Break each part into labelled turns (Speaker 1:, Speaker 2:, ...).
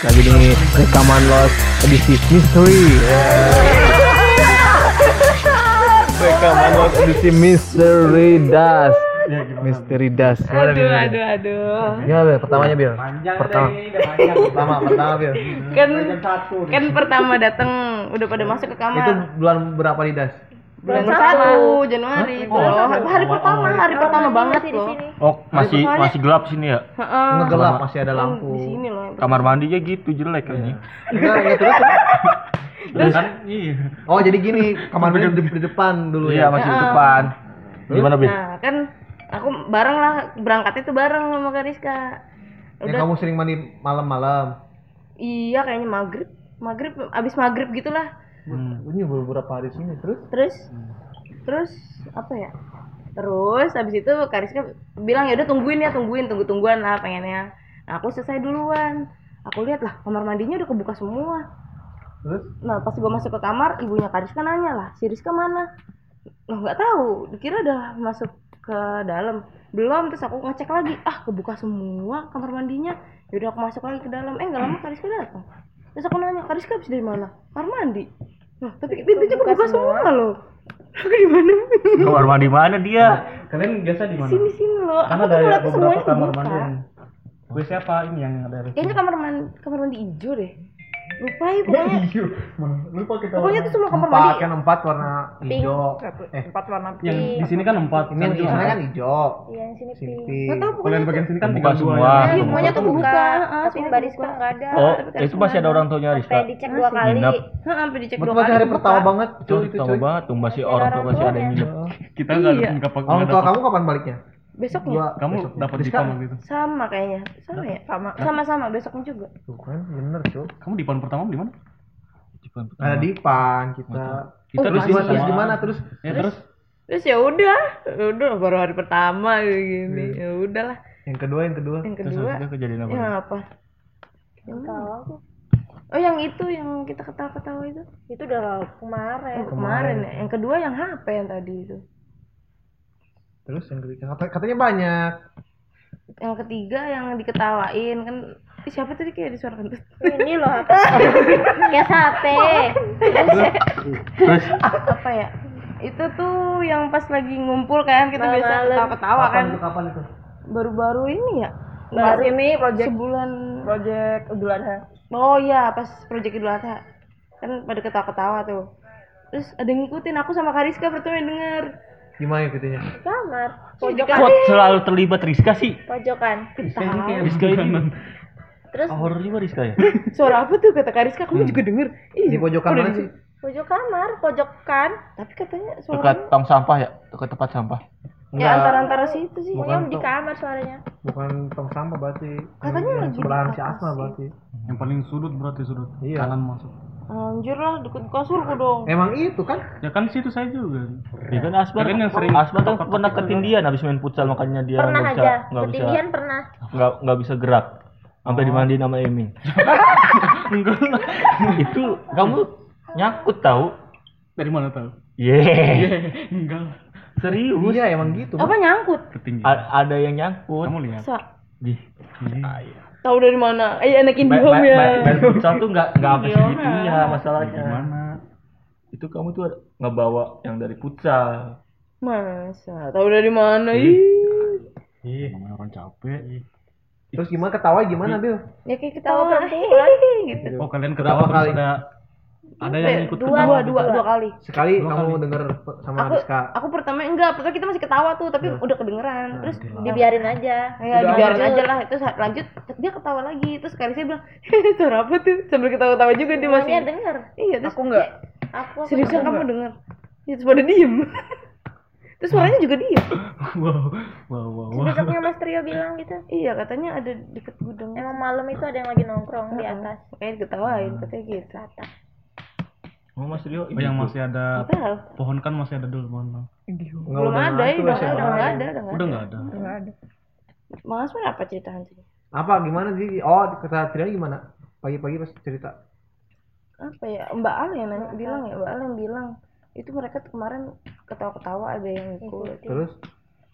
Speaker 1: lagi di rekaman los edisi mystery rekaman los edisi mystery das mystery das Gimana,
Speaker 2: Aduh,
Speaker 1: Bil?
Speaker 2: aduh, aduh.
Speaker 1: gimana Bil? pertamanya Bil pertama pertama pertama Bil
Speaker 2: Kan kan pertama datang udah pada masuk ke
Speaker 1: itu
Speaker 2: kamar.
Speaker 1: bulan berapa di das
Speaker 2: bulan satu Januari itu
Speaker 1: Oh.
Speaker 2: loh. hari pertama, hari pertama banget loh.
Speaker 3: Oh, masih masih gelap sini ya?
Speaker 2: Heeh.
Speaker 1: ngegelap masih ada
Speaker 2: Ah.
Speaker 1: Nah,
Speaker 2: Oh, Di
Speaker 1: lampu
Speaker 2: sini loh. yang pertama.
Speaker 3: Kamar mandinya gitu jelek
Speaker 4: Iya.
Speaker 3: kayaknya.
Speaker 1: enggak ya terus
Speaker 3: Terus kan iya.
Speaker 1: oh jadi gini kamar Bil di, di depan dulu ya
Speaker 3: Iya,
Speaker 2: Ah,
Speaker 3: masih di depan. Gimana, Bin?
Speaker 2: Nah, kan aku bareng lah berangkatnya tuh bareng sama Kak Rizka.
Speaker 1: ya kamu sering mandi malam-malam
Speaker 2: Iya, kayaknya maghrib, maghrib abis maghrib gitulah.
Speaker 3: Hmm.
Speaker 1: ini baru beberapa hari sini terus
Speaker 2: Terus terus apa ya? Terus abis itu Kak Rizka bilang ya udah tungguin ya, tungguin, tunggu-tungguan lah pengennya. Nah, aku selesai duluan. Aku lihat lah kamar mandinya udah kebuka semua.
Speaker 1: terus
Speaker 2: Nah, pas gue masuk ke kamar, ibunya Kak Rizka nanya lah, si Rizka mana? Nah, nggak tahu. Dikira udah masuk ke dalam. Belum, terus aku ngecek lagi. Ah, kebuka semua kamar mandinya. Yaudah aku masuk lagi ke dalam. Eh, nggak lama Kak Rizka datang. Terus aku nanya, Kak Rizka habis dari mana? Kamar mandi. Nah, tapi pintunya kebuka semua, loh. Aku di mana?
Speaker 3: Kamar mandi mana dia?
Speaker 4: Nah, Kalian biasa di mana? Kan
Speaker 2: sini sini loh. Aku tuh ngeliatnya semuanya kebuka.
Speaker 4: Gue siapa ini yang ada di
Speaker 2: Kayaknya kamar mandi kamar mandi hijau deh. Lupa
Speaker 4: Iya,
Speaker 2: ya pokoknya.
Speaker 4: Lupa kita.
Speaker 2: Pokoknya tuh semua kamar
Speaker 1: empat
Speaker 2: mandi
Speaker 1: kan empat warna hijau eh
Speaker 2: empat warna
Speaker 4: Yang di sini kan empat.
Speaker 1: ini yang di sana kan hijau
Speaker 5: Iya, yang sini
Speaker 1: sini
Speaker 5: pink.
Speaker 1: pink.
Speaker 2: Gak tau
Speaker 4: Kalian
Speaker 2: pokoknya
Speaker 4: bagian sini kan
Speaker 3: Buka
Speaker 4: tinggal dua
Speaker 3: semua.
Speaker 4: ya.
Speaker 2: Iya, semuanya tuh kebuka. Ah,
Speaker 5: tapi
Speaker 2: semuanya
Speaker 5: Mbak
Speaker 2: kebuka.
Speaker 5: Rizka nggak ada.
Speaker 3: Ah. Oh, itu masih ada orang tuanya
Speaker 5: Kayak
Speaker 3: Arista.
Speaker 5: dicek dua kali.
Speaker 3: Nginep.
Speaker 2: Hah, sampai dicek
Speaker 1: Betul
Speaker 2: dua
Speaker 1: banget
Speaker 2: kali.
Speaker 1: hari pertama banget
Speaker 3: Itu
Speaker 1: cuy itu
Speaker 3: tahu
Speaker 1: cuy.
Speaker 3: banget tuh masih orang tua masih ada yang nginep.
Speaker 4: Kita enggak
Speaker 2: Iya.
Speaker 4: ada enggak pakai
Speaker 1: Orang tua kamu kapan baliknya?
Speaker 2: Besoknya
Speaker 1: Dua.
Speaker 4: Kamu dapat di
Speaker 1: Rizka.
Speaker 4: pam gitu.
Speaker 2: sama kayaknya. Sama ya? Sama. Sama-sama besoknya juga.
Speaker 1: Tuh kan bener cuy.
Speaker 3: Nah.
Speaker 4: Kamu di pam pertama di mana?
Speaker 1: Ada di pan kita.
Speaker 3: Kita
Speaker 1: Terus
Speaker 3: di
Speaker 1: di
Speaker 3: sini
Speaker 1: terus
Speaker 3: sama.
Speaker 1: gimana terus?
Speaker 4: Ya terus
Speaker 2: Terus ya udah, udah baru hari pertama kayak gini. Ya udahlah.
Speaker 1: Yang kedua yang kedua.
Speaker 2: Yang
Speaker 3: Iya. Terus
Speaker 2: kedua Iya.
Speaker 3: habis itu kejadian apa?
Speaker 2: yang apa? Yang mana? Oh, yang itu yang kita ketawa-ketawa itu.
Speaker 5: Itu udah kemarin.
Speaker 3: Oh,
Speaker 2: Yang kemarin ya. Yang kedua yang HP yang tadi itu.
Speaker 1: Terus yang ketiga Kata- katanya banyak.
Speaker 2: Yang ketiga yang diketawain kan Ih, siapa tadi kayak disuara kentut?
Speaker 5: Ini loh HP. Kayak HP.
Speaker 3: Terus
Speaker 2: apa ya itu tuh yang pas lagi ngumpul kan kita biasa
Speaker 5: Malam-malam.
Speaker 2: ketawa-ketawa kan
Speaker 1: Kapan itu?
Speaker 2: baru-baru ini ya
Speaker 5: Baru ini
Speaker 2: project sebulan
Speaker 5: Project Idul Adha.
Speaker 2: oh iya pas project Idul Adha kan pada ketawa-ketawa tuh terus ada yang ngikutin aku sama Kariska pertama yang denger
Speaker 1: Gimana ikutinnya?
Speaker 5: Kamar.
Speaker 2: pojokan
Speaker 3: kok selalu terlibat Rizka sih?
Speaker 5: Pojokan.
Speaker 2: ketawa
Speaker 3: Rizka ini
Speaker 5: Terus
Speaker 3: horor juga Rizka ya?
Speaker 2: suara apa tuh kata Kariska kamu juga denger
Speaker 1: Di
Speaker 2: iya
Speaker 1: pojokan mana sih?
Speaker 5: pojok kamar, pojokan.
Speaker 2: tapi katanya suara
Speaker 3: Dekat tong sampah ya? Dekat tempat sampah.
Speaker 2: ya antara-antara situ sih
Speaker 5: Pokoknya di kamar suaranya.
Speaker 1: Bukan tong sampah berarti.
Speaker 2: Katanya
Speaker 1: yang
Speaker 2: lagi
Speaker 1: sebelahan
Speaker 2: di
Speaker 1: si
Speaker 2: atas
Speaker 1: Asma
Speaker 2: sih.
Speaker 1: berarti.
Speaker 4: yang paling sudut berarti sudut
Speaker 1: Iya.
Speaker 4: kanan masuk.
Speaker 2: anjir lah deket kasurku dong
Speaker 1: Emang itu kan?
Speaker 4: Ya kan situ saya juga.
Speaker 3: Dia kan Asbar,
Speaker 4: Kalian yang sering
Speaker 3: Asbar kan pernah ketindian habis main futsal makanya dia
Speaker 5: Pernah
Speaker 3: nggak bisa
Speaker 5: aja.
Speaker 3: nggak bisa
Speaker 5: Ketindihan pernah.
Speaker 3: nggak nggak bisa gerak sampai dimandiin sama Emi. Itu kamu nyakut tahu?
Speaker 4: Dari mana tahu?
Speaker 3: Yeah.
Speaker 4: Enggak lah,
Speaker 3: Serius?
Speaker 1: Iya emang gitu.
Speaker 2: apa nyangkut
Speaker 4: ketinggian.
Speaker 3: A- ada yang nyangkut.
Speaker 4: Kamu lihat.
Speaker 2: Sa,
Speaker 3: Di Ah, iya.
Speaker 2: tahu dari mana eh anak Indihome ya
Speaker 3: main futsal tuh nggak nggak apa segitunya masalahnya.
Speaker 4: Gimana?
Speaker 3: Itu kamu tuh ada- ngebawa yang dari futsal.
Speaker 2: Masa tahu dari mana? Ih.
Speaker 3: Ih,
Speaker 4: Namanya orang capek.
Speaker 1: Terus gimana ketawa gimana Bil?
Speaker 2: Ya
Speaker 5: Tahu
Speaker 2: kayak ketawa
Speaker 5: perempuan.
Speaker 2: gitu.
Speaker 4: Oh, kalian
Speaker 1: Berapa
Speaker 4: ketawa terus
Speaker 1: kali?
Speaker 4: ada ada yang ikut
Speaker 2: dua, dua,
Speaker 4: ketawa gitu.
Speaker 2: dua, dua kali.
Speaker 1: Sekali kamu denger sama
Speaker 2: Aku
Speaker 1: Rizka.
Speaker 2: aku pertama enggak, pertama kita masih ketawa tuh, tapi udah kedengeran. Terus
Speaker 5: Dibiarin aja.
Speaker 2: ya Nah, dibiarin aja lah. Terus lanjut dia ketawa lagi. Terus kali saya bilang, "Suara apa tuh?" Sambil ketawa-ketawa juga dia masih.
Speaker 5: Semuanya denger.
Speaker 2: Iya, terus aku enggak.
Speaker 5: Aku
Speaker 2: Seriusan kamu denger? Ya, terus pada diem. terus suaranya juga diem.
Speaker 4: Wow, wow, wow. wow.
Speaker 5: besoknya Mas Trio bilang gitu.
Speaker 2: iya, katanya ada deket gudang.
Speaker 5: Emang malam itu ada yang lagi nongkrong di atas.
Speaker 2: Kayak ketawain, katanya gitu.
Speaker 3: Oh, Mas Rio,
Speaker 4: Oh, yang masih ada
Speaker 2: Nggak tahu.
Speaker 4: pohon kan masih ada dulu pohon.
Speaker 1: Enggak
Speaker 2: Belum ada, ya, udah nggak ada, udah nggak ada, udah nggak
Speaker 4: Udah nggak ada.
Speaker 2: ada. Mas Asmar apa cerita hantunya?
Speaker 1: apa gimana sih oh kata Triana gimana pagi-pagi pas cerita
Speaker 2: apa ya Mbak Al yang nanya- bilang ya Mbak Al Iya.
Speaker 1: iya.
Speaker 2: yang bilang itu mereka tuh kemarin ketawa-ketawa ada yang ikut
Speaker 1: terus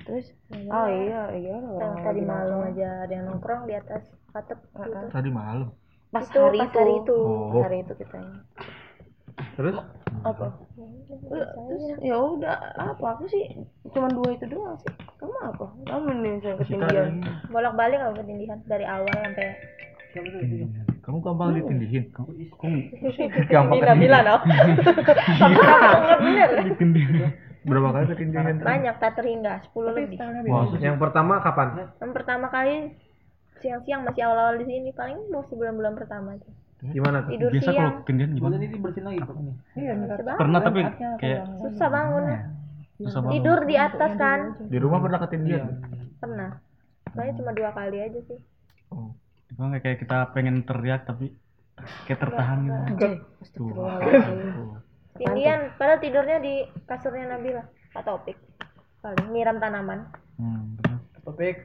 Speaker 2: terus "Oh, iya,
Speaker 6: tadi
Speaker 2: lagi
Speaker 6: malam
Speaker 2: nongkrong.
Speaker 6: aja ada yang nongkrong di atas atap gitu.
Speaker 3: Tadi malam.
Speaker 2: pas
Speaker 6: itu
Speaker 2: hari
Speaker 6: pas
Speaker 2: itu,
Speaker 6: hari itu
Speaker 3: Oh.
Speaker 6: hari itu kita ini
Speaker 3: Terus?
Speaker 2: apa
Speaker 6: Iya,
Speaker 2: Eh, terus ya udah apa aku sih cuma dua itu doang sih kamu apa kamu nih yang
Speaker 3: Kita ada
Speaker 2: ketinggian
Speaker 3: ini.
Speaker 6: bolak balik aku ketindihan dari awal
Speaker 2: Iya,
Speaker 6: sampai
Speaker 3: Kamu gampang
Speaker 1: Hmm.
Speaker 3: ditindihin. Kamu gampang
Speaker 6: bila bila
Speaker 3: ketindihan.
Speaker 6: dong Sampai banget bener
Speaker 3: Ditindihin. Berapa kali ketindihan?
Speaker 6: banyak tak terhingga 10 lebih
Speaker 3: Wah,
Speaker 1: Yang pertama kapan?
Speaker 6: yang pertama kali siang-siang masih awal-awal di sini paling mau sebulan-bulan pertama aja
Speaker 1: Gimana tuh?
Speaker 6: tidur
Speaker 4: Biasa kalau
Speaker 6: siang
Speaker 4: ketindihan gimana?
Speaker 6: Coba.
Speaker 4: Pernah tapi kayak
Speaker 6: susah bangun
Speaker 4: susah
Speaker 2: Iya.
Speaker 4: banget.
Speaker 6: tidur di atas kan
Speaker 3: Di rumah pernah ketindihan?
Speaker 6: pernah paling cuma dua kali aja sih
Speaker 3: Oh,
Speaker 4: Cuma kayak- kayak kita pengen teriak tapi kayak tertahan gitu.
Speaker 3: tuh. Tuh.
Speaker 6: Tindian, padahal tidurnya di kasurnya Nabila Pak Topik paling nyiram tanaman
Speaker 4: Hmm, bener.
Speaker 1: Topik.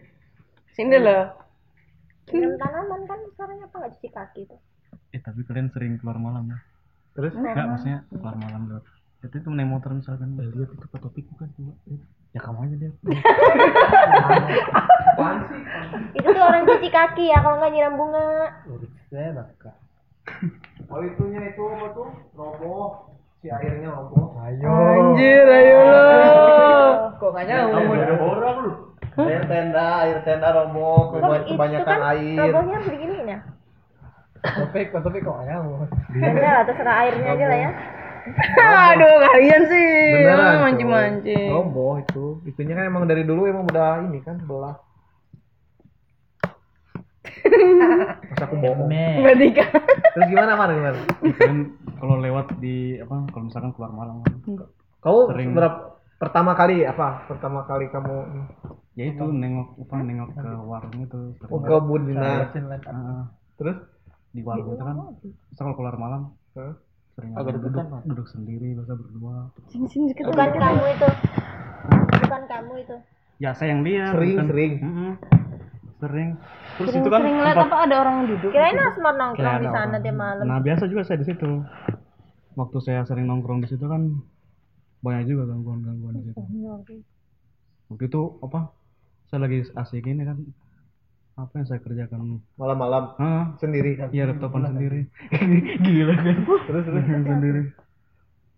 Speaker 2: sini loh
Speaker 6: nyiram tanaman kan sekarang apa nggak cuci kaki tuh
Speaker 4: Eh tapi kalian sering keluar malam ya?
Speaker 1: Terus?
Speaker 4: Enggak maksudnya keluar malam lewat. Itu itu naik motor misalkan.
Speaker 3: Eh, Lihat itu Pak Topik bukan eh, coba.
Speaker 4: Ya kamu aja deh.
Speaker 6: itu tuh orang cuci kaki ya kalau nggak nyiram bunga
Speaker 1: Oh itunya itu apa tuh? Roboh. Si airnya roboh. Ayo.
Speaker 7: Anjir, ayo lo.
Speaker 1: Kok nggak nyawa? Kamu ada orang lu. Air tenda, air tenda roboh,
Speaker 6: Kan
Speaker 1: keba- kebanyakan
Speaker 6: itu
Speaker 1: air.
Speaker 6: kan robohnya harus diginiin ya
Speaker 1: Topik, topik kok nggak nyawa?
Speaker 6: ya udah lah, terserah airnya aja lah ya
Speaker 2: aduh kalian sih
Speaker 1: Beneran Oh. tuh.
Speaker 2: mancing-mancing
Speaker 1: Roboh itu. Itunya kan emang dari dulu emang udah ini kan belah. Masa aku bohong.
Speaker 2: berarti kan
Speaker 1: Terus gimana Mar? Gimana?
Speaker 4: Kalian kalau lewat di apa kalau misalkan keluar malam
Speaker 1: Kau
Speaker 4: Sering.
Speaker 1: berapa pertama kali apa? Pertama kali kamu
Speaker 4: ya itu
Speaker 3: Hmm.
Speaker 4: nengok apa nengok ke warung itu sering.
Speaker 1: oh, ke Budina.
Speaker 4: Ah,
Speaker 1: Terus?
Speaker 4: di warung itu kan misal kalau keluar malam
Speaker 1: Hah?
Speaker 4: sering ada duduk duduk sendiri biasa berdua
Speaker 2: sini sini deket
Speaker 6: bukan kamu itu bukan kamu itu
Speaker 4: ya saya yang lihat
Speaker 1: Sering,
Speaker 4: bukan-
Speaker 1: sering.
Speaker 4: Mm-mm. sering terus
Speaker 2: sering,
Speaker 4: itu kan
Speaker 2: sering ngeliat apa ada orang duduk
Speaker 6: kirain Asmar
Speaker 4: kayak
Speaker 6: nongkrong
Speaker 4: ada
Speaker 6: di sana
Speaker 4: orang.
Speaker 6: tiap malam
Speaker 4: nah biasa juga saya di situ waktu saya sering nongkrong di situ kan banyak juga gangguan-gangguan di situ waktu itu apa saya lagi asik ini kan apa yang saya kerjakan
Speaker 1: Malam-malam
Speaker 4: ah
Speaker 1: sendiri kan.
Speaker 4: Iya laptopan sendiri. Gila kan. Terus terus sendiri.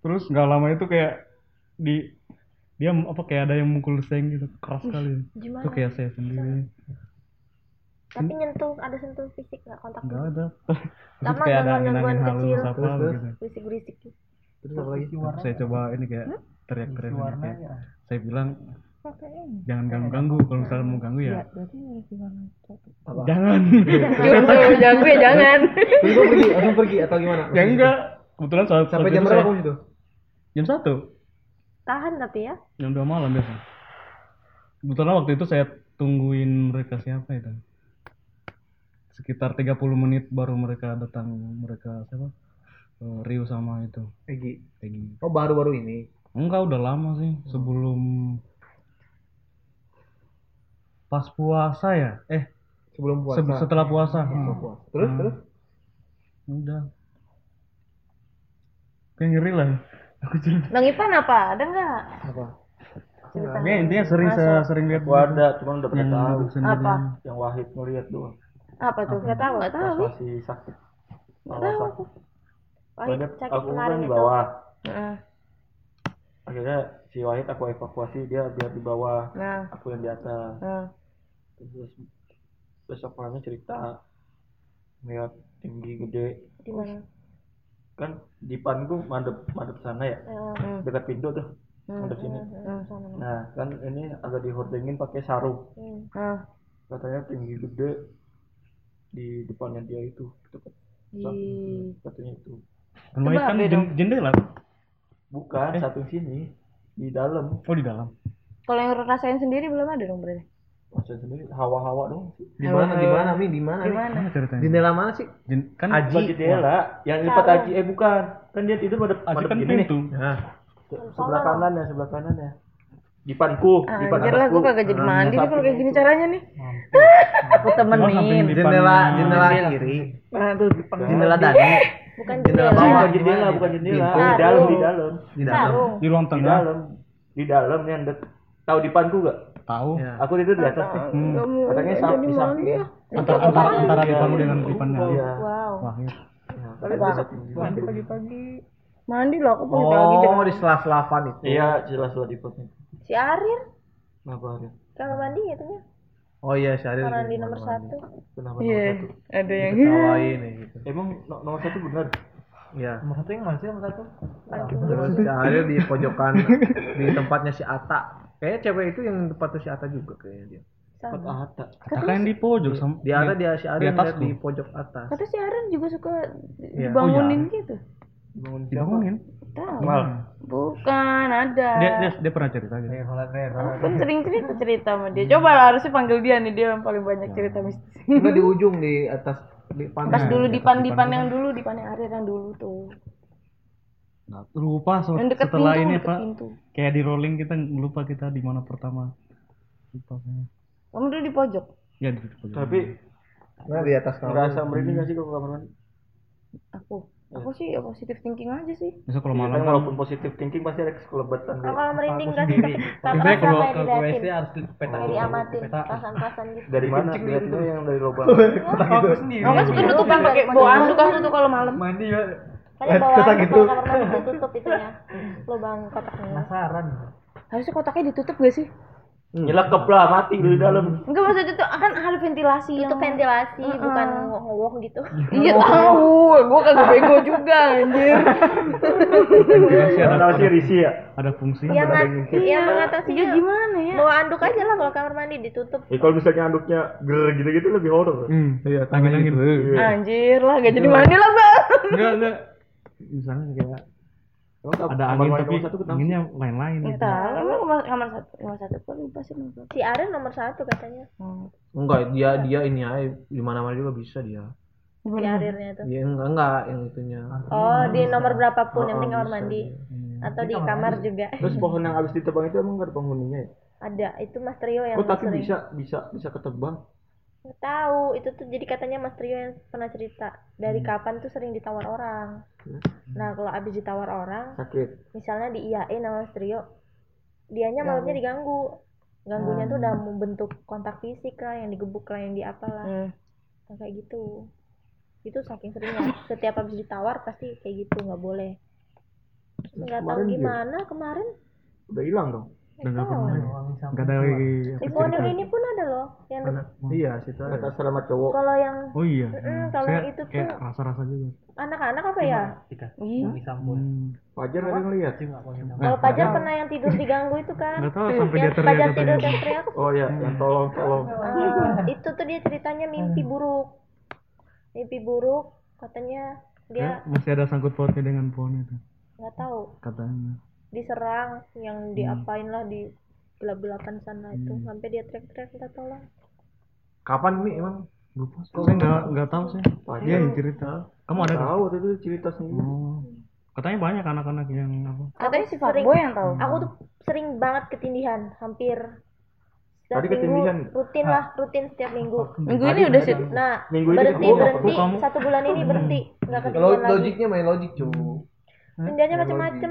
Speaker 4: Terus nggak lama itu kayak di dia m- apa kayak ada yang mukul seng gitu keras sekali. Itu
Speaker 6: gimana
Speaker 4: kayak saya sendiri.
Speaker 6: tapi nyentuh ada sentuh fisik nggak kontak
Speaker 4: Nggak ada. Terus
Speaker 6: Sama
Speaker 4: kayak ada
Speaker 6: gangguan-gangguan
Speaker 4: angin-angin
Speaker 6: kecil.
Speaker 4: halus apa
Speaker 1: Terus, terus.
Speaker 4: gitu.
Speaker 6: fisik berisik
Speaker 1: Terus apa lagi?
Speaker 4: Terus saya coba ini kayak
Speaker 6: Hmm?
Speaker 4: teriak-teriak gitu.
Speaker 1: ya?
Speaker 4: Kayak Saya bilang jangan ganggu-ganggu kalau misalnya mau ganggu ya.
Speaker 6: Iya,
Speaker 4: Jangan.
Speaker 2: jangan jago ya jangan
Speaker 1: Terus kamu pergi, langsung pergi atau gimana?
Speaker 4: ya enggak. Kebetulan saat
Speaker 1: Sampai
Speaker 4: saat
Speaker 1: jam berapa
Speaker 4: itu gitu saya-
Speaker 1: kamu situ?
Speaker 4: Jam satu.
Speaker 6: tahan tapi ya
Speaker 4: jam dua malam biasa kebetulan waktu itu saya tungguin mereka siapa itu sekitar 30 menit baru mereka datang mereka siapa Eh, Rio sama itu
Speaker 1: Egi.
Speaker 4: Peggy
Speaker 1: Oh baru-baru ini.
Speaker 4: enggak udah lama sih
Speaker 1: Hmm.
Speaker 4: sebelum pas puasa ya eh
Speaker 1: Sebelum puasa.
Speaker 4: se- setelah puasa
Speaker 1: Sebelum puasa. Terus
Speaker 4: Hmm.
Speaker 1: terus.
Speaker 4: udah kayak ngeri lah aku cerita
Speaker 2: Bang Ipan apa ada nggak
Speaker 1: Apa?
Speaker 4: ya intinya sering sering lihat
Speaker 3: Gua ada, cuman udah pernah
Speaker 4: yang
Speaker 3: tahu.
Speaker 4: duduk sendirian.
Speaker 2: Apa?
Speaker 3: Yang Wahid ngeliat doang.
Speaker 2: apa tuh nggak tahu nggak
Speaker 3: Pas
Speaker 6: Ah,
Speaker 2: tahu
Speaker 3: masih sakit. Malah sakit.
Speaker 6: Wahid
Speaker 3: Badan-
Speaker 6: sakit
Speaker 3: aku
Speaker 6: kemarin
Speaker 3: kan di
Speaker 6: itu.
Speaker 3: bawah.
Speaker 2: Heeh.
Speaker 3: Akhirnya si Wahid aku evakuasi dia biar di bawah.
Speaker 2: nah
Speaker 3: Aku yang di atas.
Speaker 2: nah.
Speaker 3: Terus besok malamnya cerita ngeliat tinggi gede
Speaker 6: di mana
Speaker 3: kan di panku madep madep sana ya
Speaker 2: Hmm.
Speaker 3: dekat pintu tuh madep sini nah kan ini agak dihordengin pakai sarung
Speaker 2: nah
Speaker 3: katanya tinggi gede di depannya dia itu Dekat-
Speaker 2: di
Speaker 3: katanya itu
Speaker 4: Rumah
Speaker 2: Coba
Speaker 4: kan
Speaker 2: beda.
Speaker 4: jen- jendela.
Speaker 3: bukan satu sini di dalam
Speaker 4: Oh di dalam.
Speaker 2: kalau yang rasain sendiri belum ada dong berarti
Speaker 3: maksudnya sendiri hawa-hawa dong sih
Speaker 1: Di mana? Di mana Mi? Di mana? nih?
Speaker 4: Mana ceritanya?
Speaker 1: Jendela mana sih?
Speaker 4: Jen- kan
Speaker 1: Aji.
Speaker 3: bukan jendela yang lipat aji eh bukan kan dia tidur pada
Speaker 4: Aji
Speaker 3: madep
Speaker 4: kan
Speaker 3: gini nih
Speaker 4: pintu.
Speaker 1: Nah,
Speaker 3: Se- sebelah kanan ya sebelah kanan ya di panku di pan
Speaker 2: Nah, anjir lah
Speaker 3: atasku.
Speaker 2: gue Ah, kagak jadi mandi nih kalau kayak gini caranya nih aku
Speaker 4: Cuma Oh, sampai
Speaker 2: temenin
Speaker 4: di depan-
Speaker 1: jendela jendela kiri.
Speaker 2: nah tuh depan
Speaker 1: Jendela Dani.
Speaker 6: bukan
Speaker 1: Jendela
Speaker 6: jendela
Speaker 1: bawah.
Speaker 3: bukan jendela bukan jendela
Speaker 1: Pintu.
Speaker 3: di dalam di dalam
Speaker 1: Di dalam.
Speaker 6: sarung
Speaker 4: Di ruang
Speaker 3: di
Speaker 4: tengah.
Speaker 3: dalam di dalam yang dek tahu di panku gak
Speaker 4: tahu
Speaker 3: Iya. Aku tidur di atas nih.
Speaker 4: Hmm.
Speaker 3: Katanya
Speaker 6: Jadi
Speaker 3: sama bisa.
Speaker 6: mandi ya.
Speaker 4: antara antara antara dibangun dengan dipannya
Speaker 3: Iya.
Speaker 6: Wow.
Speaker 4: wah ya.
Speaker 3: Tapi besok mandi pagi.
Speaker 2: mandi loh aku punya lagi
Speaker 1: Oh, di sela-selapan itu.
Speaker 3: Iya, jelas lah ikutnya.
Speaker 6: Si Arir
Speaker 3: Kenapa ada?
Speaker 6: kalau mandi itu ya.
Speaker 1: Oh iya, si Ariel
Speaker 6: Orang di nomor satu.
Speaker 3: Kenapa
Speaker 2: iya
Speaker 3: nomor satu?
Speaker 2: ada yang
Speaker 1: diketawain ya gitu.
Speaker 3: Emang no- nomor satu benar?
Speaker 1: Iya.
Speaker 3: Nomor satu yang mana sih nomor satu?
Speaker 1: Terus si Ariel di pojokan di tempatnya si Ata. Kayaknya cewek itu yang tempatnya si Ata juga kayaknya dia.
Speaker 3: Tempat Atta.
Speaker 4: kata kan di pojok sama
Speaker 1: Di Ata dia si Ariel
Speaker 4: atas
Speaker 1: lihat di
Speaker 4: tuh.
Speaker 1: pojok atas.
Speaker 2: kata si Arin juga suka
Speaker 1: Iya.
Speaker 2: dibangunin gitu
Speaker 3: Bangun
Speaker 4: dibangunin
Speaker 2: tahu
Speaker 3: Mal.
Speaker 2: bukan ada
Speaker 4: Hmm. dia, dia dia pernah cerita gitu
Speaker 2: kan sering cerita cerita sama dia coba lah harusnya panggil dia nih dia yang paling banyak cerita mistis
Speaker 1: Enggak di ujung di atas di pantai.
Speaker 2: pas dulu dipan dipan yang dulu dipan yang Arin yang dulu tuh
Speaker 4: Nah, lupa se-
Speaker 2: yang deket
Speaker 4: setelah
Speaker 2: pintu
Speaker 4: ini
Speaker 2: deket
Speaker 4: pak
Speaker 2: pintu
Speaker 4: kayak di rolling kita lupa kita di mana pertama lupa saya
Speaker 2: kamu dulu di pojok
Speaker 4: ya di pojok
Speaker 3: Tapi
Speaker 1: Nah, di atas kamar.
Speaker 3: ngerasa merinding nggak sih kalau ke kamar mandi?
Speaker 2: aku aku sih ya positive thinking aja sih
Speaker 4: besok kalau
Speaker 3: Malah
Speaker 4: malam kan
Speaker 3: walaupun positif thinking pasti ada keselebatan.
Speaker 6: Nah, kalau merinding gak sih tak
Speaker 4: Biasanya
Speaker 6: terasa
Speaker 4: kalau
Speaker 6: kayak
Speaker 4: ke WC
Speaker 6: diliatin
Speaker 4: harus dipeta
Speaker 6: kayak diamatin perasaan-perasaan gitu
Speaker 3: Dari mana? Lihatnya yang dari lubang.
Speaker 4: Iya,
Speaker 2: aku kan suka nutupan pakai bawa anduk aku tuh kalau malam
Speaker 1: Mandi ya.
Speaker 6: kayak bawa
Speaker 1: Kata gitu.
Speaker 6: kalau kamar mandi ditutup itunya lubang kotaknya
Speaker 2: harusnya kotaknya ditutup gak sih
Speaker 3: Nyelekep lah mati lu di dalam.
Speaker 2: enggak maksudnya tuh akan ada ventilasi
Speaker 6: itu
Speaker 2: yang
Speaker 6: ventilasi bukan ngowok gitu
Speaker 2: Iya tahu, gue kagak bego juga anjir.
Speaker 3: Ada tahu sih Risi ya?
Speaker 4: ada fungsi
Speaker 6: yang ngat- yang
Speaker 2: Iya
Speaker 6: mengatasinya
Speaker 2: gimana ya?
Speaker 6: bawa anduk aja lah kalau kamar mandi ditutup
Speaker 3: Ya kalau misalnya anduknya ger gitu-gitu lebih horor.
Speaker 4: hmm.
Speaker 1: Iya, tangan gitu.
Speaker 4: Iya.
Speaker 2: Anjir lah, gak jadi mandi lah bang.
Speaker 4: enggak enggak misalnya kayak ada angin tapi anginnya lain-lain
Speaker 6: Iya,
Speaker 4: gitu.
Speaker 2: Entah, emang kamar, kamar satu, kamar satu kok lupa sih nomor.
Speaker 6: si Arin nomor satu katanya
Speaker 2: Hmm,
Speaker 1: Enggak, dia dia ini aja di mana-mana juga bisa dia.
Speaker 6: si Arirnya itu
Speaker 1: Dia enggak enggak yang itunya.
Speaker 6: oh di nomor
Speaker 3: Oh,
Speaker 6: berapapun yang penting kamar mandi
Speaker 3: Hmm.
Speaker 6: atau di kamar juga
Speaker 3: Terus pohon yang habis ditebang itu emang gak ada penghuninya ya?
Speaker 6: ada itu Mas Trio
Speaker 1: Iya,
Speaker 6: yang
Speaker 3: Oh tapi
Speaker 6: sering.
Speaker 3: bisa bisa bisa ketebang.
Speaker 6: Nggak tahu itu tuh jadi katanya Mas Trio yang pernah cerita dari
Speaker 3: Hmm.
Speaker 6: kapan tuh sering ditawar orang nah kalau abis ditawar orang
Speaker 3: Sakit.
Speaker 6: misalnya di IAE nama Mas Trio dianya malamnya diganggu ganggunya
Speaker 4: Hmm.
Speaker 6: tuh udah membentuk kontak fisik lah yang digebuk lah yang di apalah
Speaker 2: Hmm.
Speaker 6: Nah, kayak gitu itu saking seringnya setiap abis ditawar pasti kayak gitu nggak boleh Terus nggak tahu
Speaker 3: kemarin dia-
Speaker 6: gimana kemarin
Speaker 3: Udah hilang dong.
Speaker 4: udah nggak pernah nggak ada lagi apa
Speaker 6: di
Speaker 4: cerita
Speaker 6: pondok ini pun ada loh yang
Speaker 4: Hmm.
Speaker 1: Iya, situ ada.
Speaker 3: Kata selama cowok.
Speaker 6: kalau yang
Speaker 4: oh iya
Speaker 6: Mm, kalau
Speaker 4: saya
Speaker 6: itu tuh-
Speaker 4: kayak rasa-rasa juga
Speaker 6: anak-anak apa ya
Speaker 2: Iya.
Speaker 4: Hmm.
Speaker 3: Wajar ada yang lihat.
Speaker 4: Iya.
Speaker 6: kalau pajar pernah yang tidur diganggu itu kan
Speaker 4: Nah, nggak tahu sampai dia
Speaker 6: yang
Speaker 4: teriak
Speaker 6: pajar
Speaker 4: katanya
Speaker 6: tidur yang teriak
Speaker 3: Oh iya,
Speaker 4: Hmm.
Speaker 3: yang tolong tolong.
Speaker 6: Ah, itu tuh dia ceritanya mimpi buruk mimpi buruk katanya
Speaker 4: Kayak
Speaker 6: dia
Speaker 4: masih ada sangkut pautnya dengan pohon itu
Speaker 6: nggak tahu
Speaker 4: katanya
Speaker 6: diserang yang diapain lah di gelap-gelapan sana itu sampai dia teriak-teriak minta tolong
Speaker 1: Kapan Mi emang?
Speaker 4: lupa sih. saya nggak nggak tahu sih dia yang cerita kamu ada nggak?
Speaker 3: Tahu waktu itu cerita sendiri.
Speaker 4: oh. katanya banyak anak-anak yang apa
Speaker 2: Katanya si
Speaker 6: sering-
Speaker 2: Fatboy yang tahu.
Speaker 6: aku tuh sering banget ketindihan hampir setiap
Speaker 3: Tadi ketindihan.
Speaker 6: minggu rutin lah rutin setiap minggu
Speaker 2: Minggu ini udah sih.
Speaker 6: nah
Speaker 3: Minggu ini
Speaker 6: berhenti
Speaker 3: ketindihan.
Speaker 6: berhenti
Speaker 4: Kok kamu-
Speaker 6: satu bulan ini berhenti nggak ketindihan
Speaker 1: Lo-
Speaker 6: lagi
Speaker 1: Logiknya main logik,
Speaker 4: Hmm.
Speaker 1: cuy.
Speaker 6: tindihannya macam-macam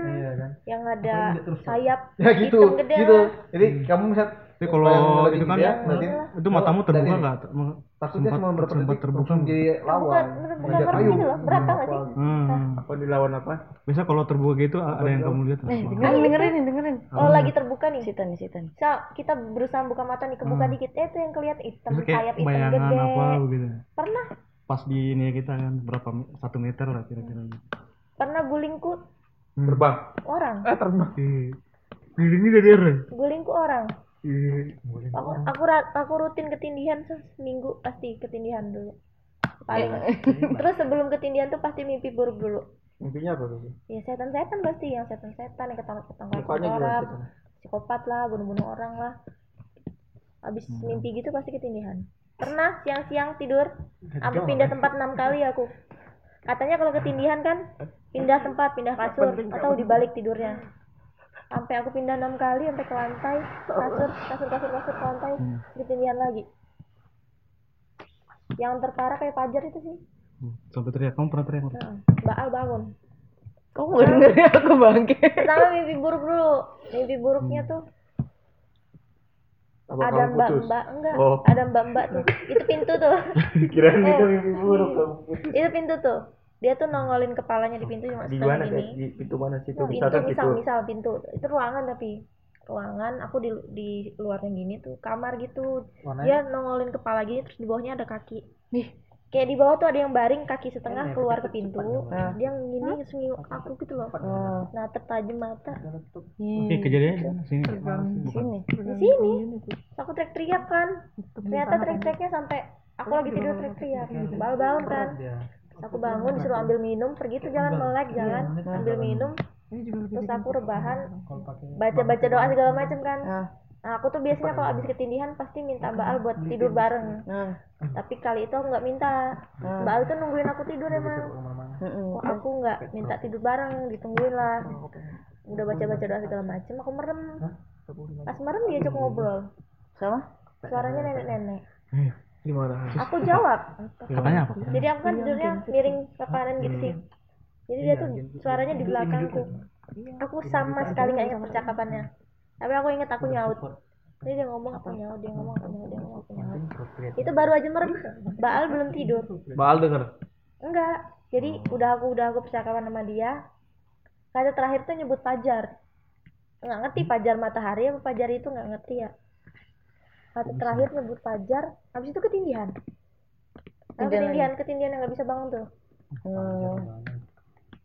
Speaker 6: yang ada sayap
Speaker 1: ya gitu
Speaker 6: hitam gede
Speaker 1: gitu
Speaker 6: lah.
Speaker 1: jadi kamu bisa
Speaker 4: Hmm. tapi kalau itu kan
Speaker 1: nanti
Speaker 4: itu matamu terbuka
Speaker 1: Dan ini.
Speaker 4: nggak Mau-
Speaker 1: gitu ya, takutnya
Speaker 4: sempat-
Speaker 1: cuma berapa
Speaker 4: sempat
Speaker 1: detik
Speaker 4: terbuka
Speaker 1: langsung jadi lawan
Speaker 6: bukan bukan
Speaker 1: mengejar
Speaker 6: berhenti
Speaker 1: payung
Speaker 6: loh berat tau nggak sih
Speaker 4: hmm.
Speaker 3: Apa dilawan apa?
Speaker 4: biasa kalau terbuka gitu ada yang kamu lihat
Speaker 2: Eh, dengerin, dengerin, dengerin.
Speaker 6: kalau lagi terbuka nih
Speaker 2: Sitan nih, sitan.
Speaker 6: misal kita berusaha buka mata nih kebuka dikit eh itu yang kelihatan hitam
Speaker 4: Biasa
Speaker 6: sayap
Speaker 4: Hmm. kayak
Speaker 6: hitam
Speaker 4: bayangan
Speaker 6: gede
Speaker 4: apa gitu
Speaker 6: pernah
Speaker 4: pas di ini kita kan berapa me- satu meter lah kira-kira
Speaker 6: pernah gulingku
Speaker 3: Terbang.
Speaker 6: orang
Speaker 1: Eh,
Speaker 4: Ih, ini dari error
Speaker 6: gulingku orang
Speaker 4: Ih,
Speaker 6: aku aku ra- aku rutin ketindihan se- seminggu pasti ketindihan dulu
Speaker 4: Iya.
Speaker 6: paling terus sebelum ketindihan tuh pasti mimpi buruk dulu
Speaker 3: Mimpinya apa tuh?
Speaker 6: ya setan-setan pasti yang setan-setan yang ketangkap-ketangkap
Speaker 3: Mukanya gimana
Speaker 6: orang
Speaker 3: setan?
Speaker 6: psikopat lah bunuh-bunuh orang lah abis mimpi gitu pasti ketindihan pernah siang-siang tidur sampai pindah tempat enam kali aku katanya kalau ketindihan kan pindah tempat pindah kasur atau dibalik tidurnya sampai aku pindah enam kali sampai ke lantai kasur kasur kasur kasur ke lantai ketindihan lagi yang terparah kayak pajar itu sih
Speaker 4: sampai teriak kamu pernah teriak
Speaker 6: Heeh. mbak Al bangun
Speaker 2: Kamu nggak dengerin aku bangke.
Speaker 6: pertama mimpi buruk dulu mimpi buruknya tuh
Speaker 3: Hmm. Apa
Speaker 6: ada
Speaker 3: kamu putus?
Speaker 6: mbak-mbak enggak
Speaker 3: Oh.
Speaker 6: ada mbak-mbak tuh itu pintu tuh
Speaker 3: Kirain itu
Speaker 6: Eh.
Speaker 3: mimpi buruk kamu putus.
Speaker 6: itu pintu tuh dia tuh nongolin kepalanya di pintu cuma
Speaker 3: Di mana
Speaker 6: setengah
Speaker 3: sih?
Speaker 6: ini Oh,
Speaker 3: Di pintu mana sih? Itu
Speaker 6: pintu
Speaker 3: misalkan
Speaker 6: misal
Speaker 3: gitu.
Speaker 6: misal pintu itu ruangan tapi ruangan aku di di luarnya gini tuh kamar gitu dia nongolin kepala gini terus di bawahnya ada kaki
Speaker 2: Ih.
Speaker 6: kayak di bawah tuh ada yang baring kaki setengah
Speaker 3: Ini
Speaker 6: keluar ke
Speaker 3: pintu
Speaker 6: pintu
Speaker 3: cepat
Speaker 2: dong.
Speaker 6: dia ngini terus nengok aku gitu loh
Speaker 2: Oh,
Speaker 6: nah tertajam mata
Speaker 4: Oke, Eh, kejadiannya di mana? sini. Bukan.
Speaker 2: sini.
Speaker 6: di sini Terus aku teriak-teriak kan ternyata teriak-teriaknya sampai aku lagi tidur teriak-teriak bal-balan kan Terus aku bangun disuruh ambil minum pergi tuh jalan melek Iya, kan jalan ambil minum terus aku rebahan baca-baca doa segala macam kan
Speaker 2: Nah,
Speaker 6: nah aku tuh biasanya kalau abis ketindihan pasti minta Mbak Al buat tidur bareng
Speaker 2: nah,
Speaker 6: tapi kali itu aku nggak minta Mbak Al tuh nungguin aku tidur emang
Speaker 2: mm-mm.
Speaker 6: Kok aku nggak minta tidur bareng ditungguin lah udah baca-baca doa segala macam aku merem pas merem diajak ngobrol
Speaker 2: sama?
Speaker 6: suaranya nenek-nenek
Speaker 4: Eh,
Speaker 1: Gimana?
Speaker 6: aku jawab
Speaker 4: Katanya apa?
Speaker 6: jadi aku kan tidurnya miring ke kanan gitu sih jadi dia tuh suaranya di belakangku aku sama sekali nggak ingat percakapannya tapi aku inget aku nyaut jadi dia ngomong aku nyaut dia ngomong aku nyaut dia ngomong aku nyaut itu baru aja merem baal belum tidur
Speaker 1: Baal denger.
Speaker 6: enggak jadi udah aku udah aku percakapan sama dia kata terakhir tuh nyebut pajar nggak ngerti pajar matahari apa pajar itu nggak ngerti ya kata terakhir nyebut pajar habis itu ketindihan Nah,
Speaker 2: Ketindihan
Speaker 6: ketindihan ketindihan yang nggak bisa bangun tuh
Speaker 2: Hmm.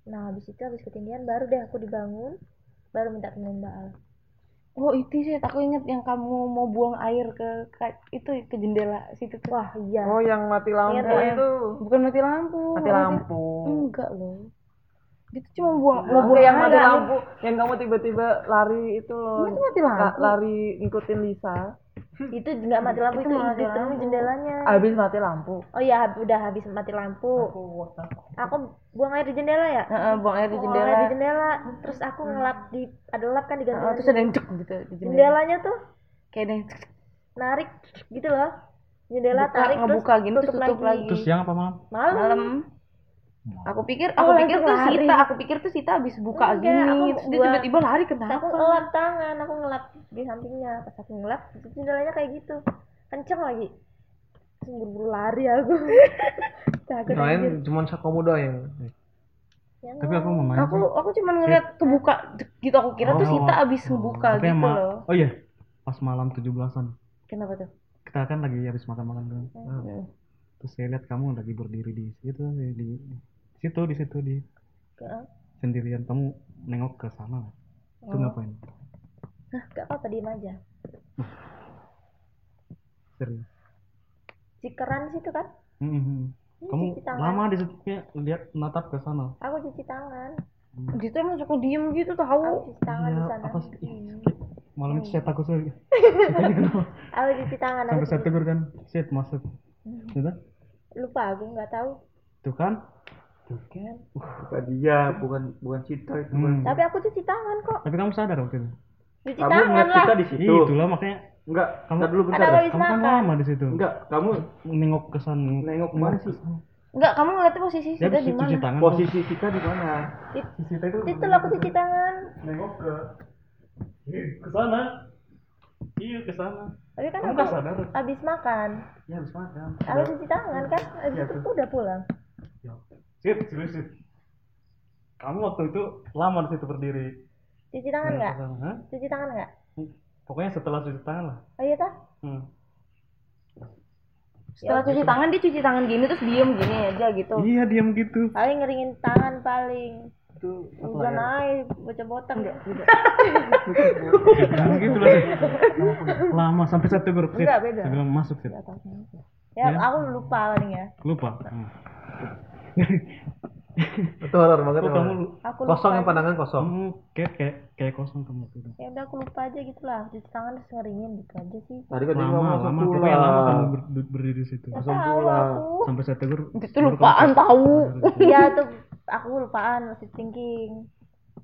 Speaker 6: nah habis itu habis ketindihan baru deh aku dibangun baru minta temen Mbak Al
Speaker 2: Oh itu sih, aku inget yang kamu mau buang air ke, ke- itu ke jendela situ tuh.
Speaker 6: wah iya
Speaker 1: Oh, yang mati lampu
Speaker 6: Iya, iya.
Speaker 1: itu.
Speaker 2: Bukan mati lampu.
Speaker 1: Mati
Speaker 2: Oh,
Speaker 1: lampu.
Speaker 2: dia- Enggak loh. Itu cuma buang
Speaker 1: Oke,
Speaker 2: mau buang
Speaker 1: yang
Speaker 2: air.
Speaker 1: mati lampu, yang kamu tiba-tiba lari itu loh.
Speaker 2: Itu mati
Speaker 1: La-
Speaker 2: lampu.
Speaker 1: lari ngikutin Lisa.
Speaker 6: itu nggak mati lampu
Speaker 2: Itu
Speaker 6: itu,
Speaker 2: mati
Speaker 6: itu
Speaker 2: lampu.
Speaker 6: jendelanya
Speaker 1: Habis mati lampu.
Speaker 6: oh iya hab- udah habis mati lampu aku buang air di jendela ya
Speaker 2: Heeh, buang air di
Speaker 6: Buang
Speaker 2: jendela. Hmm.
Speaker 6: air di jendela terus aku ngelap di ada lap kan diganti
Speaker 2: Heeh, terus ada yang cek gitu di jendela.
Speaker 6: jendelanya tuh
Speaker 2: Kayak ada yang cek,
Speaker 6: narik gitu loh jendela
Speaker 2: Buka,
Speaker 6: tarik
Speaker 2: ngebuka
Speaker 6: terus
Speaker 2: gini,
Speaker 6: tutup,
Speaker 2: terus tutup
Speaker 6: lagi,
Speaker 2: lagi.
Speaker 4: Terus siang apa malam?
Speaker 6: malam,
Speaker 2: malam. Aku pikir, aku
Speaker 6: Oh,
Speaker 2: pikir
Speaker 6: langsung
Speaker 2: tuh
Speaker 6: lari.
Speaker 2: Sita, aku pikir tuh Sita habis buka
Speaker 6: Enggak, aku
Speaker 2: gini, terus dia
Speaker 6: buang.
Speaker 2: tiba-tiba lari
Speaker 6: Terus aku
Speaker 2: kenapa?
Speaker 6: ngelap tangan aku ngelap di sampingnya pas aku ngelap terus jendelanya kayak gitu kenceng lagi Terus buru-buru lari aku takut anjir.
Speaker 1: Kirain cuma sakomu doang.
Speaker 6: Ya,
Speaker 4: Tapi aku mau main.
Speaker 2: Aku aku cuma ngeliat kebuka cek gitu aku kira tuh
Speaker 4: Oh.
Speaker 2: Sita habis ngebuka
Speaker 4: Tapi
Speaker 2: gitu
Speaker 4: emang-
Speaker 2: loh.
Speaker 4: Oh iya. Pas malam 17-an.
Speaker 2: Kenapa tuh?
Speaker 4: Kita kan lagi habis makan-makan kan. Terus saya lihat kamu lagi berdiri di situ di di situ di situ di
Speaker 6: Heeh.
Speaker 4: sendirian kamu nengok ke sana. Itu
Speaker 2: Oh.
Speaker 4: ngapain?
Speaker 6: Hah, gak apa-apa diem aja
Speaker 4: Serius.
Speaker 6: cikeran situ kan
Speaker 4: Mm-mm. Kamu
Speaker 6: cuci tangan.
Speaker 4: lama di situ kayak lihat natap ke sana.
Speaker 6: aku cuci tangan
Speaker 2: Dia tuh emang suka diem gitu
Speaker 6: aku
Speaker 2: tahu.
Speaker 6: cuci tangan di
Speaker 4: Iya,
Speaker 6: sana
Speaker 4: apa sih? Ih, sakit. Malam
Speaker 2: Hmm.
Speaker 4: itu saya takut sekali.
Speaker 6: aku cuci tangan aku
Speaker 4: Sampai saya
Speaker 6: cuci-
Speaker 4: tegur kan, set masuk.
Speaker 2: Hmm.
Speaker 4: Gitu?
Speaker 6: lupa aku nggak tahu
Speaker 4: Tuh kan?
Speaker 3: Bukan dia, bukan bukan Cita itu.
Speaker 4: Hmm.
Speaker 6: tapi aku cuci tangan kok
Speaker 4: Tapi kamu sadar waktu itu?
Speaker 6: cuci
Speaker 3: Kamu
Speaker 6: tangan
Speaker 3: ngeliat
Speaker 6: lah
Speaker 3: Cita di
Speaker 4: Iya,
Speaker 3: situ.
Speaker 4: itulah makanya
Speaker 3: Enggak,
Speaker 4: Kamu-
Speaker 3: bentar dulu bentar.
Speaker 6: Ada
Speaker 3: dah.
Speaker 6: Habis
Speaker 4: kamu kan
Speaker 6: makan.
Speaker 4: lama di situ.
Speaker 3: Enggak, kamu
Speaker 4: Nengok ke sana.
Speaker 3: nengok mana sih?
Speaker 2: Enggak, kamu ngeliatnya posisi
Speaker 4: Dia
Speaker 2: Sita
Speaker 4: habis
Speaker 2: di
Speaker 4: cuci
Speaker 2: mana?
Speaker 4: tangan.
Speaker 3: Posisi Cita di mana?
Speaker 6: Di-
Speaker 3: Cita itu
Speaker 6: itu lah aku cuci tangan
Speaker 3: nengok ke ke sana. Iya, ke sana.
Speaker 6: tapi kan
Speaker 3: Kamu
Speaker 6: aku
Speaker 3: nggak sadar?
Speaker 6: habis makan
Speaker 4: Iya,
Speaker 3: Ya, habis makan.
Speaker 6: aku cuci tangan kan habis
Speaker 3: Iya,
Speaker 6: itu
Speaker 3: terus.
Speaker 6: aku udah pulang
Speaker 4: Iya. Sit, serius, sit. Kamu waktu itu lama di situ berdiri.
Speaker 6: cuci tangan
Speaker 3: Iya,
Speaker 4: Nengok
Speaker 6: nggak
Speaker 4: ke sana. Hah?
Speaker 6: cuci tangan nggak
Speaker 4: Pokoknya setelah cuci tangan lah.
Speaker 6: oh iya tah
Speaker 4: Hmm.
Speaker 2: Setelah
Speaker 6: Ya,
Speaker 2: cuci
Speaker 6: gitu.
Speaker 2: tangan dia cuci tangan gini terus diem gini aja gitu.
Speaker 4: Iya, diam gitu.
Speaker 6: paling ngeringin tangan paling
Speaker 3: Itu ya?
Speaker 6: hujan air bocah botak ya.
Speaker 4: Diam gitu loh. Sit. Lama sampai satu grup sit.
Speaker 6: Enggak, beda.
Speaker 4: Saya bilang masuk sit.
Speaker 6: ya
Speaker 3: Iya.
Speaker 6: aku lupa paling ya
Speaker 4: Lupa. Hmm.
Speaker 1: Itu horor banget.
Speaker 4: Kok
Speaker 1: emang.
Speaker 4: kamu
Speaker 6: aku lupa
Speaker 1: Kosong yang pandangan kosong.
Speaker 4: kamu kayak kayak kayak kosong kamu tuh.
Speaker 6: ya udah aku lupa aja gitu lah cuci tangan terus ngeringin gitu aja sih
Speaker 1: Tadi kan dia
Speaker 4: Lama,
Speaker 1: ngomong
Speaker 4: lama.
Speaker 1: langsung
Speaker 4: Pokoknya lama kamu
Speaker 1: pulang.
Speaker 4: ber- ber- berdiri di situ.
Speaker 6: nggak tahu aku
Speaker 4: Sampai saya tegur.
Speaker 2: Itu lupaan tahu.
Speaker 6: iya tuh aku lupaan masih thinking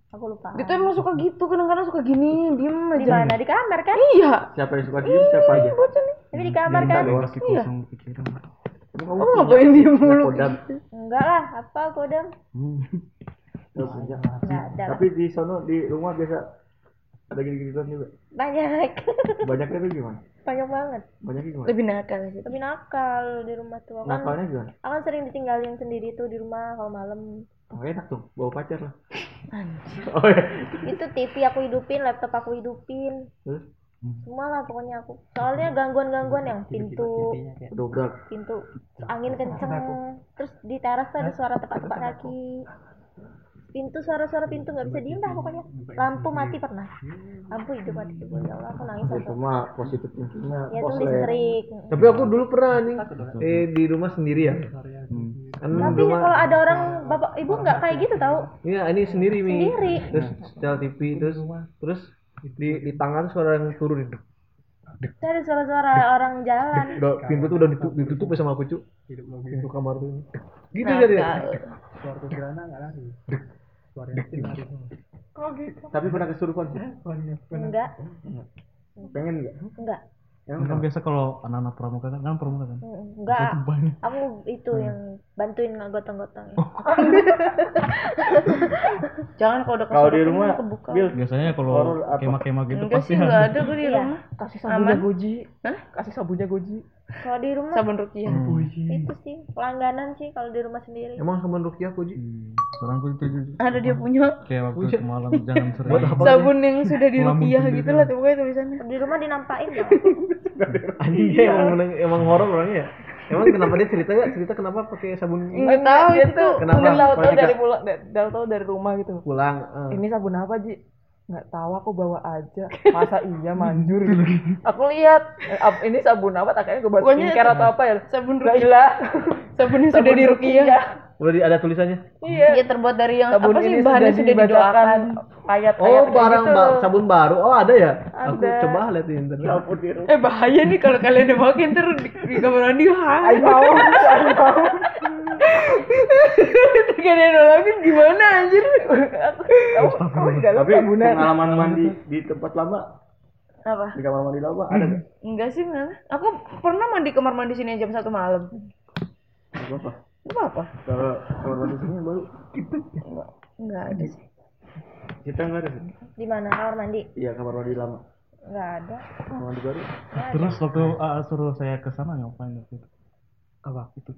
Speaker 6: aku lupaan
Speaker 2: Dia tuh emang suka gitu, kadang-kadang suka gini, diem
Speaker 6: di
Speaker 2: aja.
Speaker 6: mana di kamar kan
Speaker 2: Iya.
Speaker 3: Siapa yang suka diem, siapa aja.
Speaker 6: tapi di kamar kan
Speaker 4: Jangan kasih kosong pikiran.
Speaker 6: Oh,
Speaker 2: Kamu ngapain diem mulu?
Speaker 3: Kodam.
Speaker 6: kan? enggak lah apa kodam
Speaker 4: Hmm.
Speaker 3: Terus aja.
Speaker 6: enggak ada lah.
Speaker 3: Tapi di sono di rumah biasa Ada gini-gini doang juga.
Speaker 6: banyak
Speaker 3: Banyaknya tuh gimana?
Speaker 6: banyak banget
Speaker 3: Banyaknya gimana?
Speaker 2: lebih nakal sih
Speaker 6: lebih nakal di rumah tuh kan
Speaker 3: Nakalnya gimana?
Speaker 6: akan sering ditinggalin sendiri tuh di rumah kalau malam
Speaker 3: Oh, enak tuh, bawa pacar lah.
Speaker 2: Anjir.
Speaker 3: Oh, iya.
Speaker 6: itu TV aku hidupin laptop aku hidupin
Speaker 3: Terus
Speaker 6: semua lah pokoknya aku soalnya gangguan-gangguan yang pintu
Speaker 3: dobrak.
Speaker 6: pintu angin kenceng terus di teras tuh ada suara tepat-tepat kaki pintu suara-suara pintu nggak bisa diem dah pokoknya lampu mati pernah lampu hidup mati hidup ya Allah aku nangis
Speaker 3: Itu
Speaker 6: aku
Speaker 3: mah positif thinkingnya
Speaker 6: ya tuh
Speaker 3: poslet.
Speaker 6: listrik
Speaker 1: Tapi aku dulu pernah nih eh, di rumah sendiri ya.
Speaker 3: Hmm.
Speaker 1: Kan
Speaker 6: tapi
Speaker 1: rumah
Speaker 6: kalau ada orang bapak ibu nggak kayak gitu tau
Speaker 1: Iya, ini sendiri Mi.
Speaker 6: Sendiri.
Speaker 1: Terus setel TV terus terus di di tangan suara yang turun itu.
Speaker 6: Tuh ada suara-suara orang jalan
Speaker 1: Udah, pintu tuh udah ditutup, ditutup ya sama aku, Cuk. Pintu kamar tuh. Gitu
Speaker 2: Nakal.
Speaker 1: jadi. Gitu.
Speaker 3: Tapi pernah kesurupan sih.
Speaker 6: enggak
Speaker 3: Pengen enggak?
Speaker 6: enggak
Speaker 4: Kan kan biasa kalau anak-anak pramuka kan, kan pramuka kan.
Speaker 6: Mm, enggak
Speaker 4: Banyak.
Speaker 6: aku itu yang bantuin ngegotong-gotong
Speaker 2: jangan kalau udah
Speaker 3: Kalau di
Speaker 2: kesurupan
Speaker 3: rumah,
Speaker 2: malah kebuka
Speaker 3: Bil,
Speaker 4: Biasanya
Speaker 3: Horor
Speaker 4: kalau
Speaker 3: apa?
Speaker 4: kema-kema gitu
Speaker 2: enggak
Speaker 4: pasti
Speaker 2: sih enggak ada gue di
Speaker 6: Iya.
Speaker 2: rumah
Speaker 1: Kasih
Speaker 2: sabunnya
Speaker 1: Goji.
Speaker 2: Hah?
Speaker 1: Kasih sabunnya Goji.
Speaker 6: kalau di rumah
Speaker 2: sabun rukiah
Speaker 6: itu sih langganan sih kalau di rumah sendiri
Speaker 1: Emang sama Rukia Goji?
Speaker 4: Sekarang aku Iya, itu
Speaker 2: ada dia punya
Speaker 4: kayak waktu itu malam jangan sering.
Speaker 2: sabun yang sudah di
Speaker 4: Ngelamun
Speaker 2: rukiah
Speaker 4: sendiri.
Speaker 2: gitu lah tuh pokoknya tulisannya
Speaker 6: di rumah dinampain ya
Speaker 1: Anjing dia emang emang horor orangnya ya. Iya. Emang kenapa dia cerita ya? Cerita kenapa pakai sabun
Speaker 2: nggak tahu
Speaker 1: dia
Speaker 2: itu Eh, tuh
Speaker 1: kenapa?
Speaker 2: udah tahu tahu
Speaker 1: Mereka-
Speaker 2: dari pulang da- tahu tahu dari rumah gitu
Speaker 1: pulang? eh.
Speaker 2: ini sabun apa Ji? Nggak tahu aku bawa aja. Masa iya manjur gitu. Aku lihat eh, ap- ini sabun apa takutnya gue buat skincare atau apa ya. Sabun gila. sabun yang sudah di
Speaker 1: Udah di- ada tulisannya.
Speaker 2: Iya. Dia terbuat dari yang
Speaker 8: Sabun
Speaker 2: apa sih
Speaker 8: ini
Speaker 2: bahannya
Speaker 8: sudah
Speaker 2: sudah didoakan.
Speaker 8: dibacakan.
Speaker 1: Oh,
Speaker 2: gitu.
Speaker 1: barang ba- sabun baru. Oh, ada ya? Aku
Speaker 2: Ada.
Speaker 1: coba lihat di internet.
Speaker 2: Eh bahaya nih kalau kalian udah pakai ntar di, di kamar mandi hai. Ntar kalian nolakin gimana anjir? oh,
Speaker 3: Tapi pengalaman mandi di tempat lama,
Speaker 2: Apa?
Speaker 3: di kamar mandi lama ada nggak?
Speaker 2: Enggak sih malah. Aku pernah mandi kamar mandi sini jam satu malam.
Speaker 3: Nggak apa-apa.
Speaker 2: Apa apa?
Speaker 3: Kalau kamar mandi sini baru
Speaker 2: Enggak ada sih.
Speaker 3: kita nggak ada sih.
Speaker 6: di mana kamar mandi
Speaker 3: Iya kamar mandi lama,
Speaker 6: nggak ada
Speaker 3: kamar mandi baru.
Speaker 4: Terus waktu AA suruh saya ke sana ngapain waktu itu?
Speaker 1: Apa? Itu.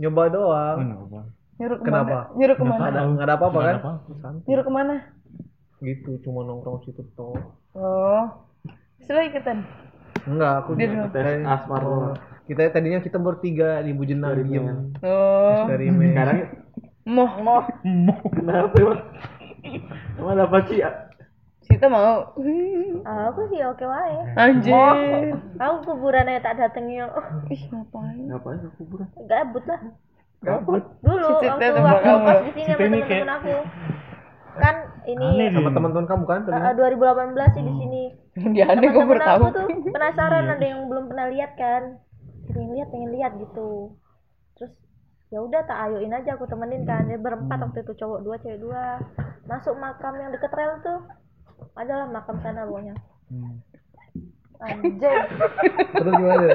Speaker 1: Nyoba doang.
Speaker 4: Oh, apa?
Speaker 2: Nyuruh kemana?
Speaker 1: Kenapa?
Speaker 2: Nyuruh kemana?
Speaker 1: Nggak ada nggak ada apa-apa kan?
Speaker 4: apa?
Speaker 2: Nyuruh kemana?
Speaker 1: Gitu, cuma nongkrong situ toh.
Speaker 2: Oh. Setelah ikutan.
Speaker 1: Enggak, aku
Speaker 2: Dia doang.
Speaker 1: kita-
Speaker 3: Asmar doang.
Speaker 1: Kita tadinya kita bertiga di Bujenar diem.
Speaker 2: Oh.
Speaker 1: Eksperimen.
Speaker 3: Sekarang
Speaker 2: Moh, moh.
Speaker 3: kenapa emang? Emang ada apa sih?
Speaker 2: Sita mau.
Speaker 6: Ah, aku sih oke wae
Speaker 2: Anjir.
Speaker 6: aku kuburan aja tak dateng yuk
Speaker 2: Ih, ngapain?
Speaker 3: Ngapain aku kuburan?
Speaker 6: gabut lah
Speaker 3: Gabut.
Speaker 6: dulu
Speaker 2: Si Cit
Speaker 6: waktu
Speaker 2: dateng
Speaker 6: waktu
Speaker 2: bakal-
Speaker 6: pas di sini
Speaker 4: Cit ini
Speaker 6: sama temen-temen aku kan
Speaker 4: Aneh
Speaker 6: ini
Speaker 4: deh.
Speaker 1: Sama teman-teman kamu kan?
Speaker 6: eh,
Speaker 1: tadi?
Speaker 6: eh, 2018 sih di sini
Speaker 2: Dia aneh gue
Speaker 6: temen-temen
Speaker 2: baru tahu.
Speaker 6: aku tuh penasaran ada yang belum pernah lihat kan pengen lihat pengen lihat gitu terus ya udah tak ayoin aja aku temenin kan dia berempat waktu itu cowok dua cewek dua masuk makam yang deket rel tuh adalah makam sana pokoknya anjay
Speaker 1: Terus gimana?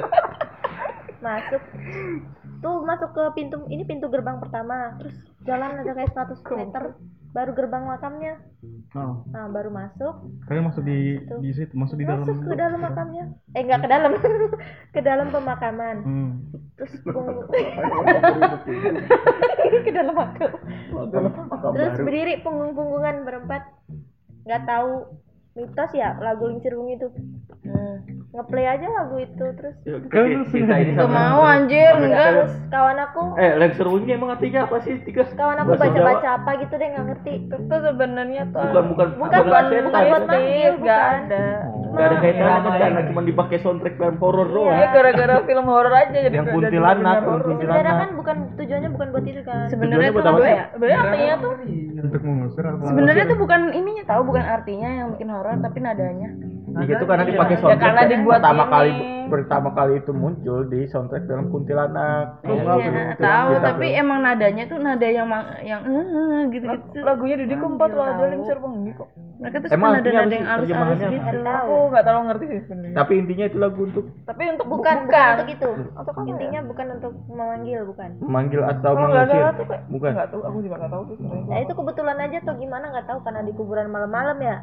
Speaker 6: masuk tuh masuk ke pintu ini pintu gerbang pertama terus jalan ada kayak 100 meter baru gerbang makamnya
Speaker 4: Oh,
Speaker 6: nah baru masuk
Speaker 4: kalian masuk di di situ, masuk di dalam.
Speaker 6: masuk ke dalam makamnya eh nggak ke dalam ke dalam pemakaman
Speaker 4: Hmm.
Speaker 6: terus pung- ke dalam makam terus berdiri punggung-punggungan berempat nggak tahu mitos ya lagu lincir bunyi itu Hmm, ngeplay aja lagu itu terus
Speaker 3: Yuk, kita cerita ini
Speaker 2: Gak
Speaker 3: sama.
Speaker 2: mau anjir, enggak.
Speaker 6: terus kawan aku
Speaker 3: Eh, Lexer Wunyi emang artinya apa sih? Tiga
Speaker 6: kawan aku baca-baca apa gitu deh nggak ngerti
Speaker 2: Itu sebenarnya tuh.
Speaker 3: Bukan bukan
Speaker 1: Kan
Speaker 6: bukan bukan
Speaker 3: setan.
Speaker 6: bukan buat manggil
Speaker 2: Enggak
Speaker 6: bukan
Speaker 2: ada.
Speaker 3: Gak ada kaitannya sama bencana, cuma dipakai soundtrack film horor doang.
Speaker 2: Ya gara-gara film horor aja jadi
Speaker 1: Yang kuntilanak, yang
Speaker 6: sebenarnya
Speaker 1: kuntilanak.
Speaker 6: kan bukan tujuannya bukan buat itu kan
Speaker 2: Sebenarnya
Speaker 3: Tujuannya
Speaker 2: tuh
Speaker 3: buat apa
Speaker 2: apa
Speaker 3: sih?
Speaker 2: ya? Sebenarnya artinya tuh
Speaker 4: Untuk mengusir apa?
Speaker 2: sebenarnya tuh bukan ininya tahu bukan artinya yang bikin horor tapi nadanya.
Speaker 3: Iya, itu karena dipakai soundtrack.
Speaker 2: ya, karena
Speaker 3: kan.
Speaker 2: dibuat
Speaker 3: pertama
Speaker 2: ini.
Speaker 3: kali pertama kali itu muncul di soundtrack film Kuntilanak. Tahu nggak film
Speaker 2: Iya,
Speaker 3: Kuntilanak?
Speaker 2: tahu
Speaker 3: Kita
Speaker 2: tapi emang nadanya tuh nada yang mang- yang eh, eh gitu-gitu.
Speaker 8: lagunya Didi Kempot loh ada lincir bengi kok
Speaker 2: ya Mereka tuh
Speaker 3: Emang
Speaker 2: suka
Speaker 3: artinya apa
Speaker 2: nada-nada
Speaker 3: sih?
Speaker 2: yang halus-halus
Speaker 3: Terjemahannya
Speaker 2: gitu.
Speaker 8: aku nggak terlalu ngerti sih sebenarnya
Speaker 3: Tapi intinya itu lagu untuk
Speaker 8: tapi untuk
Speaker 6: bukan
Speaker 8: bukan
Speaker 6: bukan untuk itu untuk intinya bukan untuk memanggil bukan
Speaker 3: memanggil atau
Speaker 8: nggak
Speaker 3: mengusir.
Speaker 8: salah tuh kayak
Speaker 3: Bukan.
Speaker 8: nggak tahu aku juga nggak tahu sih sebenarnya
Speaker 6: nah itu kebetulan aja atau gimana nggak tahu karena di kuburan malam-malam ya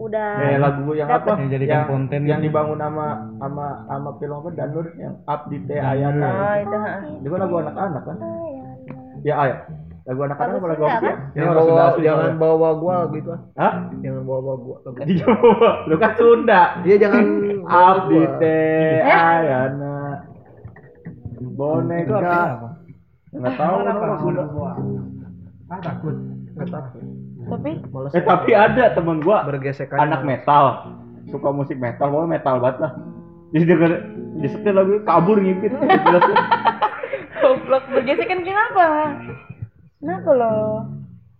Speaker 6: udah
Speaker 3: Kayak lagu yang
Speaker 6: Dapet.
Speaker 3: apa? kan
Speaker 4: Yang jadikan
Speaker 3: Iya. yang,
Speaker 4: konten
Speaker 3: yang
Speaker 4: gitu.
Speaker 3: dibangun sama sama sama film apa Danur yang up di teh
Speaker 8: Ah,
Speaker 3: ayana.
Speaker 8: itu ha.
Speaker 3: Itu kan lagu anak-anak kan? Ya ayah. Lagu anak-anak
Speaker 6: Lagu
Speaker 3: apa lagu
Speaker 6: Sunda,
Speaker 3: apa?
Speaker 6: kan?
Speaker 3: Yang
Speaker 1: Yang
Speaker 3: orang
Speaker 1: bawa,
Speaker 3: Sunda asli
Speaker 1: jangan
Speaker 3: soalnya. Hmm.
Speaker 1: bawa gua gitu ah.
Speaker 3: Hah?
Speaker 1: Jangan bawa bawa gua. Tuh, kan.
Speaker 3: Dibawa. Lu kan Sunda.
Speaker 1: Iya jangan
Speaker 3: Up
Speaker 1: gua.
Speaker 3: di
Speaker 1: Eh?
Speaker 3: teh ayana. Boneka. Enggak tahu kan. orang Sunda.
Speaker 1: Ah takut. Nggak takut.
Speaker 2: tapi
Speaker 1: Males
Speaker 3: Eh tapi ada teman gua
Speaker 1: bergesekan.
Speaker 3: anak metal suka musik metal pokoknya metal banget lah jadi denger di setir lagu kabur ngipit
Speaker 2: goblok kan bergesekan kenapa kenapa lo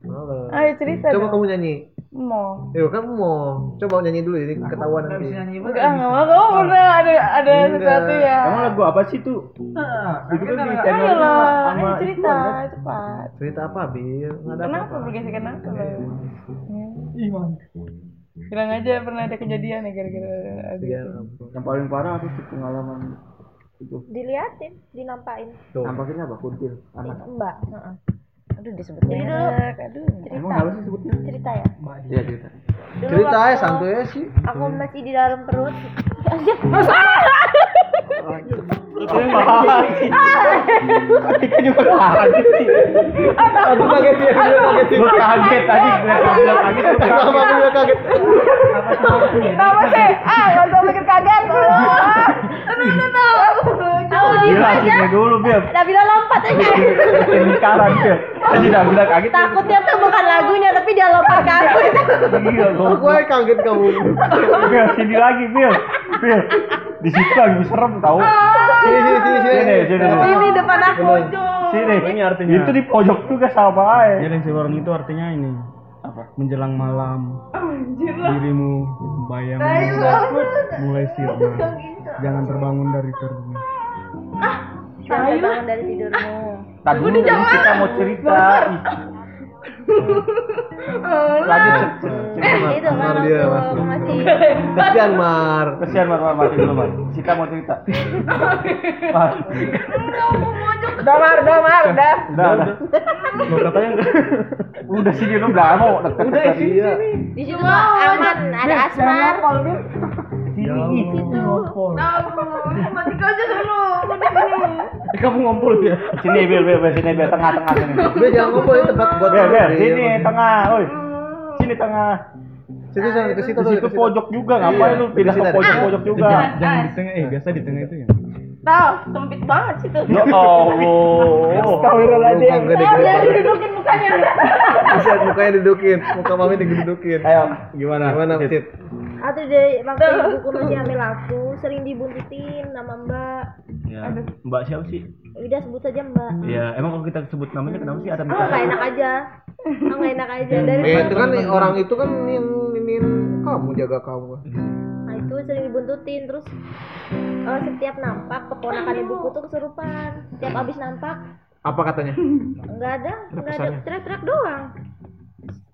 Speaker 1: Males.
Speaker 2: ayo cerita
Speaker 1: Coba
Speaker 2: dong.
Speaker 1: kamu nyanyi.
Speaker 2: mau
Speaker 1: Yuk kamu mau coba nyanyi dulu jadi ketahuan nanti.
Speaker 2: enggak enggak mau kamu pernah ada ada
Speaker 1: Enggak.
Speaker 2: sesuatu ya
Speaker 3: emang lagu apa sih tuh itu kan di channel
Speaker 2: ayo lo ayo
Speaker 3: sama
Speaker 2: cerita cepat
Speaker 1: Cerita apa, Bil? Nggak ada
Speaker 2: kenapa
Speaker 1: apa-apa.
Speaker 2: bergesekan apa lo bilang aja pernah ada kejadian ya gara-gara ada
Speaker 1: Ya ampun.
Speaker 3: yang paling parah apa sih pengalaman itu
Speaker 6: diliatin dinampain
Speaker 1: Tuh.
Speaker 3: nampaknya apa kuntil anak
Speaker 6: mbak heeh.
Speaker 2: aduh disebut
Speaker 6: Jadi
Speaker 2: merek
Speaker 6: dulu-
Speaker 2: aduh
Speaker 3: emang apa sih sebutnya
Speaker 6: cerita ya
Speaker 3: iya cerita
Speaker 6: Dulu
Speaker 1: Cerita
Speaker 6: waktu
Speaker 1: ya santuy ya sih.
Speaker 6: aku masih di dalam perut aja
Speaker 3: apaan sih kita juga kaget sih
Speaker 1: Aku kaget dia, dia kaget
Speaker 3: Gua kaget tadi gue bilang kaget lu kaget.
Speaker 1: Sama aku juga kaget.
Speaker 2: Kenapa sih? Ah, gak usah mikir kaget lu. Tenang, tenang. Aku lucu.
Speaker 3: gila sini dulu biar
Speaker 6: Nabila lompat aja
Speaker 3: lingkaran biar tadi udah bilang kaget
Speaker 6: takutnya tuh bukan lagunya tapi dia lompat ke aku itu
Speaker 3: gila gua
Speaker 1: Aku aja kaget kamu.
Speaker 3: Bil, sini lagi, Bil. Bil. Di situ lagi serem tahu.
Speaker 1: Sini sini sini
Speaker 3: Sini, sini.
Speaker 2: Ini depan aku, cu.
Speaker 3: Sini.
Speaker 4: Ini artinya-
Speaker 3: Itu di pojok juga sama aja.
Speaker 4: Jadi Iya, si warung itu artinya ini. Apa? Menjelang malam. Dirimu bayang mulai sirna.
Speaker 3: gitu.
Speaker 4: Jangan terbangun dari tidur.
Speaker 6: Jangan bangun dari tidurmu
Speaker 3: Tadi kan kita mau cerita. Lagi cer- cer- cer-
Speaker 6: Nah, itu kan
Speaker 1: Mar, dia
Speaker 6: waktu masih
Speaker 1: Kasihan Mar.
Speaker 3: Kesian Mar, Mar, mati dulu, Mar. Sita mau cerita. Mar,
Speaker 8: Damar, damar, dah.
Speaker 3: udah, udah. Lo katanya udah sini lu udah mau deket Udah sini.
Speaker 6: di situ mah aman ada asmar
Speaker 3: Sini.
Speaker 2: Mati kau aja dulu.
Speaker 3: Eh, Kamu ngumpul ya. Sini, Bil, Bil, Bil, sini, Bil, tengah-tengah sini.
Speaker 1: Bil jangan ngumpul di tempat buat
Speaker 3: Bel,
Speaker 1: dulu,
Speaker 3: bel,
Speaker 1: Bil.
Speaker 3: sini tengah, oi. Sini tengah.
Speaker 1: Sini sana ke situ
Speaker 3: Di
Speaker 1: dulu,
Speaker 3: situ
Speaker 1: ke situ.
Speaker 3: pojok juga, ngapain lu Iya. pindah ke
Speaker 1: Sini,
Speaker 3: pojok-pojok juga?
Speaker 4: Eh, Jangan di tengah, eh biasa di tengah itu ya.
Speaker 2: Tahu, sempit banget situ.
Speaker 8: Iya,
Speaker 3: Ya Iya. Allah.
Speaker 1: Lu muka gede
Speaker 2: Tahu dia didudukin mukanya.
Speaker 1: Buset, mukanya didudukin. Muka mami digedudukin.
Speaker 3: Ayo,
Speaker 1: Gimana? Gimana, Cit?
Speaker 6: atau dari waktu ibuku masih hamil aku sering dibuntutin sama mbak
Speaker 3: Ya, Mbak siapa sih?
Speaker 6: udah sebut saja mbak
Speaker 3: Ya, emang kalau kita sebut namanya kenapa sih ada
Speaker 6: aku nggak enak aja aku nggak enak aja dari
Speaker 3: Iya,
Speaker 1: Eh, itu kan orang itu kan yang ninin kamu jaga kamu.
Speaker 3: Iya.
Speaker 6: Nah, itu sering dibuntutin terus eh, setiap nampak keponakan ibuku tuh kesurupan setiap abis nampak
Speaker 1: Apa katanya?
Speaker 6: nggak ada nggak ada teriak-teriak doang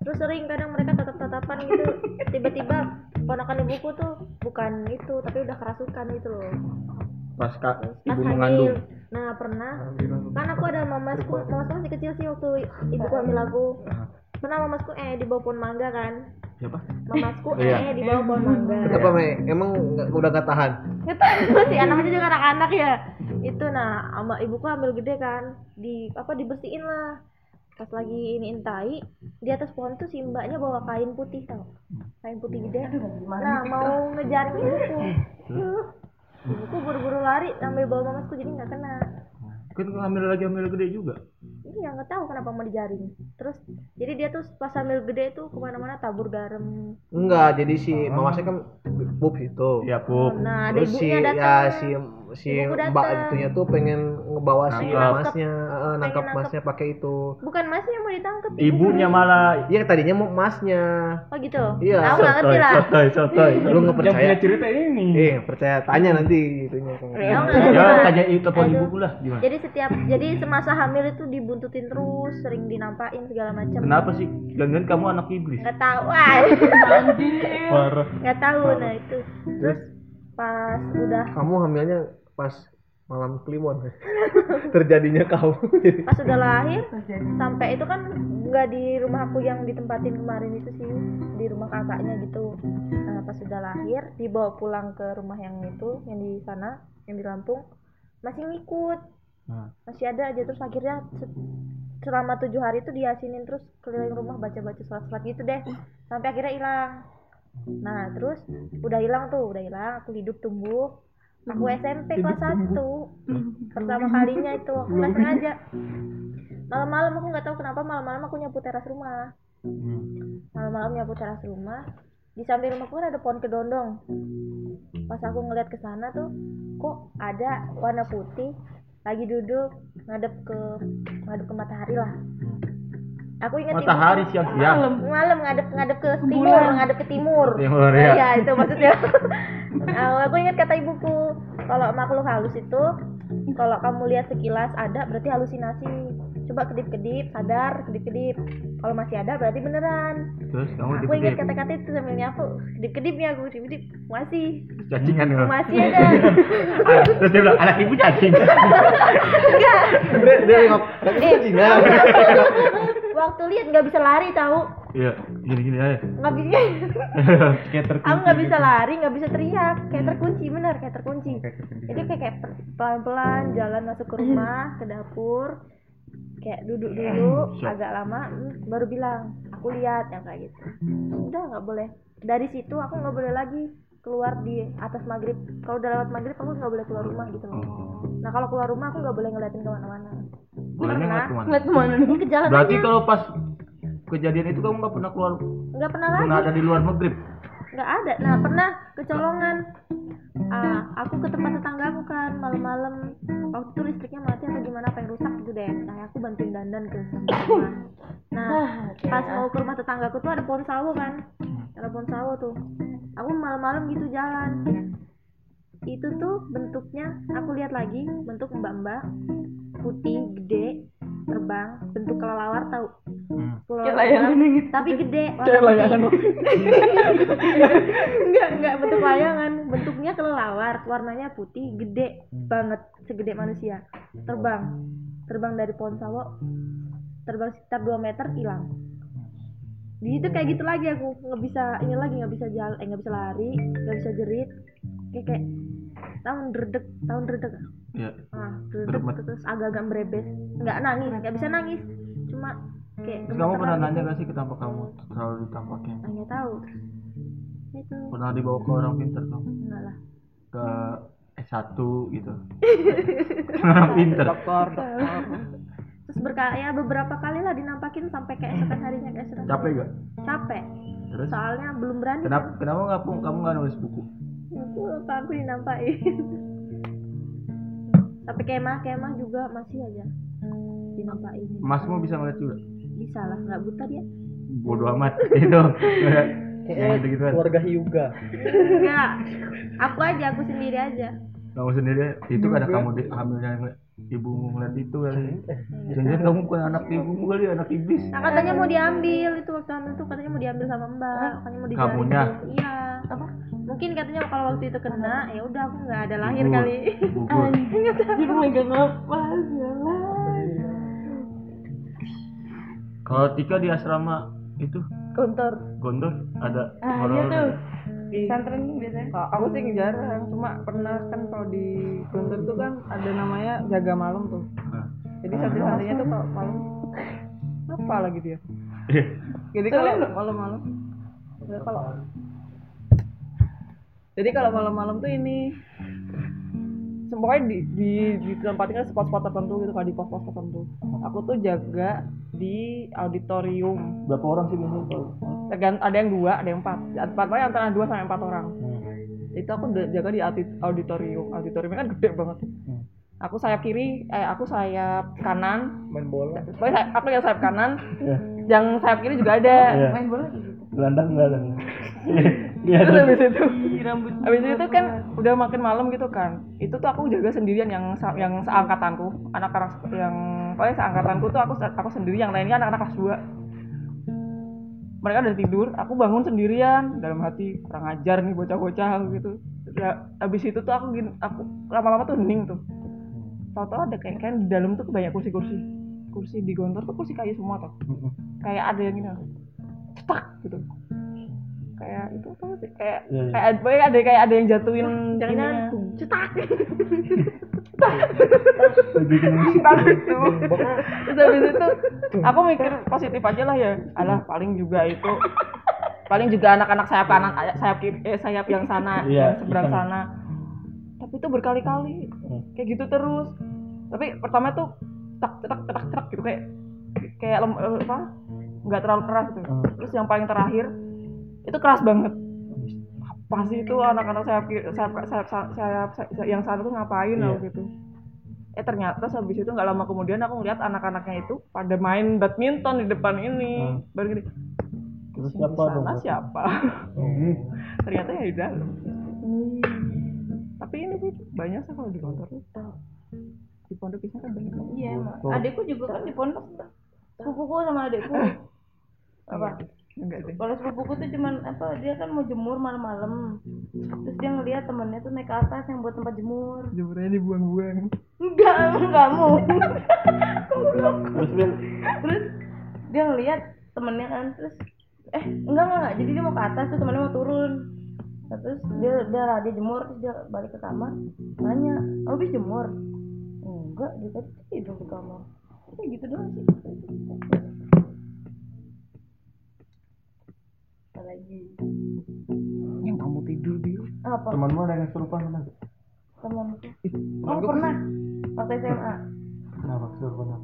Speaker 6: terus sering kadang mereka tatap-tatapan gitu tiba-tiba keponakan ibuku tuh bukan itu tapi udah kerasukan gitu loh
Speaker 3: Pas Kak,
Speaker 6: pas hamil nah pernah kan aku ada mamasku mamasku masih kecil sih waktu ibuku hamil aku pernah mamasku eh di bawah pohon mangga kan
Speaker 3: Siapa?
Speaker 6: mamasku eh di bawah pohon mangga
Speaker 1: Kenapa, Mei? Emang nggak- udah gak tahan?
Speaker 6: masih anak aja juga anak-anak ya itu nah ama ibuku hamil gede kan di apa dibersihin lah pas lagi ini tai di atas pohon tuh si mbaknya bawa kain putih tau kain putih gede nah mau ngejar ibuku ibuku buru-buru lari sambil bawa mamasku jadi nggak kena
Speaker 3: Kan hamil lagi hamil gede juga.
Speaker 6: iya nggak tahu kenapa mau dijaring terus jadi dia tuh pas hamil gede tuh kemana-mana tabur garam
Speaker 1: Enggak, jadi si mamasnya kan pup itu.
Speaker 3: Iya, Pup.
Speaker 6: nah
Speaker 1: Oh,
Speaker 6: ada
Speaker 1: Terus si
Speaker 6: ibunya
Speaker 1: ya
Speaker 6: datang
Speaker 1: si si
Speaker 6: Ibuku datang.
Speaker 1: mbak itunya tuh pengen ngebawa si
Speaker 3: Nangkap.
Speaker 1: masnya, eh, nangkap
Speaker 6: nangkep.
Speaker 1: masnya pakai itu.
Speaker 6: bukan masnya yang mau ditangkep ya?
Speaker 3: Ibunya malah
Speaker 1: Iya tadinya mau masnya.
Speaker 6: oh gitu
Speaker 1: Iya.
Speaker 6: aku nggak ngerti lah
Speaker 3: sotoy, sotoy.
Speaker 6: Iya.
Speaker 1: Lu nggak
Speaker 4: Yang
Speaker 1: percaya?
Speaker 4: punya cerita ini.
Speaker 1: Eh percaya tanya nanti itunya.
Speaker 6: Aku nggak ngerti lah.
Speaker 1: kan.
Speaker 3: Ya, tanya itu telepon
Speaker 6: Aduh.
Speaker 3: ibu pula gimana?
Speaker 6: jadi setiap jadi semasa hamil itu dibuntutin terus sering dinampain segala macam
Speaker 3: Kenapa sih? Jangan kamu anak iblis.
Speaker 6: nggak tahu ah
Speaker 3: Parah.
Speaker 6: nggak tahu nah itu terus pas udah
Speaker 1: Kamu hamilnya pas malam kliwon
Speaker 6: Eh,
Speaker 1: terjadinya kau jadi
Speaker 6: pas udah lahir sampai itu kan nggak di rumah aku yang ditempatin kemarin itu sih di rumah kakaknya gitu nah, pas udah lahir dibawa pulang ke rumah yang itu yang di sana yang di Lampung masih ngikut masih ada aja terus akhirnya se- selama tujuh hari itu diyasinin terus keliling rumah baca-baca surat-surat gitu deh sampai akhirnya hilang nah terus udah hilang tuh udah hilang aku hidup tumbuh aku SMP kelas 1 pertama kalinya itu aku nggak sengaja malam-malam aku nggak tahu kenapa malam-malam aku nyapu teras rumah
Speaker 3: Hmm.
Speaker 6: malam-malam nyapu teras rumah di samping rumahku kan ada pohon kedondong pas aku ngeliat ke sana tuh kok ada warna putih lagi duduk ngadep ke ngadep ke matahari lah aku ingat ibuku-
Speaker 3: Hmm. Matahari siang-siang.
Speaker 6: malam ngadep ngadep ke timur ngadep ke timur
Speaker 3: Timur,
Speaker 6: Iya,
Speaker 3: ya.
Speaker 6: itu maksudnya Nah, aku ingat kata ibuku kalau makhluk halus itu kalau kamu lihat sekilas ada berarti halusinasi coba kedip-kedip sadar kedip-kedip kalau masih ada berarti beneran
Speaker 3: Terus kamu
Speaker 6: aku
Speaker 3: dipikir
Speaker 6: ingat kata-kata itu sambil nyapu kedip-kedip nih aku kedip-kedip masih
Speaker 3: cacingan ya.
Speaker 6: masih ada
Speaker 3: Terus dia bilang, anak ibu cacing.
Speaker 1: dia dia nengok tapi itu jingan
Speaker 6: waktu lihat nggak bisa lari tahu
Speaker 3: Iya, gini-gini aja.
Speaker 6: nggak bisa
Speaker 3: Kayak
Speaker 6: aku nggak bisa
Speaker 3: Gitu.
Speaker 6: lari nggak bisa teriak kayak
Speaker 3: Hmm.
Speaker 6: terkunci bener kayak terkunci jadi kayak, kayak per- pelan-pelan jalan masuk
Speaker 3: Hmm.
Speaker 6: ke rumah ke dapur kayak duduk dulu agak lama hmm, baru bilang aku lihat yang kayak gitu udah nggak boleh dari situ aku nggak boleh lagi keluar di atas maghrib kalau udah lewat maghrib aku nggak boleh keluar rumah gitu
Speaker 3: Oh.
Speaker 6: loh nah kalau keluar rumah aku nggak boleh ngeliatin kemana-mana
Speaker 3: Bolehnya nggak kemana?
Speaker 2: Ngeliat kemana dong?
Speaker 6: ke jalan
Speaker 3: Berarti
Speaker 6: aja
Speaker 3: kalau pas kejadian itu kamu nggak pernah keluar,
Speaker 6: nggak pernah lagi
Speaker 3: pernah ada di luar maghrib.
Speaker 6: nggak ada nah pernah kecolongan Ah, aku ke tempat tetangga aku kan malam-malam waktu itu listriknya mati atau gimana apa yang rusak gitu deh nah aku bantuin dandan ke samping rumah nah pas mau ke rumah tetanggaku tuh ada pohon sawo kan ada pohon sawo tuh aku malam-malam gitu jalan itu tuh bentuknya aku lihat lagi bentuk mbak-mbak putih gede terbang bentuk kelelawar tau Kelelawar
Speaker 8: layangan
Speaker 6: terbang,
Speaker 2: gitu.
Speaker 6: tapi gede warna
Speaker 8: Kayak
Speaker 6: putih.
Speaker 8: layangan.
Speaker 6: enggak enggak bentuk layangan bentuknya kelelawar warnanya putih gede banget segede manusia terbang terbang dari pohon sawo terbang sekitar 2 meter hilang di situ kayak gitu lagi aku nggak bisa ini lagi nggak bisa jalan eh nggak bisa lari nggak bisa jerit kayak kayak tahun dredeg tahun dredeg
Speaker 3: Iya.
Speaker 6: ah dredeg terus agak-agak merebes nggak nangis nggak bisa nangis cuma kayak
Speaker 3: Terus kamu
Speaker 6: gemeteran
Speaker 3: pernah
Speaker 6: gitu.
Speaker 3: nanya nggak sih kenapa kamu selalu ditampakin?
Speaker 6: nggak tahu itu
Speaker 3: Pernah dibawa ke orang pintar kamu?
Speaker 6: enggak lah
Speaker 3: Ke S1 gitu. orang pintar.
Speaker 6: terus berkali ya beberapa kali lah dinampakin sampai keesokan harinya keesokan
Speaker 3: Capek
Speaker 6: harinya.
Speaker 3: nggak?
Speaker 6: capek
Speaker 3: Terus
Speaker 6: soalnya belum berani
Speaker 3: kenapa kenapa nggak pu- kamu nggak nulis buku?
Speaker 6: aku apa aku dinampain sampai kemah kemah juga masih aja dinampain
Speaker 3: Masmu bisa ngeliat juga.
Speaker 6: bisa lah nggak buta dia
Speaker 3: Bodoh amat itu.
Speaker 6: Iya,
Speaker 3: Yang gitu-gituan.
Speaker 1: keluarga Hyuga
Speaker 6: enggak Ya, aku aja aku sendiri aja
Speaker 3: kamu sendiri itu
Speaker 6: Iya,
Speaker 3: ada kamu di, hamilnya yang- ibumu ngeliat itu kali
Speaker 1: Iya.
Speaker 3: jangan kamu bukan anak ibumu kali anak iblis
Speaker 6: nah katanya mau diambil itu waktu hamil tuh katanya mau diambil sama mbak katanya mau dijual
Speaker 3: Kamunya?
Speaker 6: gitu. iya apa mungkin katanya kalau waktu itu kena ya udah aku nggak ada lahir
Speaker 3: Gugur.
Speaker 6: kali
Speaker 3: gugur
Speaker 2: Dia megang apa? Jalan.
Speaker 3: kalau Tika di asrama itu
Speaker 8: Kontor.
Speaker 3: gondor ada
Speaker 2: Ah, iya
Speaker 3: horor
Speaker 2: tuh. Pesantren biasanya.
Speaker 8: Kalau aku sih
Speaker 3: Hmm.
Speaker 8: jarang, cuma pernah kan kalau di Guntur tuh kan ada namanya jaga malam tuh.
Speaker 3: Nah.
Speaker 8: Jadi satu-satunya tuh kalau malam apa lagi dia?
Speaker 3: Iya.
Speaker 8: Jadi kalau malam-malam, ya kalau jadi kalau malam-malam tuh ini semuanya di di ditempatin kan spot-spot tertentu gitu kalau di pos-pos tertentu. Aku tuh jaga di auditorium
Speaker 3: berapa orang sih biasanya kalau
Speaker 8: tergantung ada yang dua ada yang empat Ya, empat paling antara dua sampai empat orang itu aku udah jaga di audi- auditorium auditoriumnya kan gede banget aku sayap kiri eh aku sayap kanan
Speaker 1: main bola
Speaker 8: pokoknya sayap- aku yang sayap kanan yang sayap kiri juga ada
Speaker 2: Main bola gitu.
Speaker 3: gelandang Iya. nggak ada
Speaker 8: Iya, terus habis itu
Speaker 2: Rambut.
Speaker 8: habis itu kan udah makin malam gitu kan itu tuh aku jaga sendirian yang sa- yang seangkatanku anak-anak se- yang paling seangkatanku tuh aku aku sendiri yang lainnya anak-anak kelas dua mereka udah tidur aku bangun sendirian dalam hati kurang ajar nih bocah-bocah gitu ya habis itu tuh aku gini aku lama-lama tuh hening tuh tau-tau ada kayak kan di dalam tuh banyak kursi-kursi kursi di gontor tuh kursi kayu semua tuh kayak ada yang ini loh, cetak gitu kayak itu tuh sih kayak
Speaker 3: Iya, iya.
Speaker 8: kayak ada kayak ada, kayak ada yang jatuhin
Speaker 6: jangan-jangan
Speaker 8: ininya.
Speaker 6: bung, cetak
Speaker 3: bikin musik
Speaker 8: Ntar itu terus habis itu aku mikir positif aja lah ya
Speaker 3: Hmm.
Speaker 8: alah paling juga itu paling juga anak-anak sayap kanan sayap kiri- eh, sayap yang sana
Speaker 3: Iya,
Speaker 8: yang seberang
Speaker 3: di sana. Hmm.
Speaker 8: sana tapi itu berkali-kali kayak gitu terus tapi pertama tuh tak tak tak tak gitu kayak kayak lem- eh, apa nggak terlalu keras gitu
Speaker 3: Hmm.
Speaker 8: terus yang paling terakhir itu keras banget apa sih itu anak-anak sayap kiri- sayap sayap, sayap, sayap- sayap- yang sana tuh ngapain
Speaker 3: Iya.
Speaker 8: loh gitu eh ternyata terus habis itu nggak lama kemudian aku ngeliat anak-anaknya itu pada main badminton di depan ini
Speaker 3: Hmm.
Speaker 8: baru gini
Speaker 3: terus
Speaker 8: "Yang di
Speaker 3: siapa dong
Speaker 8: sana siapa ternyata ya di dalam tapi ini sih banyak sih kalau di kantor di pondok bisa kan banyak banget.
Speaker 2: Iya, emang. adikku juga kan di pondok. Sepupuku sama adikku. apa?
Speaker 8: Iya, enggak deh
Speaker 2: Kalau sepupuku tuh cuman apa dia kan mau jemur malam-malam.
Speaker 8: Hmm.
Speaker 2: Terus dia ngeliat temennya tuh naik ke atas yang buat tempat jemur.
Speaker 8: jemurnya dibuang-buang
Speaker 2: Enggak, enggak mau.
Speaker 3: terus Wil,
Speaker 2: terus dia ngeliat temennya kan terus eh enggak enggak, enggak. jadi dia mau ke atas tuh temennya mau turun Nah, terus dia udah lah, dia jemur terus dia balik ke kamar nanya habis jemur enggak dia tadi tidur di kamar Kayak gitu doang sih apalagi
Speaker 8: yang kamu tidur di
Speaker 2: apa
Speaker 3: temanmu ada yang kesurupan mana
Speaker 2: temanku oh pernah waktu SMA
Speaker 3: kenapa kesurupan apa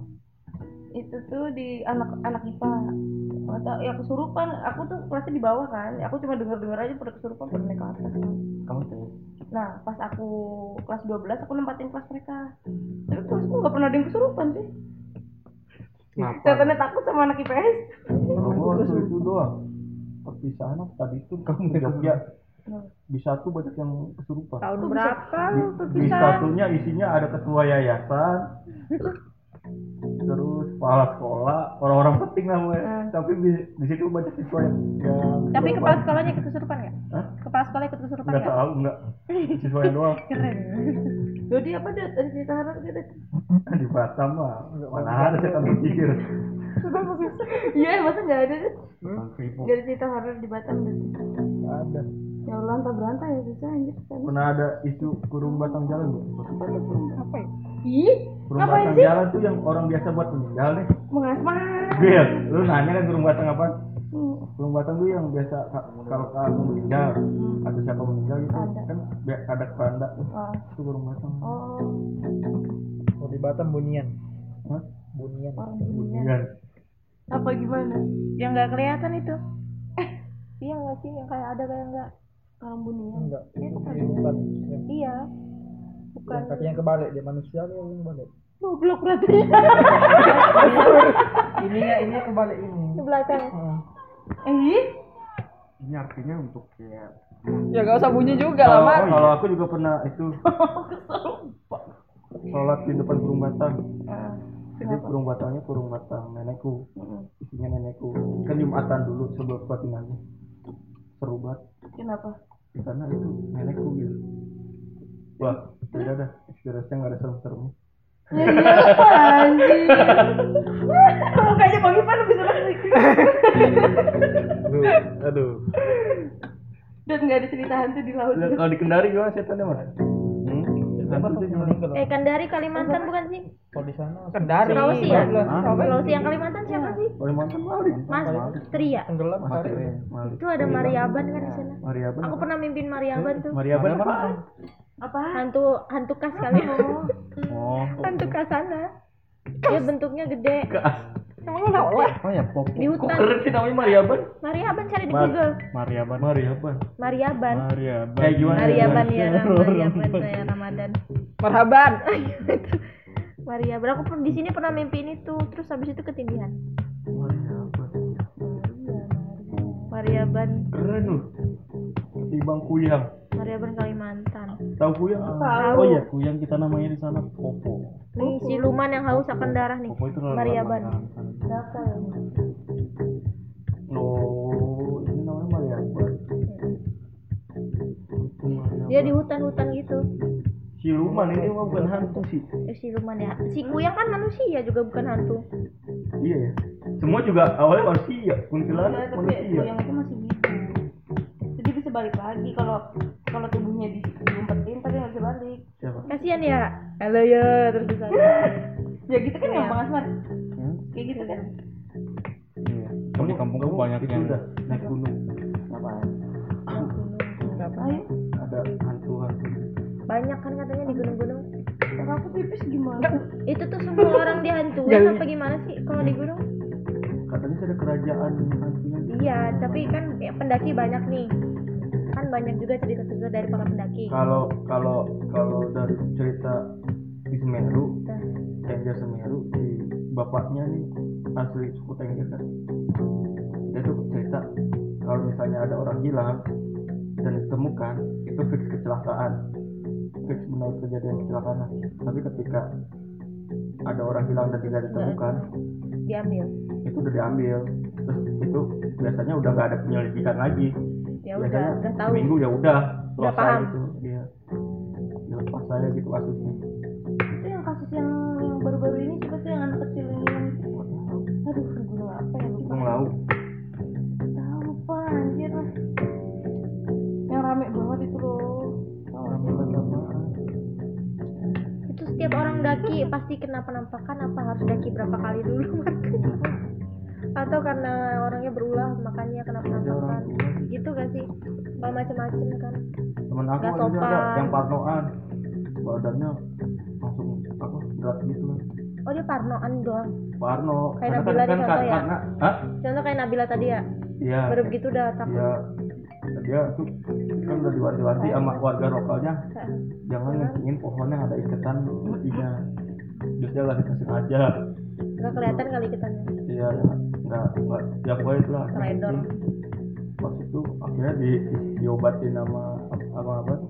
Speaker 2: itu tuh di anak anak IPA atau ya kesurupan aku tuh kelasnya di bawah kan aku cuma denger denger aja pada kesurupan pada naik ke atas
Speaker 3: kamu cewek
Speaker 2: nah pas aku kelas 12 aku nempatin kelas mereka tapi kelasku nggak pernah ada yang kesurupan sih
Speaker 4: Kenapa?
Speaker 2: setannya takut sama anak IPS
Speaker 3: kamu waktu itu doang perpisahan apa tadi itu kamu ke Jogja di satu banyak yang kesurupan
Speaker 6: tahun berapa
Speaker 3: di, di satunya isinya ada ketua yayasan terus kepala sekolah orang-orang penting namanya tapi di, di situ banyak siswa yang yang
Speaker 6: tapi
Speaker 3: kesurupan.
Speaker 6: kepala sekolahnya ikut kesurupan nggak
Speaker 3: Hah?
Speaker 6: kepala sekolah ikut kesurupan
Speaker 3: nggak
Speaker 6: nggak
Speaker 3: tahu nggak siswanya doang
Speaker 2: jadi apa dia tadi cerita harap gitu
Speaker 3: di Batam mah mana ada setan bersihir
Speaker 2: iya masa nggak ada
Speaker 3: Bangkripuk.
Speaker 2: nggak ada cerita horor di Batam berarti
Speaker 3: Nggak ada
Speaker 2: ya Allah entah berantai ya susah anjir sana
Speaker 3: pernah ada isu kurung batang jalan nggak
Speaker 2: ih
Speaker 3: kurung batang jalan tuh yang orang biasa buat meninggal nih
Speaker 2: mengasmah
Speaker 3: Bil, lu nanya kan kurung batang apa? Kurung batang tuh yang biasa ka- kalau kamu meninggal atau siapa meninggal gitu
Speaker 2: Ada.
Speaker 3: kan bi- ada keranda
Speaker 2: oh,
Speaker 3: itu kurung batang.
Speaker 2: oh
Speaker 1: Kalau di Batam bunian.
Speaker 3: Hah?
Speaker 1: Bunian.
Speaker 2: orang dunia
Speaker 3: Iya.
Speaker 2: apa gimana
Speaker 6: yang nggak kelihatan itu
Speaker 2: Eh,
Speaker 6: iya nggak sih yang kayak ada kayak nggak
Speaker 2: orang dunia
Speaker 1: Enggak. Ini bukan.
Speaker 6: iya bukan
Speaker 1: Tapi yang kebalik dia manusia dia yang kebalik.
Speaker 2: goblok berarti
Speaker 1: Ini ya ini kebalik ini.
Speaker 6: di belakang
Speaker 2: eh
Speaker 4: Ini artinya untuk ya
Speaker 8: ya nggak usah bunyi juga lah
Speaker 3: Kalau Oh,
Speaker 8: Mak.
Speaker 3: iya. kalau aku juga pernah itu sholat di depan kurung batang.
Speaker 8: Ah,
Speaker 3: Jadi kurung batangnya kurung batang nenekku, isinya nenekku. Kan jumatan dulu sebelum kebatinan seru banget
Speaker 2: kenapa
Speaker 3: di sana itu nenekku gitu. Wah, beda dah. Experience-nya nggak ada serem-seremnya.
Speaker 2: Ya iyalah, anjing. Mukanya Bang Ipan lebih serem sih.
Speaker 1: Aduh, aduh.
Speaker 2: Dan nggak ada cerita hantu di laut.
Speaker 3: Lah, Kalau di Kendari gimana setannya mas? Hmm? Setan itu gimana?
Speaker 1: Kalau
Speaker 6: eh Kendari Kalimantan bukan sih
Speaker 1: kalau di sana
Speaker 8: Kendari
Speaker 6: Sulawesi ya
Speaker 3: Hah?
Speaker 6: Sulawesi yang Kalimantan siapa sih
Speaker 3: Kalimantan Bali.
Speaker 6: Mas Tria
Speaker 1: tenggelam
Speaker 8: eh,
Speaker 1: hari.
Speaker 3: Bali.
Speaker 6: itu ada Mariaban kan di sana
Speaker 3: Maria apa?
Speaker 6: aku pernah mimpin Mariaban tuh
Speaker 3: Maria apa?
Speaker 2: Apa?
Speaker 6: hantu hantu kas kali ya.
Speaker 3: Oh,
Speaker 6: hantu kasana dia bentuknya gede emang kenapa
Speaker 1: Oh,
Speaker 3: apa ya pop?
Speaker 6: di hutan
Speaker 3: Keren sih namanya Maria apa?
Speaker 6: Mariaban cari di Google
Speaker 3: Maria apa? Maria apa?
Speaker 6: Mariaban
Speaker 4: Maria
Speaker 3: Eh gimana?
Speaker 6: Mariaban ya Ram, Mariaban saya Ramadan
Speaker 8: Marhaban
Speaker 6: Mariaban aku per- di sini pernah mimpiin itu terus habis itu ketindihan Mariaban
Speaker 3: Keren loh. Ketimbang kuyang.
Speaker 6: Mariaban Kalimantan
Speaker 3: Tahu kuyang? Oh iya, kuyang kita namanya di sana popo.
Speaker 6: nih siluman yang haus akan darah nih
Speaker 3: Popo Oh, itu lalu
Speaker 6: Mariaban ya?
Speaker 3: Loh, Oh, ini namanya Maria apa?
Speaker 6: dia di hutan-hutan gitu
Speaker 3: Si Siluman ini mah bukan hantu sih.
Speaker 6: Eh, siluman ya si kuyang kan manusia juga bukan hantu
Speaker 3: Iya ya. Semua juga awalnya manusia,
Speaker 2: tapi
Speaker 3: kuntilanak
Speaker 6: Iya.
Speaker 3: manusia.
Speaker 2: goyang itu masih gitu jadi bisa balik lagi kalau kalau tubuhnya di- diumpetin tapi nggak bisa balik
Speaker 3: Siapa?
Speaker 6: kasihan ya halo ya terus bisa
Speaker 2: ya gitu kan
Speaker 6: Iya.
Speaker 2: gampang asmat kayak gitu kan
Speaker 4: Iya. Kalau di kampung tuh banyak
Speaker 3: itu
Speaker 4: yang
Speaker 3: udah naik gunung
Speaker 2: apa
Speaker 3: Ngapain? ada hantu-hantu.
Speaker 6: banyak kan katanya di gunung-gunung
Speaker 2: kalau aku pipis gimana
Speaker 6: itu tuh semua orang dihantuin apa gimana sih kalau di gunung
Speaker 3: Katanya ada kerajaan hantunya.
Speaker 6: iya tapi kan ya, pendaki banyak nih kan banyak juga cerita-cerita dari para pendaki
Speaker 3: Kalau kalau kalau dari cerita di Semeru, Tengger Semeru, si bapaknya nih asli suku Tengger kan. Dia tuh cerita kalau misalnya ada orang hilang dan ditemukan itu fix kecelakaan, fix benar kejadian kecelakaan. Tapi ketika ada orang hilang dan tidak ditemukan,
Speaker 6: diambil
Speaker 3: itu udah diambil. Terus itu biasanya udah nggak ada penyelidikan lagi.
Speaker 6: ya udah
Speaker 3: Biasanya
Speaker 6: udah tahu
Speaker 3: Minggu ya udah, lepas
Speaker 6: Udah paham.
Speaker 3: gitu. Dia, dia lepas saya gitu kasusnya.
Speaker 2: itu yang kasus yang yang baru-baru ini juga tuh yang anak kecil yang hilang. aduh gunung apa ya lupa
Speaker 3: Gunung laut.
Speaker 2: tahu lupa anjir lah yang rame banget itu loh Tahu nggak sih?
Speaker 6: itu setiap orang daki pasti kena penampakan apa harus daki berapa kali dulu makanya atau karena orangnya berulah makanya kena
Speaker 3: Iya,
Speaker 6: penampakan gitu gak sih Apa macam-macam kan
Speaker 3: Temen aku ada
Speaker 6: Nggak
Speaker 3: juga ada
Speaker 6: sopan.
Speaker 3: yang parnoan. Badannya langsung apa berat gitu kan.
Speaker 6: oh dia parnoan doang
Speaker 3: Parno. Karena
Speaker 6: Kayak Nabila
Speaker 3: kan
Speaker 6: nih
Speaker 3: kan
Speaker 6: contoh ya?
Speaker 3: karena Hah?
Speaker 6: contoh kayak Nabila tadi ya
Speaker 3: Iya.
Speaker 6: baru begitu udah takut
Speaker 3: Iya. Dia tuh kan udah diwanti-wanti sama warga lokalnya jangan ngencingin pohon yang ada iketan matinya terus dia nggak dikasih aja
Speaker 6: nggak kelihatan kali ikutannya
Speaker 3: iya nggak nggak ya pokoknya itu lah
Speaker 6: Teledor.
Speaker 3: pas itu akhirnya di, diobatin sama sama apa tuh?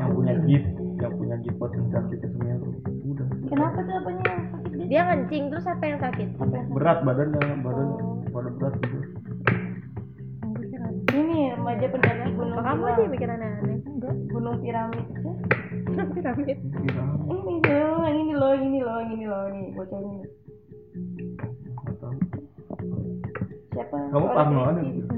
Speaker 3: yang punya jeep yang punya jeep buat mendaki ke Semeru udah
Speaker 2: kenapa tuh apanya yang sakit gitu? dia
Speaker 6: dia ngencing terus apa yang sakit
Speaker 3: berat badannya badan badan berat gitu
Speaker 2: ini remaja pendaki gunung
Speaker 6: kamu
Speaker 2: Piram-
Speaker 6: aja yang mikir aneh-aneh
Speaker 2: gunung piramid ya.
Speaker 6: piramid
Speaker 3: kira
Speaker 2: ini loh yang ini loh yang ini loh yang ini loh nih bocah ini
Speaker 3: nggak tahu
Speaker 2: siapa
Speaker 3: kamu
Speaker 2: Orang
Speaker 3: parno ada
Speaker 2: ini.
Speaker 3: gitu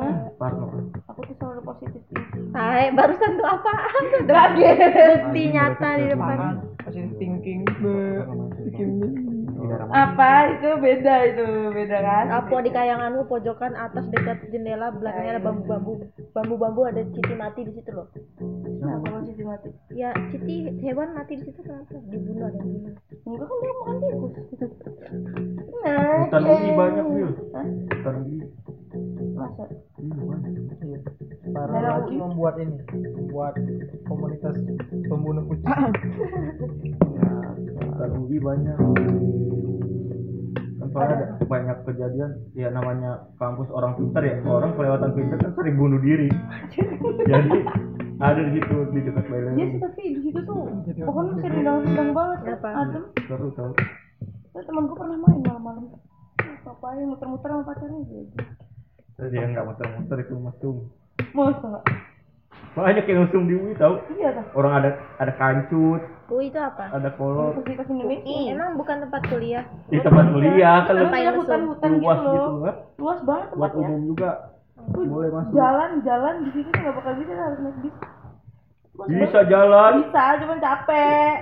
Speaker 2: Hah?
Speaker 3: parno
Speaker 2: aku tuh selalu positif thinking
Speaker 6: Hai, barusan tuh apaan tuh? Bukti nyata di depan.
Speaker 8: positive thinking be
Speaker 2: apa itu beda itu beda kan
Speaker 6: Apa di kayanganmu pojokan atas dekat jendela belakangnya ada
Speaker 2: gitu.
Speaker 6: bambu-bambu. Bambu-bambu ada citi mati di situ loh.
Speaker 2: kenapa lo jadi mati
Speaker 6: Ya, citi hewan mati di situ kenapa? Dibunuh ada yang bunuh.
Speaker 2: enggak kan dia makan tikus
Speaker 6: Nah,
Speaker 3: hutan ubi banyak Wil.
Speaker 2: Hah?
Speaker 3: hutan ubi
Speaker 2: masa
Speaker 3: Iya, banyak.
Speaker 1: Para lelaki membuat ini, membuat komunitas pembunuh kucing.
Speaker 3: hutan ubi banyak kan soalnya ada banyak kejadian ya namanya kampus orang pintar ya orang kelewatan pintar kan sering bunuh diri jadi ada di situ di dekat
Speaker 2: Iya
Speaker 3: Beleng
Speaker 2: sih tapi di situ tuh pohon masih rindang-rindang banget kan
Speaker 6: Kenapa?
Speaker 2: adem.
Speaker 3: seru tau
Speaker 2: Terus temen gue pernah main malam-malam. Apa yang muter-muter sama pacarnya gitu.
Speaker 3: terus dia nggak muter-muter itu mesum
Speaker 2: Masa?
Speaker 3: banyak yang mesum di UI tau
Speaker 2: Iya kan?
Speaker 3: orang ada ada kancut
Speaker 6: Kui itu apa?
Speaker 3: ada kolot
Speaker 2: Universitas Indonesia.
Speaker 6: Emang bukan tempat kuliah.
Speaker 3: di tempat kuliah kan
Speaker 2: Kalau
Speaker 6: Apa
Speaker 2: kayak
Speaker 6: yang
Speaker 2: hutan-hutan
Speaker 3: luas
Speaker 2: gitu
Speaker 3: gitu
Speaker 2: loh. ya.
Speaker 3: kan
Speaker 2: Luas banget
Speaker 3: buat
Speaker 2: tempatnya.
Speaker 3: umum juga
Speaker 2: Tuh
Speaker 3: boleh masuk
Speaker 2: jalan-jalan di situ tuh nggak bakal bisa harus naik bis. Luas
Speaker 3: bisa
Speaker 2: banget.
Speaker 3: jalan
Speaker 2: Bisa, cuman capek.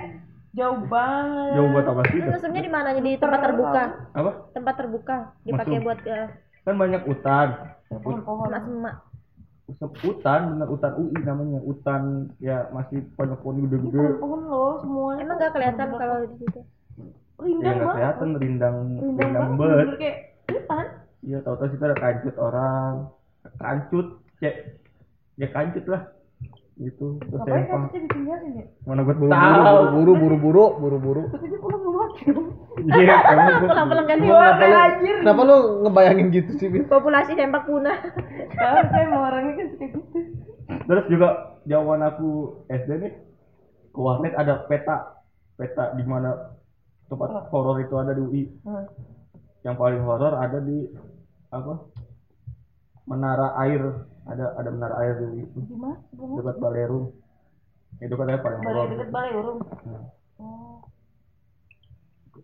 Speaker 2: Jauh banget.
Speaker 3: jauh buat apa sih
Speaker 6: Terus maksudnya di mananya? Di tempat terbuka.
Speaker 3: apa
Speaker 6: Tempat terbuka dipakai
Speaker 3: Masuk.
Speaker 6: buat eh,
Speaker 3: kan banyak hutan
Speaker 2: Pohon-pohon.
Speaker 6: semak-semak.
Speaker 3: hutan bener hutan UI namanya hutan ya masih pohon-pohon
Speaker 2: Ini
Speaker 3: gede-gede
Speaker 2: pohon-pohon loh Oh, semuanya.
Speaker 6: Emang
Speaker 2: tuh
Speaker 6: nggak kelihatan kalau di situ?
Speaker 3: ya
Speaker 2: rindang
Speaker 3: nggak
Speaker 2: banget.
Speaker 3: kelihatan rindang
Speaker 2: Rindang
Speaker 3: rindang
Speaker 2: banget.
Speaker 3: bet
Speaker 2: bener-bener Kayak hutan.
Speaker 3: ya tahu-tahu kita ada kancut orang kancut cek ya kancut lah gitu terus
Speaker 2: Ngapain kan
Speaker 3: sempang
Speaker 2: kita ditinggalin ya?
Speaker 3: mana buat
Speaker 1: Tahu.
Speaker 3: buru-buru
Speaker 1: Buru buru buru buru buru.
Speaker 2: Terus dia pulang ke rumah gitu.
Speaker 3: iya emang gua-
Speaker 6: Pelan-pelan kan sih.
Speaker 1: Kenapa lu, kenapa lu ngebayangin gitu sih? Bin?
Speaker 6: Populasi tembak punah.
Speaker 2: Tahu saya mau orangnya kan suka gitu.
Speaker 3: terus juga jawaban aku SD nih ke warnet ada peta peta di mana tempat horor itu ada di UI
Speaker 2: Hmm.
Speaker 3: yang paling horor ada di apa menara air ada ada menara air di UI
Speaker 2: Gimana?
Speaker 3: dekat Balerung itu katanya paling
Speaker 2: balai
Speaker 3: horor Hmm.
Speaker 2: deket balai urung oh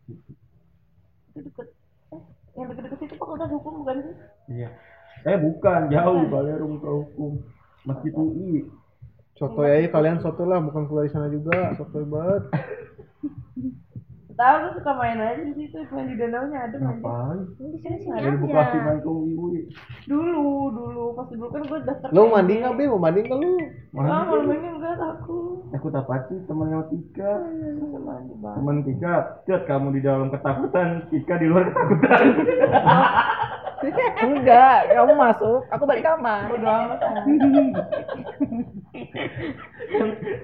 Speaker 2: itu deket eh yang deket-deket itu fakultas hukum bukan sih
Speaker 3: iya eh bukan jauh balai urung ke hukum masjid
Speaker 2: Oh.
Speaker 3: UI
Speaker 1: Soto ya, iya, kalian soto lah, bukan keluar di sana juga, soto banget.
Speaker 2: tahu lu suka main aja di situ main di danau nya ada main
Speaker 3: ngapain
Speaker 6: Ini di sini sini
Speaker 3: ada di
Speaker 6: aja.
Speaker 3: Bekasi main ke UI
Speaker 2: dulu dulu pas dulu kan gue daftar
Speaker 1: Lu mandi nggak, Bil? Mau mandi nggak lu?
Speaker 2: ah
Speaker 3: mana
Speaker 2: kalau ini enggak aku
Speaker 3: aku apa sih temannya Tika teman Tika cet kamu di dalam ketakutan Tika di luar ketakutan
Speaker 8: enggak kamu masuk aku balik kamar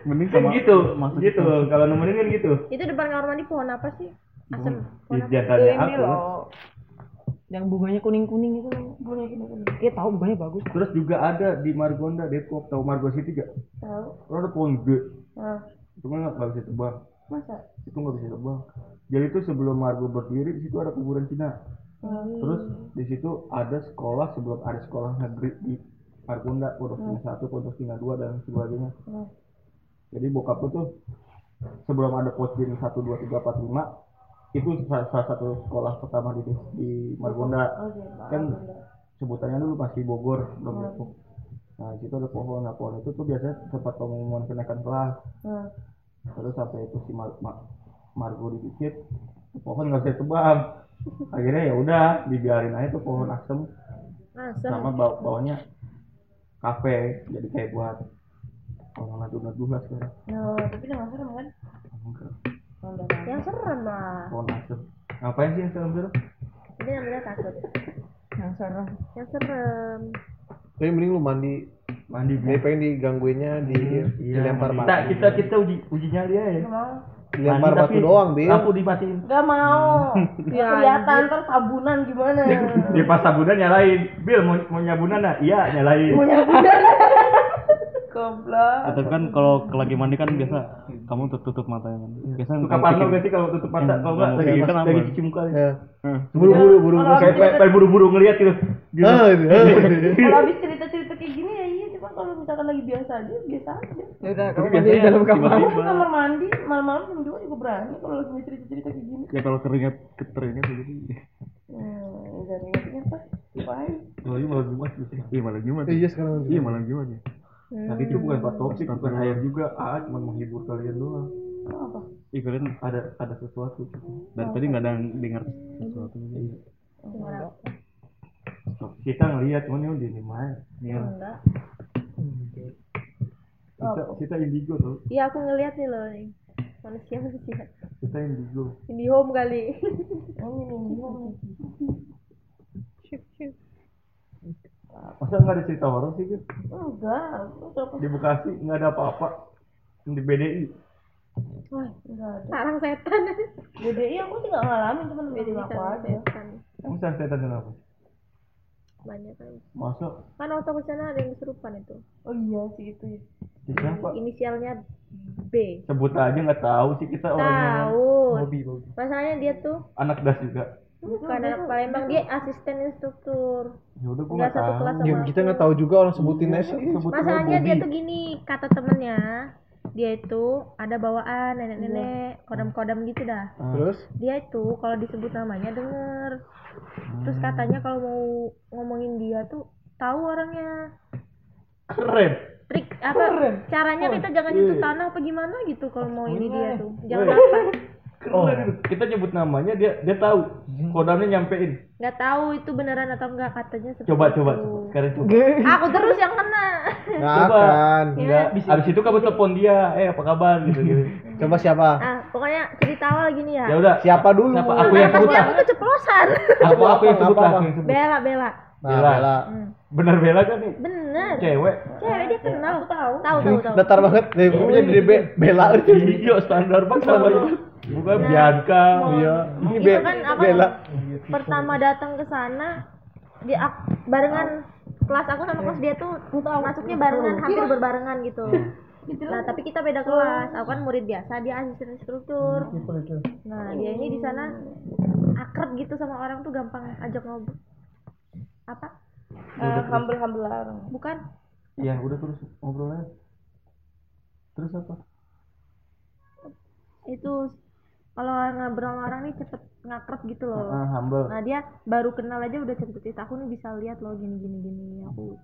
Speaker 4: mending
Speaker 3: kan
Speaker 4: sama
Speaker 3: gitu gitu kalau nemenin kan gitu
Speaker 6: Itu depan kamar mandi pohon apa sih? Asem.
Speaker 3: di
Speaker 6: Pohon apa?
Speaker 8: itu
Speaker 3: jatahnya
Speaker 8: ini
Speaker 3: aku
Speaker 8: loh yang bunganya gitu, kuning kuning itu bunga kuning kuning dia tahu bunganya bagus
Speaker 3: terus juga ada di Margonda Depok tahu Margo City gak
Speaker 2: tahu
Speaker 3: Lo ada pohon gede
Speaker 2: nah
Speaker 3: cuma nggak nggak bisa tebang
Speaker 2: masa
Speaker 3: itu nggak bisa tebang jadi itu sebelum Margo berdiri di situ ada kuburan Cina
Speaker 2: Hmm.
Speaker 3: terus di situ ada sekolah sebelum ada sekolah negeri di Margonda pondok
Speaker 2: Hmm.
Speaker 3: Cina satu pondok Cina dua dan sebagainya jadi bokapku tuh sebelum ada pos Cina satu dua tiga empat lima itu sa- salah satu sekolah pertama di di
Speaker 2: oke
Speaker 3: Margonda
Speaker 2: Hmm.
Speaker 3: kan sebutannya dulu masih Bogor belum Depok nah di situ ada pohon nah pohon itu tuh biasanya tempat pengumuman kenaikan kelas
Speaker 2: nah
Speaker 3: terus sampai itu si Mar Ma- Margo dipicit pohon nggak bisa tebang akhirnya ya udah dibiarin aja tuh pohon asem
Speaker 6: Asem.
Speaker 3: sama bau baunya kafe jadi kayak buat orang ngaduh ngaduh lah sekarang
Speaker 2: nah tapi udah masuk kan
Speaker 6: Yang serem lah.
Speaker 3: pohon asem ngapain sih yang serem serem
Speaker 6: Jadi namanya takut.
Speaker 8: yang serem
Speaker 6: Yang serem.
Speaker 1: Tapi mending lu mandi.
Speaker 3: mandi
Speaker 1: Dia pengen digangguinnya, di, dilempar
Speaker 3: kita
Speaker 1: batu.
Speaker 3: Iya, kita kita uji uji nyali aja ya
Speaker 1: Dilempar
Speaker 3: Mandi
Speaker 1: batu
Speaker 3: tapi
Speaker 1: doang, Bil.
Speaker 3: lampu dimatiin
Speaker 2: Gak mau. Ya, kelihatan ntar sabunan gimana.
Speaker 3: dia pas sabunan nyalain Bil mau, mau nyabunan nah iya nyalain
Speaker 2: Goblok.
Speaker 4: atau kan kalau lagi mandi kan biasa kamu tutup tutup matanya kan biasa
Speaker 3: suka
Speaker 4: kamu
Speaker 3: parno
Speaker 4: bikin-
Speaker 3: gak sih kalau tutup mata kalau nggak
Speaker 4: Iya,
Speaker 3: lagi
Speaker 4: kan apa?
Speaker 3: lagi cuci muka
Speaker 1: Ya.
Speaker 4: Eh,
Speaker 1: Buru-buru, buru-buru.
Speaker 2: Kalau
Speaker 3: kayak
Speaker 2: habis-
Speaker 3: pengen pengen buru-buru ngeliat gitu gitu
Speaker 1: Ah, gitu. Ah, gitu.
Speaker 2: Kalau habis cerita-cerita kayak gini ya iya, cuma kalau misalkan lagi biasa aja, biasa aja.
Speaker 8: ya udah kamu mandi di dalam kamar
Speaker 2: Aku ke kamar mandi malam-malam jam dua juga berani kalau lagi nggak cerita-cerita kayak gini.
Speaker 4: ya kalau keringat keringat jadi
Speaker 2: Hmm, udah ingat-ingat lah. Bye.
Speaker 3: Apalagi malam Jumat gitu.
Speaker 4: iya malah gimana
Speaker 1: Iya, sekarang
Speaker 4: iya malah gimana ya
Speaker 3: Tapi itu bukan buat topik, bukan air juga. Ah, cuma menghibur kalian doang. Iya,
Speaker 2: Apa?
Speaker 4: Ih, kalian
Speaker 3: Ada ada sesuatu.
Speaker 4: dari tadi nggak ada yang dengar sesuatu
Speaker 3: Iya. Kita ngelihat cuman ya yang di main.
Speaker 4: Iya.
Speaker 6: Enggak.
Speaker 3: Kita kita indigo tuh.
Speaker 6: Iya aku ngeliat nih loh nih. Manusia manusia.
Speaker 3: Kita indigo.
Speaker 6: Ini home kali.
Speaker 3: Masa nggak ada cerita horor sih? Gil?
Speaker 2: Enggak, aku udah
Speaker 3: Di Bekasi nggak ada apa-apa. Yang Di BDI.
Speaker 2: Wah, enggak ada.
Speaker 6: Sarang setan.
Speaker 2: BDI iya, aku sih nggak ngalamin, cuma BDI aku
Speaker 6: Sarang
Speaker 2: aja.
Speaker 6: setan.
Speaker 3: Kamu saya setan kenapa?
Speaker 6: Banyak kan.
Speaker 3: Masa
Speaker 6: Kan waktu ke sana ada yang kesurupan itu.
Speaker 2: Oh iya sih itu ya.
Speaker 3: Ya, siapa?
Speaker 6: Inisialnya B.
Speaker 3: Sebut aja nggak tahu sih kita orangnya.
Speaker 6: Tahu.
Speaker 1: Hobi, hobi.
Speaker 6: Masalahnya dia tuh
Speaker 3: Anak das juga.
Speaker 6: bukan anak Palembang, dia asisten instruktur.
Speaker 3: Ya udah gua
Speaker 6: Enggak
Speaker 3: nggak tahu. gitu,
Speaker 6: satu kelas
Speaker 1: Ya,
Speaker 6: sama
Speaker 1: kita nggak tahu juga orang sebutin aja.
Speaker 3: Sebut aja
Speaker 6: masalahnya dia
Speaker 3: Bobby.
Speaker 6: tuh gini kata temennya dia itu ada bawaan
Speaker 3: Iya.
Speaker 6: nenek-nenek kodam-kodam gitu dah
Speaker 3: Ah.
Speaker 1: Terus?
Speaker 6: dia itu kalau disebut namanya denger terus
Speaker 3: Hmm.
Speaker 6: katanya kalau mau ngomongin dia tuh tahu orangnya
Speaker 3: keren.
Speaker 6: trik apa caranya kita jangan nyentuh tanah apa gimana gitu kalau mau ini dia tuh jangan
Speaker 3: Wih.
Speaker 6: apa
Speaker 3: Oh, kita nyebut namanya dia dia tahu.
Speaker 1: Hmm.
Speaker 3: Kodamnya nyampein.
Speaker 6: nggak tahu itu beneran atau enggak katanya seperti
Speaker 3: Coba coba
Speaker 6: itu.
Speaker 3: coba. Sekarang coba.
Speaker 6: aku terus yang kena
Speaker 1: Nggak
Speaker 3: Coba.
Speaker 1: akan.
Speaker 3: Enggak, abis itu kamu telepon dia, eh apa kabar gitu gitu.
Speaker 1: Coba siapa?
Speaker 6: ah pokoknya cerita awal gini ya
Speaker 3: Ya udah,
Speaker 1: Siapa dulu? Nah,
Speaker 3: Siapa? Aku ya? yang sebut
Speaker 6: pasti
Speaker 3: lah.
Speaker 6: aku keceplosan
Speaker 3: Aku aku yang
Speaker 1: Apa,
Speaker 3: sebut
Speaker 1: apa,
Speaker 3: lah,
Speaker 1: apa?
Speaker 3: aku yang sebut.
Speaker 6: bela bela
Speaker 1: Nah,
Speaker 3: Bella.
Speaker 1: Bella.
Speaker 3: Bener Bella kan nih?
Speaker 6: bener
Speaker 3: Cewek.
Speaker 6: cewek dia kenal tahu tahu tahu tahu
Speaker 1: Datar banget. Dari punya jadi Be- Bella.
Speaker 3: Iya, standar banget sama dia. Bukan Bianca. Iya.
Speaker 1: Ini
Speaker 6: itu
Speaker 1: Be-
Speaker 6: kan apa
Speaker 1: Bella.
Speaker 6: pertama datang ke sana dia ak- barengan kelas aku sama kelas dia tuh masuknya barengan hampir berbarengan gitu nah tapi kita beda kelas aku kan murid biasa dia asisten
Speaker 3: Hmm,
Speaker 6: instruktur
Speaker 3: gitu,
Speaker 6: nah dia ini di sana akrab gitu sama orang tuh gampang ajak ngobrol apa
Speaker 2: Eh, humble-humble lah orang.
Speaker 6: bukan
Speaker 3: Iya, udah terus ngobrol aja. terus apa
Speaker 6: itu kalau ngobrol sama orang nih cepet ngakrab gitu loh
Speaker 3: Ah, humble
Speaker 6: Nah dia baru kenal aja udah cerita cerita aku nih bisa lihat loh gini gini gini aku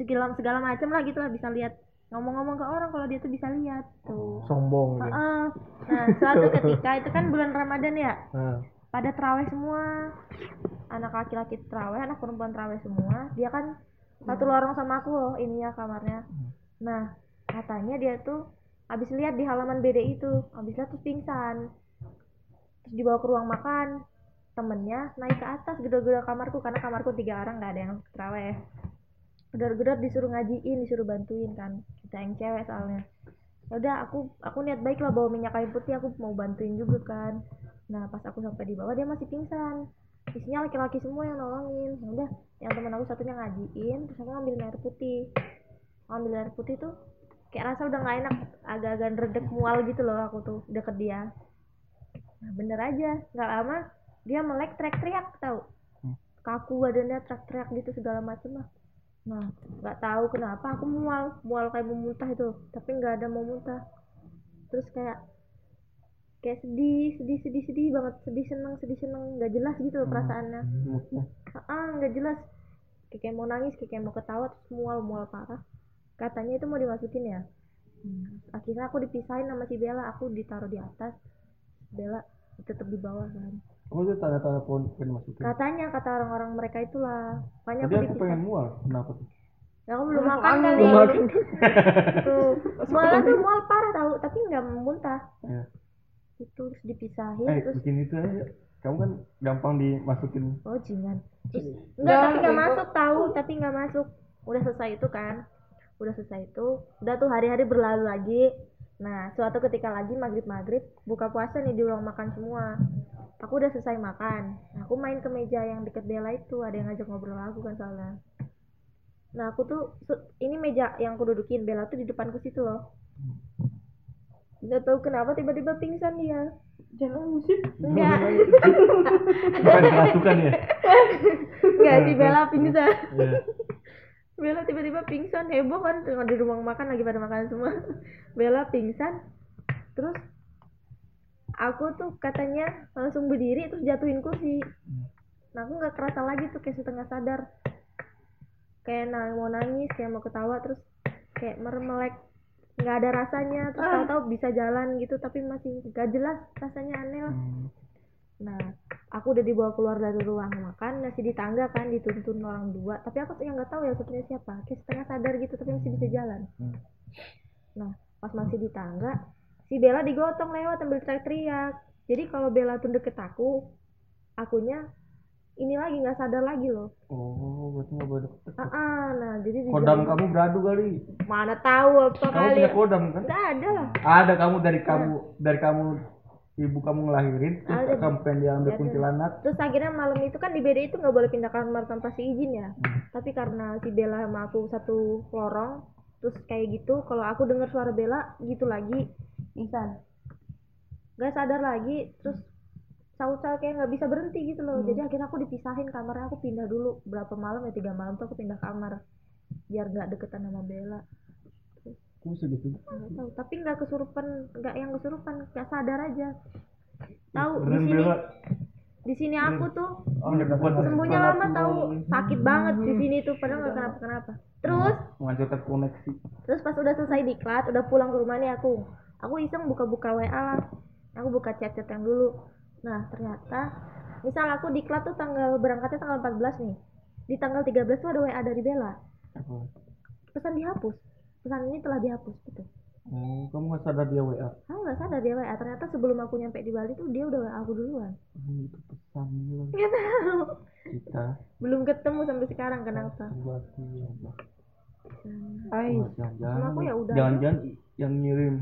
Speaker 6: segala segala macam lah gitu lah bisa lihat ngomong-ngomong ke orang kalau dia tuh bisa lihat
Speaker 3: Oh,
Speaker 6: tuh.
Speaker 1: sombong gitu.
Speaker 6: Heeh. Nah suatu ketika itu kan bulan Ramadan ya
Speaker 1: Nah,
Speaker 3: Ah.
Speaker 6: pada teraweh semua anak laki-laki teraweh anak perempuan teraweh semua dia kan satu lorong sama aku loh ininya kamarnya nah katanya dia tuh habis lihat di halaman BD itu habis lihat terus pingsan terus dibawa ke ruang makan temennya naik ke atas gedor-gedor kamarku karena kamarku tiga orang nggak ada yang teraweh gedor-gedor disuruh ngajiin disuruh bantuin kan kita yang cewek soalnya ya udah aku aku niat baik lah bawa minyak kayu putih aku mau bantuin juga kan nah pas aku sampai di bawah dia masih pingsan isinya laki-laki semua yang nolongin ya udah yang teman aku satunya ngajiin terus aku ngambil air putih ngambil air putih tuh kayak rasa udah nggak enak agak-agak redek mual gitu loh aku tuh deket dia nah bener aja nggak lama dia melek teriak-teriak tau kaku badannya teriak-teriak gitu segala macem lah nah nggak tahu kenapa aku mual mual kayak mau muntah itu tapi nggak ada mau muntah terus kayak kayak sedih sedih sedih sedih banget sedih seneng sedih seneng nggak jelas gitu
Speaker 3: Hmm.
Speaker 6: loh perasaannya ah nggak jelas kayak kayak mau nangis kayak kayak mau ketawa terus mual mual parah katanya itu mau dimasukin ya
Speaker 3: Hmm.
Speaker 6: akhirnya aku dipisahin sama si Bella aku ditaruh di atas Bella tetap di bawah kan
Speaker 3: apa tuh tanda-tanda pohon pengen masukin
Speaker 6: katanya kata orang-orang mereka itulah
Speaker 3: tadi
Speaker 6: makanya aku
Speaker 3: aku
Speaker 6: dipisah
Speaker 3: pengen mual kenapa tuh
Speaker 6: Ya, aku belum makan kali. tuh. Mual tuh mual parah tahu, tapi nggak muntah.
Speaker 3: Iya.
Speaker 6: Itu terus dipisahin
Speaker 3: eh
Speaker 6: terus
Speaker 3: bikin itu aja kamu kan gampang dimasukin
Speaker 6: oh jingan. Terus enggak tapi nggak masuk tahu, tapi nggak masuk. Udah selesai itu kan. Udah selesai itu, udah tuh hari-hari berlalu lagi. Nah, suatu ketika lagi maghrib-maghrib, buka puasa nih di ruang makan semua. Aku udah selesai makan. Nah, aku main ke meja yang deket Bella itu, ada yang ngajak ngobrol aku kan soalnya. Nah aku tuh su- ini meja yang aku dudukin Bella tuh di depanku situ loh. Nggak tahu kenapa tiba-tiba pingsan dia.
Speaker 2: Jangan musik.
Speaker 6: Enggak,
Speaker 3: bukan kerasukan
Speaker 6: Iya.
Speaker 3: ya
Speaker 6: enggak si Bella pingsan.
Speaker 3: Iya.
Speaker 6: Bella tiba-tiba pingsan heboh kan tengah di ruang makan lagi pada makanan semua. Bella pingsan. Terus aku tuh katanya langsung berdiri terus jatuhin kursi. Nah aku nggak kerasa lagi tuh kayak setengah sadar. Kayak nang- mau nangis, kayak mau ketawa terus kayak mermelek nggak ada rasanya terus tahu-tahu bisa jalan gitu tapi masih gak jelas rasanya aneh lah nah aku udah dibawa keluar dari ruang makan masih di tangga kan dituntun orang dua tapi aku tuh yang nggak tahu ya satunya siapa kayak setengah sadar gitu tapi masih bisa jalan
Speaker 3: Hmm.
Speaker 6: nah pas masih di tangga si Bella digotong lewat sambil teriak-teriak jadi kalau Bella tuh deket aku akunya ini lagi nggak sadar lagi loh
Speaker 3: oh berarti nggak boleh deket
Speaker 6: ah ah, nah jadi di
Speaker 3: kodam kamu beradu kali
Speaker 6: mana tahu apa
Speaker 3: kamu
Speaker 6: kali
Speaker 3: punya kodam kan
Speaker 6: nggak ada lah
Speaker 3: ada kamu dari
Speaker 6: Iya.
Speaker 3: kamu dari kamu ibu kamu ngelahirin terus
Speaker 6: Ada. Iya,
Speaker 3: kamu pengen diambil
Speaker 6: Ada.
Speaker 3: kuntilanak
Speaker 6: terus akhirnya malam itu kan di BD itu nggak boleh pindah kamar tanpa si izin ya tapi karena si Bella sama aku satu lorong terus kayak gitu kalau aku dengar suara Bella gitu lagi
Speaker 2: Insan.
Speaker 6: nggak sadar lagi terus saut-saut kayak nggak bisa berhenti gitu loh jadi akhirnya aku dipisahin kamarnya aku pindah dulu berapa malam ya tiga malam tuh aku pindah kamar biar nggak deketan sama Bella iya.
Speaker 3: aku segitu
Speaker 6: nggak tahu tapi nggak kesurupan nggak yang kesurupan nggak sadar aja tahu di
Speaker 3: keren
Speaker 6: sini
Speaker 3: bela Oh,
Speaker 6: di sini aku tuh
Speaker 3: menyebutkan
Speaker 6: sembuhnya lama tahu sakit banget di sini tuh padahal nggak kenapa kenapa terus
Speaker 3: menghancurkan koneksi
Speaker 6: terus pas udah selesai diklat udah pulang ke rumah nih aku aku iseng buka-buka WA lah aku buka chat-chat yang dulu nah ternyata misal aku diklat tuh tanggal berangkatnya tanggal 14 nih di tanggal 13 tuh ada WA dari Bella pesan dihapus pesan ini telah dihapus gitu
Speaker 3: oh kamu nggak sadar dia wa
Speaker 6: aku nggak sadar dia WA ternyata sebelum aku nyampe di Bali tuh dia udah WA aku duluan
Speaker 3: Hmm, itu pesan dia lagi.
Speaker 6: nggak tahu
Speaker 3: kita
Speaker 6: belum ketemu sampai sekarang kenapa
Speaker 3: buat dia
Speaker 2: Hai.
Speaker 3: Wah, jangan-jangan
Speaker 6: Sama aku ya udah.
Speaker 3: jangan-jangan yang ngirim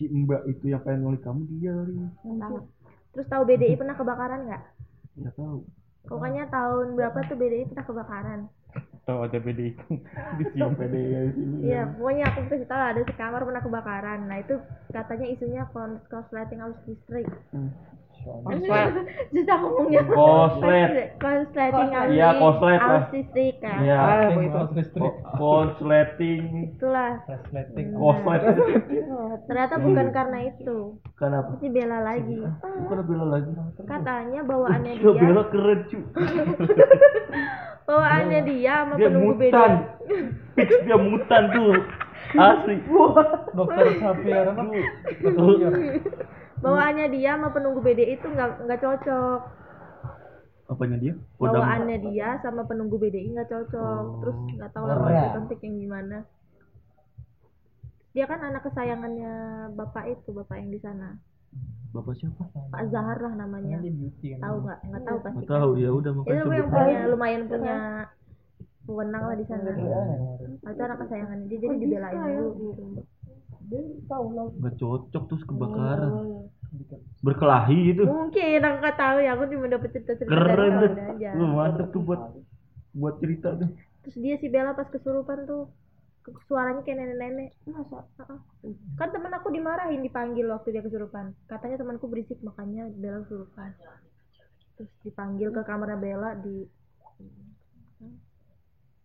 Speaker 3: si mbak itu yang pengen ngulik kamu dia kali
Speaker 6: Tahu. terus tahu BDI pernah kebakaran nggak
Speaker 3: nggak tahu
Speaker 6: pokoknya
Speaker 3: Hmm.
Speaker 6: tahun berapa tuh BDI pernah kebakaran
Speaker 4: Tahu aja BDI.
Speaker 3: dicium pede ya di sini
Speaker 6: Iya, pokoknya aku kasih tahu ada
Speaker 3: Hmm.
Speaker 6: sekamar pernah kebakaran. Nah itu katanya isunya kons- korsleting harus listrik. susah ngomongnya
Speaker 3: Koslet.
Speaker 6: konsleting
Speaker 3: Koslet. Iya, koslet lah.
Speaker 6: autistik kan
Speaker 3: Iya.
Speaker 7: Ah,
Speaker 3: Ko-
Speaker 7: boy, boy.
Speaker 3: Kosleting.
Speaker 6: itulah
Speaker 3: Koslet.
Speaker 6: ternyata
Speaker 3: Hmm.
Speaker 6: bukan karena itu
Speaker 3: Kenapa?
Speaker 6: si Bella lagi
Speaker 3: Bukan bela lagi.
Speaker 6: katanya bawaannya
Speaker 3: Iya,
Speaker 6: dia
Speaker 3: bela keren cuy.
Speaker 6: bawaannya dia sama
Speaker 3: Dia
Speaker 6: penunggu beda
Speaker 3: mutan. Fix dia mutan tuh. Asli. Wah.
Speaker 1: dokter Sapir apa?
Speaker 6: bawaannya dia sama penunggu beda itu nggak nggak cocok
Speaker 3: Apanya dia? Kodam.
Speaker 6: bawaannya dia sama penunggu BDI nggak cocok
Speaker 3: Oh,
Speaker 6: terus nggak tahu lah
Speaker 1: Ora.
Speaker 6: konflik yang gimana dia kan anak kesayangannya bapak itu bapak yang di sana
Speaker 3: Bapak siapa?
Speaker 6: Pak Zahar lah namanya tahu nggak nggak tahu pasti
Speaker 3: Nggak tahu ya udah
Speaker 6: itu
Speaker 3: makan coba.
Speaker 6: yang punya lumayan punya wewenang lah di sana Nah, itu anak kesayangannya dia jadi dibelain dulu gitu
Speaker 3: Nggak cocok terus kebakaran. Berkelahi itu.
Speaker 6: mungkin aku nggak tahu ya aku cuma dapat cerita cerita
Speaker 3: Keren Hmm.
Speaker 6: dari
Speaker 3: tuh.
Speaker 6: kamu aja
Speaker 3: Lu mantep tuh buat buat cerita tuh.
Speaker 6: terus dia si Bella pas kesurupan tuh ke- suaranya kayak nenek-nenek masa Heeh. kan temen aku dimarahin dipanggil waktu dia kesurupan katanya temanku berisik makanya Bella kesurupan terus dipanggil ke kamar Bella di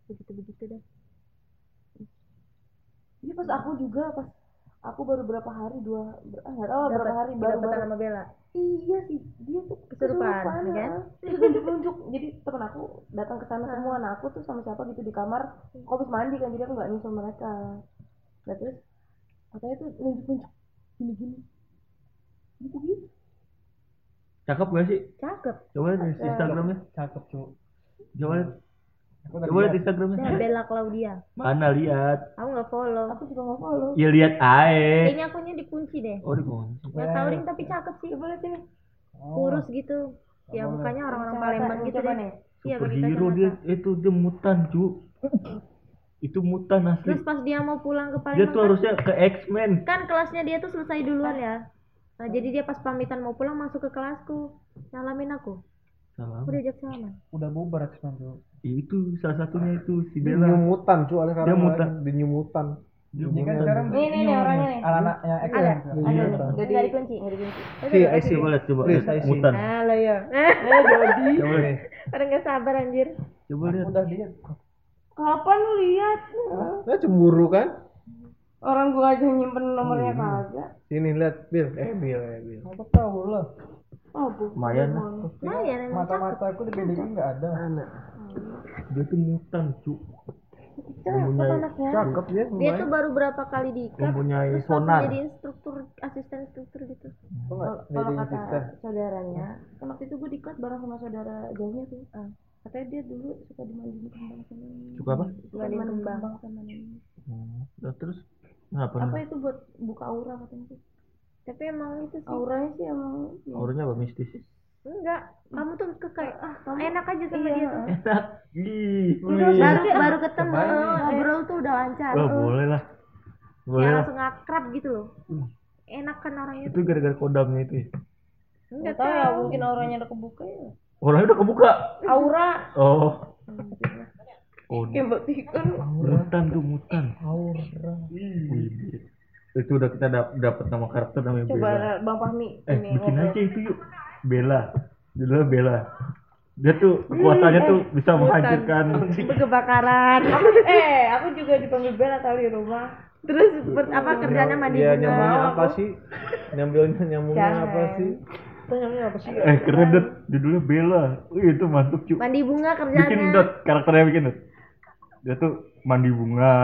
Speaker 6: begitu begitu deh
Speaker 2: Ini Iya, pas aku juga pas aku baru berapa hari dua ber, ah, nggak tahu lah, berapa hari baru
Speaker 6: dapat
Speaker 2: baru
Speaker 6: sama Bella
Speaker 2: iya sih dia tuh
Speaker 6: Kesurupan,
Speaker 2: kesurupan,
Speaker 6: kan?
Speaker 2: ah. Terus nunjuk-nunjuk jadi temen aku datang ke sana semua nah aku tuh sama siapa gitu di kamar aku habis mandi kan jadi aku nggak nyusul mereka nah terus katanya tuh nunjuk-nunjuk gini-gini gitu gitu
Speaker 3: Cakep gak sih?
Speaker 6: cakep
Speaker 3: Coba lihat di Instagramnya.
Speaker 1: Cakep cuy.
Speaker 3: Coba lihat. Coba lihat Instagramnya.
Speaker 6: dan Bella Claudia
Speaker 3: Mana lihat?
Speaker 6: aku nggak follow
Speaker 2: aku juga nggak follow
Speaker 3: Ya lihat ae.
Speaker 6: kayaknya akunya dikunci deh
Speaker 3: Oh, dikunci.
Speaker 6: nggak tahu ding tapi cakep sih
Speaker 3: Oh.
Speaker 6: kurus gitu ya mukanya orang-orang Palembang gitu deh iya pakai
Speaker 3: Superhero dia
Speaker 6: kacamata
Speaker 3: itu dia mutan, Cu. itu mutan asli.
Speaker 6: terus pas dia mau pulang ke
Speaker 3: Dia
Speaker 6: Palembang
Speaker 3: tuh
Speaker 6: kan-
Speaker 3: harusnya ke X-Men.
Speaker 6: kan kelasnya dia tuh selesai duluan ya nah jadi dia pas pamitan mau pulang masuk ke kelasku nyalamin aku
Speaker 3: Salam.
Speaker 6: aku diajak salaman
Speaker 1: Udah bubar X-Men cuy.
Speaker 3: Itu salah satunya itu si
Speaker 1: Dia
Speaker 3: Bella.
Speaker 1: nyumutan cuy, oleh karena
Speaker 3: Dia mutan.
Speaker 1: di nyumutan.
Speaker 3: Dia
Speaker 1: Kan
Speaker 3: mutan.
Speaker 1: sekarang
Speaker 2: nih nih nih orangnya nih
Speaker 1: anak-anaknya
Speaker 3: eh,
Speaker 1: X-Men. cuy.
Speaker 2: ada jadi nggak dikunci nggak dikunci
Speaker 1: Si
Speaker 3: Coba
Speaker 1: Aisyah.
Speaker 3: lihat, coba
Speaker 1: Please,
Speaker 3: lihat
Speaker 1: I see.
Speaker 3: mutan.
Speaker 6: halo ya
Speaker 3: Coba lihat.
Speaker 6: orang nggak sabar anjir
Speaker 3: Coba lihat.
Speaker 1: Udah lihat.
Speaker 2: kapan lu lihat
Speaker 1: Nah, cemburu kan?
Speaker 2: orang gua aja nyimpen nomornya
Speaker 3: Iya.
Speaker 2: kagak
Speaker 1: Sini lihat Bill, eh Bill, eh Bill.
Speaker 2: oh bu
Speaker 3: Lumayan lah.
Speaker 6: nah ya emang cakep
Speaker 3: Dia tuh mutan, Cu.
Speaker 6: cakep anaknya
Speaker 1: Cakep dia.
Speaker 6: dia tuh baru berapa kali diikat
Speaker 3: Mempunyai
Speaker 6: terus langsung
Speaker 3: sonar.
Speaker 6: jadi instruktur asisten instruktur gitu
Speaker 2: kalau kata saudaranya kan waktu itu gue diklat bareng sama saudara jauhnya tuh ah. katanya dia dulu suka dimandiin kembang sama nenek.
Speaker 3: Suka apa?
Speaker 2: suka dimandiin kembang sama nenek.
Speaker 3: Nah, terus ngapa?
Speaker 2: apa
Speaker 3: nih?
Speaker 2: itu buat buka aura katanya tuh
Speaker 6: tapi emang itu sih
Speaker 2: auranya sih emang
Speaker 3: Auranya apa mistis?
Speaker 6: enggak kamu tuh ke kayak ah, enak aja
Speaker 2: Iya,
Speaker 6: sama dia tuh
Speaker 3: Ih,
Speaker 6: baru baru ketemu ngobrol tuh udah lancar
Speaker 3: Wah, Iya. Oh, boleh Hmm. lah. Boleh
Speaker 6: ya
Speaker 3: lah.
Speaker 6: langsung akrab gitu loh enak kan orangnya
Speaker 3: Itu gara-gara kodamnya itu ya.
Speaker 6: enggak
Speaker 2: tahu ya mungkin auranya udah kebuka ya
Speaker 3: Orangnya udah kebuka.
Speaker 2: aura
Speaker 3: Oh. Oh,
Speaker 2: kayak mbak kan Tika
Speaker 3: mutan tuh mutan. Wih, Itu udah kita dap dapat nama karakter namanya
Speaker 2: coba
Speaker 3: Bella.
Speaker 2: bang Fahmi
Speaker 3: Eh,
Speaker 2: ini
Speaker 3: bikin
Speaker 2: ngobrol.
Speaker 3: aja itu yuk. Bella. Dulu Bella. Dia tuh kekuatannya tuh bisa menghancurkan
Speaker 6: kebakaran
Speaker 2: eh aku juga dipanggil Bella tahu di rumah
Speaker 6: terus ber-
Speaker 3: Iya,
Speaker 6: apa kerjanya mandi
Speaker 1: Dia
Speaker 6: bunga
Speaker 1: nyambungnya apa sih? Nyambilnya nyambungnya
Speaker 2: Jangan.
Speaker 1: apa sih?
Speaker 3: eh keren deh judulnya Bella. Wih, itu mantep cuy.
Speaker 6: mandi bunga kerjanya
Speaker 3: Bikin dot karakternya bikin dot. Dia tuh mandi bunga.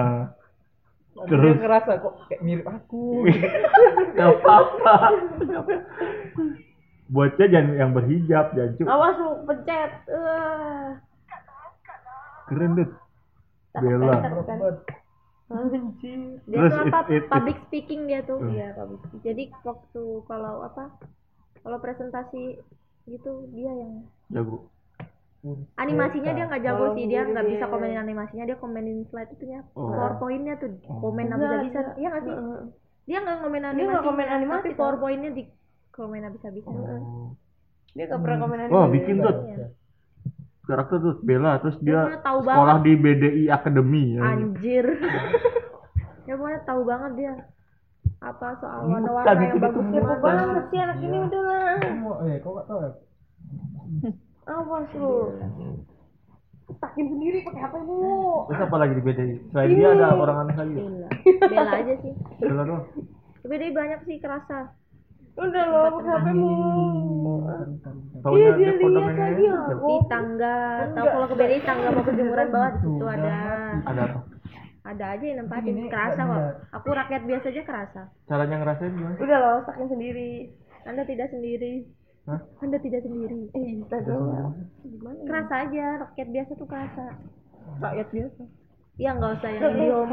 Speaker 3: Terus
Speaker 1: ngerasa kok kayak mirip aku.
Speaker 3: Gak apa-apa. Buatnya jangan yang berhijab, jangan cu.
Speaker 1: Oh.
Speaker 2: awas lu pencet Eh,
Speaker 3: Keren deh. Bella.
Speaker 6: dia
Speaker 3: Terus
Speaker 6: tuh
Speaker 3: it-
Speaker 6: apa
Speaker 3: it- Hmm. it-
Speaker 6: public speaking dia tuh iya public speaking. jadi waktu kalau apa kalau presentasi gitu dia yang
Speaker 3: Jago.
Speaker 6: animasinya dia nggak jago sih dia nggak bisa komenin animasinya dia komenin slide itunya
Speaker 3: iya, Oh.
Speaker 6: powerpointnya tuh komen habis-habisan iya nggak sih dia nggak komen animasi
Speaker 2: nggak komen animasi,
Speaker 6: tapi
Speaker 2: tau.
Speaker 6: powerpointnya di komen habis-habisan
Speaker 3: Oh.
Speaker 2: dia gak pernah komen
Speaker 3: Wah, bikin dot.
Speaker 1: Iya.
Speaker 3: Karakter tuh Bella terus dia
Speaker 6: Dia tahu
Speaker 3: sekolah di BDI Academy ya.
Speaker 6: anjir ya pokoknya tahu banget dia apa soal warna-warna yang bagus
Speaker 2: kepo banget sih anak ini udah lah
Speaker 3: Iya. eh kok gak tau ya Iya.
Speaker 2: awas lu takin sendiri pakai hp lu
Speaker 3: terus apa lagi dibedain selain dia ada orang aneh lagi ya?
Speaker 6: Bella. Bella aja sih.
Speaker 3: Bella doang
Speaker 6: Tapi dia banyak sih kerasa.
Speaker 2: udah lo pakai hp mu
Speaker 1: Iya,
Speaker 3: taunya dia kondomnya
Speaker 6: Di tangga, tahu kalau ke BDI tangga mau kejemuran bawah di situ ada.
Speaker 3: ada apa
Speaker 6: Ada aja yang nempatin kerasa kok. Aku rakyat biasa aja kerasa.
Speaker 3: caranya ngerasain gimana
Speaker 2: udah lo takin sendiri
Speaker 6: Anda tidak sendiri.
Speaker 3: Hah?
Speaker 6: Anda tidak sendiri.
Speaker 2: eh Instagram
Speaker 6: Kerasa aja, rakyat biasa tuh kerasa.
Speaker 2: rakyat biasa
Speaker 6: Ya nggak usah yang idiom.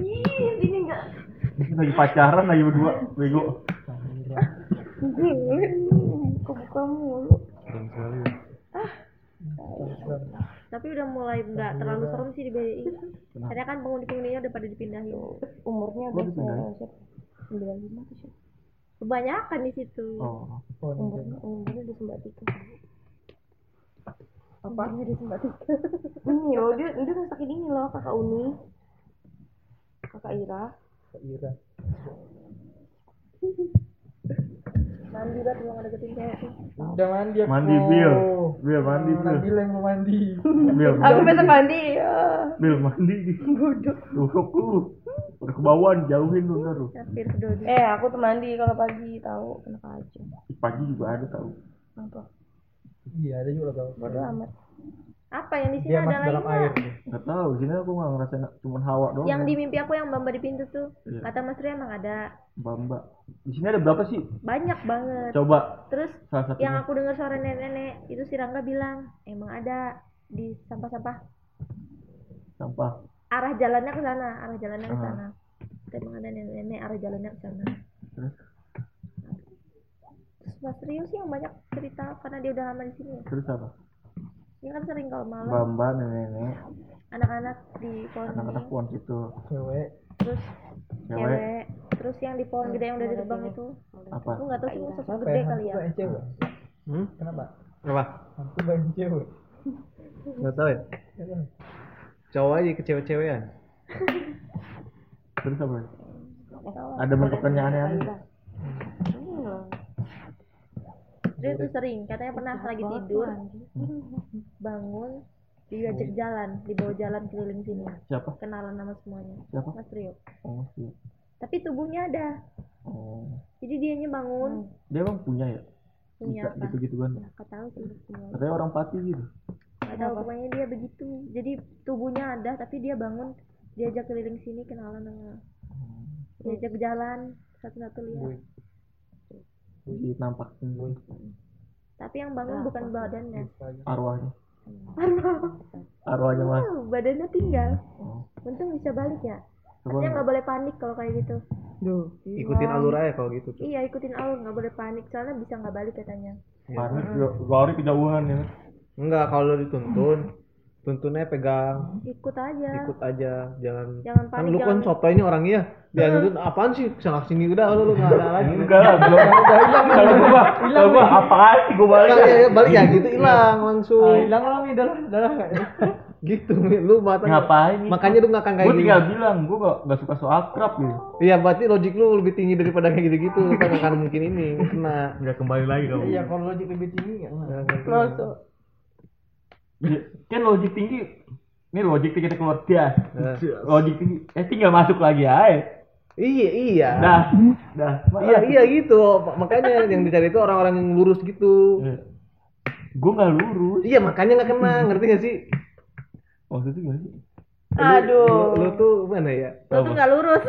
Speaker 2: ih intinya enggak
Speaker 3: lagi pacaran lagi berdua bego
Speaker 2: kebuka mulu
Speaker 6: Tapi udah mulai nggak terlalu serem sih di BDI. Karena kan pengundi-pengundinya udah pada dipindahin.
Speaker 8: Iya,
Speaker 2: umurnya udah se- sembilan lima tuh siapa
Speaker 6: Kebanyakan di situ.
Speaker 3: oh
Speaker 2: umurnya umurnya udah sembilan tiga apa umurnya udah sembilan tiga ini lo dia dia ngerasain ini loh kakak Uni kakak Ira
Speaker 6: Mandi banget belum ada deketin cewek tuh.
Speaker 9: Udah mandi aku.
Speaker 3: mandi Bill Bill mandi Bill
Speaker 9: Nabila yang mau mandi.
Speaker 3: Bill
Speaker 2: aku besok mandi ya
Speaker 3: Bill mandi bodoh lu udah kebawaan jauhin lu ntar lu
Speaker 6: Kafir kedodi.
Speaker 2: eh aku tuh mandi kalau pagi tahu enak aja
Speaker 3: pagi juga ada tau
Speaker 2: apa
Speaker 9: Iya, ada juga tau.
Speaker 2: bodo amat
Speaker 6: Apa yang di sini
Speaker 9: Dia masuk
Speaker 6: ada
Speaker 9: dalam
Speaker 6: lainnya?
Speaker 9: air. gitu.
Speaker 3: Gak tau, sini aku gak ngerasain cuman hawa doang.
Speaker 6: Yang di mimpi aku yang bamba di pintu tuh.
Speaker 3: Iya.
Speaker 6: Kata Mas Ria emang ada
Speaker 3: Bamba. Di sini ada berapa sih?
Speaker 6: banyak banget.
Speaker 3: Coba
Speaker 6: Terus
Speaker 3: salah satu.
Speaker 6: yang aku dengar suara nenek-nenek itu si Rangga bilang emang ada di sampah-sampah
Speaker 3: sampah.
Speaker 6: arah jalannya ke sana, arah jalannya ke
Speaker 3: Ah.
Speaker 6: sana. Itu Emang ada nenek-nenek arah jalannya ke sana.
Speaker 3: Terus?
Speaker 6: Terus Mas Rio sih yang banyak cerita karena dia udah lama di sini. ya.
Speaker 3: Terus apa?
Speaker 6: Dia kan sering kalau malam
Speaker 3: Bamba, nenek-nenek,
Speaker 6: anak-anak di pohon ini,
Speaker 3: anak-anak puan situ.
Speaker 9: Cewek.
Speaker 6: terus
Speaker 3: Cewek,
Speaker 6: cewek, terus yang di pohon gede yang udah diterbang itu.
Speaker 3: apa?
Speaker 6: Aku nggak tahu sih sosok gede kali ya.
Speaker 9: Mbak yang cewek.
Speaker 3: Hmm?
Speaker 9: Kenapa?
Speaker 1: Apa?
Speaker 9: Hantu mbak yang cewek.
Speaker 1: Gak tau ya? Cowok aja ke cewek-cewekan.
Speaker 3: Terus apa? lagi? Ada bentukannya aneh-aneh.
Speaker 6: Dia tuh sering, katanya pernah lagi tidur, bangun, diajak
Speaker 3: Iya.
Speaker 6: jalan, dibawa jalan keliling sini,
Speaker 3: Siapa?
Speaker 6: kenalan sama semuanya.
Speaker 3: Siapa?
Speaker 6: Mas Rio.
Speaker 3: Oh, si.
Speaker 6: Tapi tubuhnya ada,
Speaker 3: Oh.
Speaker 6: jadi dianya bangun,
Speaker 3: Dia emang punya ya?
Speaker 6: punya
Speaker 3: Bisa
Speaker 6: apa?
Speaker 3: gitu-gitu kan.
Speaker 6: Nah, nggak tahu sih, nggak
Speaker 3: Katanya orang pati gitu.
Speaker 6: tahu pokoknya dia begitu. Jadi tubuhnya ada, tapi dia bangun, diajak keliling sini, kenalan sama,
Speaker 3: Hmm.
Speaker 6: diajak jalan, satu-satu lihat.
Speaker 3: Jadi nampakin
Speaker 6: Tapi yang bangun bukan badannya,
Speaker 3: arwahnya. Arwahnya mas.
Speaker 6: Wow, Oh, badannya tinggal.
Speaker 3: Oh.
Speaker 6: Untung bisa balik ya.
Speaker 3: Coba
Speaker 6: Artinya nggak boleh panik kalau kayak gitu.
Speaker 1: Ikutin alur aja kalau gitu.
Speaker 6: Iya ikutin alur nggak boleh panik soalnya bisa nggak balik katanya.
Speaker 3: Panik,
Speaker 6: Hmm.
Speaker 3: lari kejauhan ya.
Speaker 1: Enggak, kalau dituntun, tuntunnya pegang,
Speaker 6: Ikut aja.
Speaker 1: ikut aja, jangan
Speaker 6: Jangan
Speaker 1: kan
Speaker 6: panik.
Speaker 1: lu kan
Speaker 6: jangan...
Speaker 1: soto ini orangnya dia nuntut gitu, apaan sih kesana sini udah lu lu nggak ada lagi
Speaker 3: Enggak lah, belum. Kalau gua, kalau gua apaan sih gua balik.
Speaker 1: Enggak, ya, ya, balik ya gitu hilang
Speaker 9: Ah,
Speaker 1: langsung
Speaker 9: Hilang lah, Mi. Dalam, dalam. ya?
Speaker 1: gitu Mi. lu mata
Speaker 3: Ngapain?
Speaker 1: makanya lu nggak akan kayak
Speaker 3: Gue
Speaker 1: gitu
Speaker 3: tinggal bilang, gue gak, gak suka so akrab gitu
Speaker 1: iya berarti logik lu lebih tinggi daripada kayak gitu gitu lu kan nggak akan mungkin ini kena Nah, gitu.
Speaker 3: Gak kembali lagi kamu
Speaker 9: Iya, kalau logik lebih tinggi ya.
Speaker 3: Kan logik tinggi Ini logik tinggi kita keluar gas
Speaker 1: Nah.
Speaker 3: Logik tinggi Eh tinggal masuk lagi aja
Speaker 1: iya iya
Speaker 3: Dah Dah
Speaker 1: iya iya gitu makanya yang dicari itu orang-orang yang lurus gitu
Speaker 3: Hmm. Gue gak lurus
Speaker 1: iya makanya nggak kena ngerti gak sih
Speaker 3: Maksudnya gimana sih?
Speaker 1: aduh lu, lu tuh mana ya
Speaker 6: Lu tuh nggak lurus.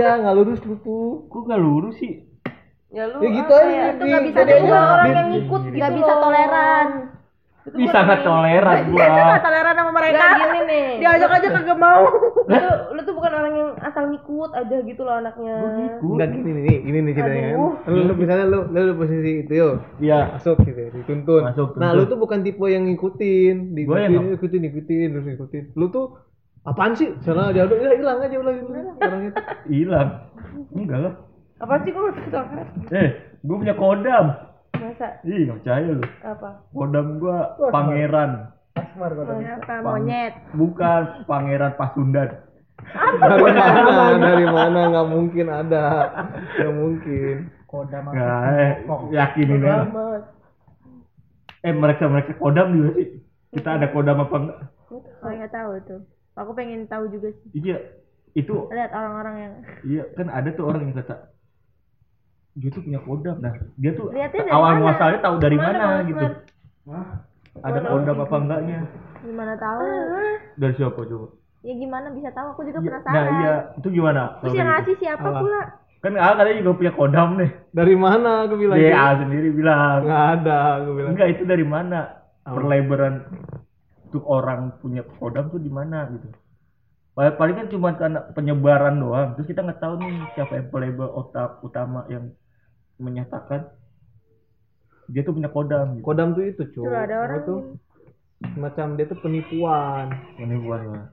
Speaker 1: iya nggak lurus lu tuh
Speaker 3: Gue gak lurus sih
Speaker 2: ya lu
Speaker 1: ya gitu aja
Speaker 6: Itu nggak bisa
Speaker 1: bedanya.
Speaker 6: nerima orang yang ikut. Nggak bisa toleran.
Speaker 3: Ih sangat toleran gue
Speaker 6: Nggak toleran sama mereka.
Speaker 2: Nggak, gini nih
Speaker 6: Diajak aja kagak mau.
Speaker 2: lu, tuh, lu tuh bukan orang yang asal ngikut aja gitu loh anaknya
Speaker 1: Enggak gini nih, gini nih ceritanya kan. Lu, lu misalnya lu, lu di posisi itu yo,
Speaker 3: Iya
Speaker 1: masuk gitu, ya, dituntun.
Speaker 3: Masuk,
Speaker 1: Nah, lu tuh bukan tipe yang ngikutin,
Speaker 3: Gua yang
Speaker 1: diikutin, ngikutin, ngikutin, terus ngikutin. Lu tuh apaan sih? Sana jauh udah hilang aja udah hilang orang itu.
Speaker 3: hilang Enggak lah
Speaker 2: apa sih gue masuk kan
Speaker 3: Eh gue punya kodam
Speaker 2: masa
Speaker 3: Ih gak percaya lu
Speaker 2: apa
Speaker 3: Kodam gue pangeran
Speaker 9: Asmar kata.
Speaker 6: Apa monyet?
Speaker 3: Bukan pangeran Pasundan
Speaker 1: dari mana dari mana nggak mungkin ada nggak mungkin
Speaker 10: kodam apa?
Speaker 3: Nggak, eh, yakinin ini Eh mereka-mereka kodam juga sih. Kita ada kodam apa enggak?
Speaker 6: Oh nggak tahu tuh. Aku pengen tahu juga sih.
Speaker 3: Iya, itu
Speaker 6: Lihat orang-orang yang
Speaker 3: iya kan ada tuh orang yang kata dia tuh punya kodam. Nah, dia tuh
Speaker 6: Lihatnya dari
Speaker 3: awal
Speaker 6: mana?
Speaker 3: muasalnya tahu dari
Speaker 6: Mana,
Speaker 3: mana,
Speaker 6: Mas
Speaker 3: gitu.
Speaker 6: Mar?
Speaker 3: Ada kodam apa
Speaker 6: gitu?
Speaker 3: enggaknya?
Speaker 6: gimana tahu?
Speaker 3: Dari siapa coba?
Speaker 6: Ya gimana bisa tahu? Aku juga
Speaker 3: Iya,
Speaker 6: penasaran.
Speaker 3: Nah, iya, itu gimana?
Speaker 6: Terus
Speaker 3: Kalau
Speaker 6: yang
Speaker 3: kayak gitu?
Speaker 6: ngasih siapa pula?
Speaker 3: Kan Al katanya juga punya kodam nih.
Speaker 1: dari mana aku
Speaker 6: Iya.
Speaker 4: Iya,
Speaker 1: bilang
Speaker 4: gitu?
Speaker 3: Dia
Speaker 4: ah.
Speaker 3: Al sendiri bilang.
Speaker 1: nggak ada aku bilang
Speaker 3: Enggak itu dari mana? Perlebaran tuh orang punya kodam tuh di mana gitu. Paling, paling kan cuma karena penyebaran doang. Terus kita nggak tahu nih siapa yang pelebar otak utama yang menyatakan dia tuh punya kodam gitu.
Speaker 1: kodam tuh itu cuy
Speaker 6: Tuh ada
Speaker 1: Apa
Speaker 6: orang
Speaker 1: tuh macam dia tuh penipuan
Speaker 3: Ini bukan lah.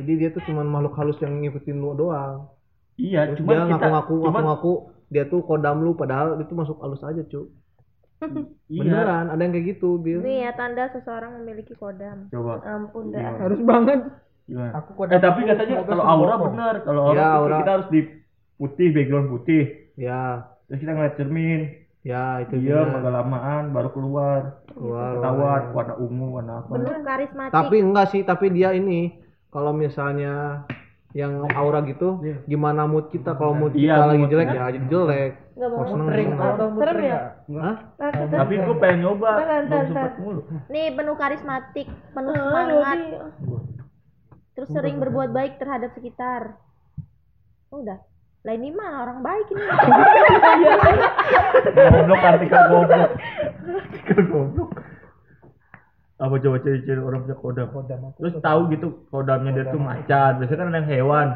Speaker 1: jadi dia tuh cuman makhluk halus yang ngikutin lu doang
Speaker 3: Iya,
Speaker 1: Terus
Speaker 3: cuma
Speaker 1: dia
Speaker 3: kita
Speaker 1: ngaku-ngaku
Speaker 3: cuman-
Speaker 1: ngaku-ngaku dia tuh kodam lu padahal itu masuk halus aja cuy
Speaker 3: Iya.
Speaker 1: beneran ada yang kayak gitu bil
Speaker 6: Ini ya tanda seseorang memiliki kodam.
Speaker 3: Coba.
Speaker 1: Iya.
Speaker 6: Ampun dah.
Speaker 10: Harus banget.
Speaker 3: Gimana?
Speaker 10: Aku
Speaker 3: Eh
Speaker 10: kodam.
Speaker 3: tapi katanya
Speaker 10: semoga
Speaker 3: kalau
Speaker 10: sembuh
Speaker 3: aura
Speaker 10: kok.
Speaker 3: benar, kalau aura,
Speaker 1: Iya,
Speaker 3: itu
Speaker 1: aura.
Speaker 3: kita harus di putih background putih.
Speaker 1: ya
Speaker 3: Terus kita ngeliat cermin,
Speaker 1: ya itu
Speaker 3: dia
Speaker 1: bener.
Speaker 3: agak lamaan Iya, baru keluar. iya.
Speaker 1: Keluar,
Speaker 3: Ketahuan warna ungu, warna apa.
Speaker 6: Belum karismatik.
Speaker 1: tapi enggak sih tapi dia ini kalau misalnya yang aura gitu gimana mood kita kalau mood
Speaker 3: Iya,
Speaker 1: kita lagi
Speaker 3: mood.
Speaker 1: jelek ya jadi jelek
Speaker 6: Nggak mau
Speaker 1: mau seneng
Speaker 10: Sering
Speaker 1: seneng
Speaker 10: atau
Speaker 8: Serem ya?
Speaker 1: Hah?
Speaker 3: Tapi gue pengen nyoba,
Speaker 8: Ntar, ntar,
Speaker 3: belum sempat mulu.
Speaker 6: Nih penuh karismatik, penuh semangat, terus sering berbuat baik terhadap sekitar. Udah. Lah ini mah orang baik ini.
Speaker 3: Goblok artikel goblok. Artikel goblok. Apa coba ciri-ciri orang punya kodam?
Speaker 10: Kodam aku.
Speaker 3: Terus tahu gitu kodamnya dia tuh macan. Biasanya kan ada yang hewan,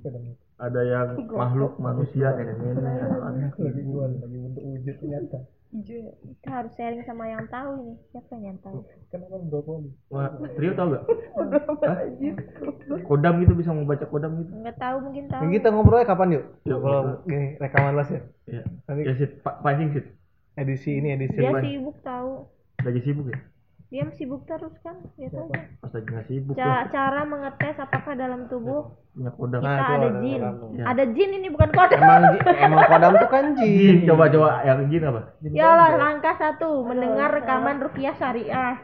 Speaker 10: Kodam aku.
Speaker 3: ada yang makhluk manusia kayak gini.
Speaker 10: Lagi gua lagi untuk wujud ternyata.
Speaker 6: Kita harus sharing sama yang tahu ini. Siapa yang tahu?
Speaker 10: Kenapa brokoli?
Speaker 3: Wah, Trio tau gak? Hah? Kodam gitu bisa membaca kodam gitu.
Speaker 6: Nggak tahu mungkin tahu.
Speaker 1: Yang kita ngobrolnya kapan yuk?
Speaker 3: Yuk,
Speaker 1: kalau gini, rekaman lah sih.
Speaker 3: Iya.
Speaker 1: Tapi-
Speaker 3: Ya sit, pa- pancing sit.
Speaker 1: Edisi ini edisi
Speaker 6: Dia
Speaker 1: apa?
Speaker 6: sibuk tahu.
Speaker 3: Lagi sibuk ya?
Speaker 6: Dia sibuk terus kan biasanya.
Speaker 3: Pas lagi nggak sibuk lah.
Speaker 6: Ca- cara mengetes apakah dalam tubuh
Speaker 3: Punya kan. kodam.
Speaker 6: kita
Speaker 1: Nah, itu
Speaker 6: ada
Speaker 1: ada
Speaker 6: jin.
Speaker 1: orang.
Speaker 3: Iya.
Speaker 6: Ada jin ini bukan kodam.
Speaker 1: Emang ji- emang kodam tuh kan jin.
Speaker 3: Jin, coba coba yang jin apa?
Speaker 6: Ya Allah, langkah satu, mendengar rekaman rukiah syariah.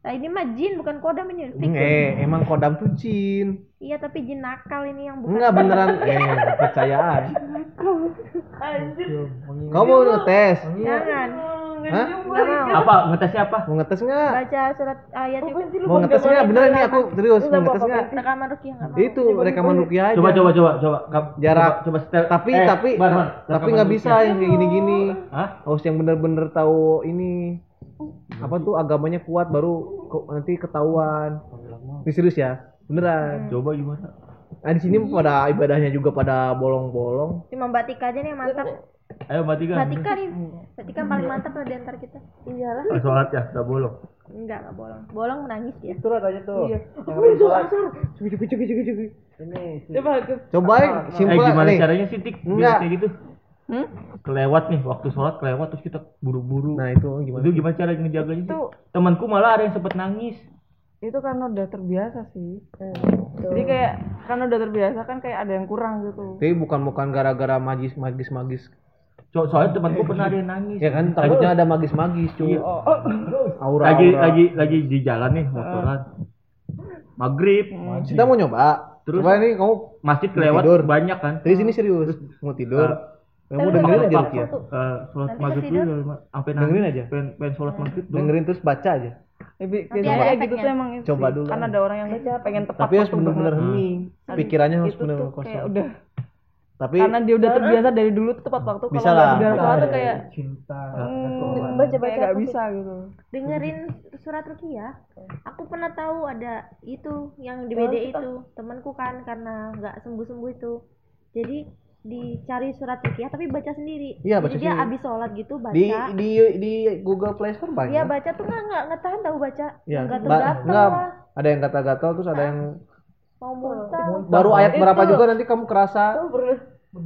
Speaker 6: Nah, ini mah jin bukan kodam ini. Fix.
Speaker 1: Eh, emang kodam tuh jin.
Speaker 6: Iya, tapi jin nakal ini yang bukan.
Speaker 1: Enggak beneran. Eh, percayaan. Kamu mau ngetes?
Speaker 6: Jangan.
Speaker 1: Hah?
Speaker 6: Nggak mau.
Speaker 3: Apa ngetesnya apa?
Speaker 1: Mau ngetes nggak?
Speaker 6: Baca surat ayat itu.
Speaker 1: Mau ngetes nggak? Beneran nih aku serius mau ngetes nggak?
Speaker 6: Rekaman rukiah nggak mau.
Speaker 1: Itu rekaman rukiah aja.
Speaker 3: Coba coba coba coba. Kap-
Speaker 1: Jarak.
Speaker 3: Coba, coba setel-
Speaker 1: Tapi
Speaker 3: Eh,
Speaker 1: tapi
Speaker 3: Bar, Bar,
Speaker 1: tapi
Speaker 3: rekaman
Speaker 1: nggak
Speaker 3: dulu.
Speaker 1: bisa yang kayak gini-gini.
Speaker 3: Hah?
Speaker 1: harus yang bener-bener tahu ini apa tuh agamanya kuat baru ke- nanti ketahuan ini serius ya beneran
Speaker 3: Coba gimana?
Speaker 1: nah di sini pada ibadahnya juga pada bolong-bolong
Speaker 6: Cuma Mbak Tika aja nih yang mantap.
Speaker 3: Ayo Mbak Tiga.
Speaker 6: Mbak Tika nih. Mbak Tika paling mantap lah di antara kita. Iya. Iyalah.
Speaker 3: Ah, Sholat ya, udah bolong.
Speaker 6: Enggak, enggak bolong. Bolong menangis dia.
Speaker 10: Itu aja tuh. Iya.
Speaker 8: Coba Nah, aku.
Speaker 1: coba ya
Speaker 3: Eh
Speaker 1: simpel
Speaker 3: gimana
Speaker 1: nih
Speaker 3: caranya sih Tik? Biar
Speaker 1: Nggak.
Speaker 3: Kayak gitu. Kelewat nih waktu sholat kelewat terus kita buru-buru.
Speaker 1: nah itu gimana
Speaker 3: itu gimana cara ngejaganya? sih?
Speaker 8: Itu-
Speaker 3: Temanku malah ada yang sempet nangis.
Speaker 8: Itu karena udah terbiasa sih.
Speaker 2: Eh,
Speaker 8: Jadi kayak karena udah terbiasa kan kayak ada yang kurang gitu.
Speaker 1: tapi bukan bukan gara-gara magis magis magis
Speaker 3: So- soalnya temanku pernah ada yang nangis.
Speaker 1: ya kan takutnya ada magis magis cuy
Speaker 8: Oh,
Speaker 1: aura
Speaker 3: Iya. lagi
Speaker 1: aura
Speaker 3: lagi lagi di jalan nih motoran.
Speaker 1: Ah.
Speaker 3: Maghrib,
Speaker 1: kita mau nyoba
Speaker 3: Terus?
Speaker 1: coba nih kamu
Speaker 3: masjid kelewat
Speaker 1: Tidur.
Speaker 3: banyak kan.
Speaker 1: dari sini serius mau
Speaker 3: Ah.
Speaker 1: tidur kamu dengerin aja Lucky ya
Speaker 3: Eh, sholat maghrib dulu, Mak. sampai
Speaker 1: Dengerin
Speaker 3: nangis,
Speaker 1: aja.
Speaker 3: Pengen, pengen
Speaker 8: Iya.
Speaker 3: sholat maghrib dulu.
Speaker 1: dengerin terus baca aja Eh,
Speaker 8: Jadi
Speaker 6: Nanti
Speaker 8: jadi
Speaker 6: ada
Speaker 8: kayak gitu
Speaker 6: efeknya.
Speaker 8: tuh emang itu
Speaker 1: Coba
Speaker 8: sih.
Speaker 1: dulu
Speaker 8: Karena
Speaker 1: aja.
Speaker 8: ada orang yang pengen tepat
Speaker 1: tapi harus Iya.
Speaker 8: waktu banget.
Speaker 1: bener-bener hening pikirannya harus
Speaker 8: Nah, Itu tuh
Speaker 1: bener-bener
Speaker 8: kayak
Speaker 1: kosong
Speaker 8: udah
Speaker 1: tapi
Speaker 8: karena dia udah terbiasa dari dulu tuh tepat waktu
Speaker 1: Bisa
Speaker 8: kalau nggak
Speaker 1: lah.
Speaker 8: segala salah tuh kayak
Speaker 10: Cinta.
Speaker 8: hmm,
Speaker 6: Baca-baca
Speaker 8: kayak nggak
Speaker 6: apa
Speaker 8: bisa gitu
Speaker 6: dengerin surat rukiah aku pernah tahu ada itu yang di BD itu temanku kan karena nggak sembuh sembuh itu jadi dicari surat rukiah tapi baca sendiri
Speaker 1: Iya,
Speaker 6: jadi
Speaker 1: baca
Speaker 6: dia
Speaker 1: sendiri.
Speaker 6: abis sholat gitu baca
Speaker 1: di di di Google Play Store banyak.
Speaker 6: dia
Speaker 8: Iya,
Speaker 6: baca tuh nggak nggak nggak tahan tahu baca
Speaker 1: Iya.
Speaker 6: nggak
Speaker 1: Ba-
Speaker 6: tergatal
Speaker 1: nggak,
Speaker 6: lah
Speaker 1: ada yang kata gatal terus ada yang
Speaker 8: Nah,
Speaker 6: mau muntah
Speaker 1: baru ayat berapa juga nanti kamu kerasa.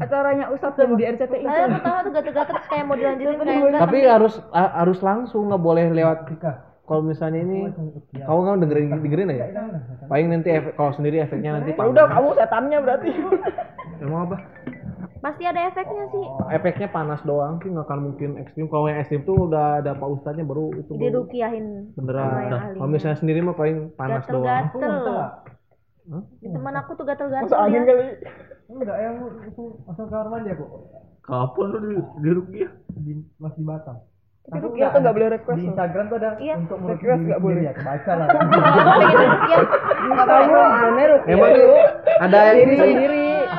Speaker 8: acaranya Ustadz dan di RCTI
Speaker 6: saya pertama tuh gatel gatel kayak mau dilanjutin kayak enggak
Speaker 1: Tapi harus a- harus langsung nggak boleh lewat kalau misalnya ini kamu kamu dengerin dengerin aja paling nanti efek kalau sendiri efeknya nanti
Speaker 8: Ya udah kamu setannya berarti.
Speaker 1: panas. emang apa
Speaker 6: Pasti ada efeknya sih.
Speaker 1: Oh. efeknya panas doang sih nggak akan mungkin ekstrim kalau yang ekstrim tuh udah ada pak ustadznya baru itu baru
Speaker 6: Dirukiahin.
Speaker 8: Iya.
Speaker 6: sama yang
Speaker 1: beneran
Speaker 6: ahlinya.
Speaker 1: kalau misalnya sendiri mah paling panas doang
Speaker 6: Gatel-gatel. Di teman aku tuh gatel-gatel.
Speaker 10: Masuk angin
Speaker 6: dia. Oh,
Speaker 10: kali.
Speaker 3: Enggak, yang itu masuk kamar mandi aku.
Speaker 1: kapan lu di, di rukiah
Speaker 3: Di, masih di Batam.
Speaker 8: Tapi rukiah tuh nggak boleh request
Speaker 3: Di
Speaker 8: loh.
Speaker 3: Instagram tuh ada
Speaker 6: Iya.
Speaker 3: untuk
Speaker 8: Request nggak boleh.
Speaker 3: ya, kebaca lah.
Speaker 6: Kalau aku pengen rukiah, nggak boleh.
Speaker 1: emang lu ada ini
Speaker 8: Iya.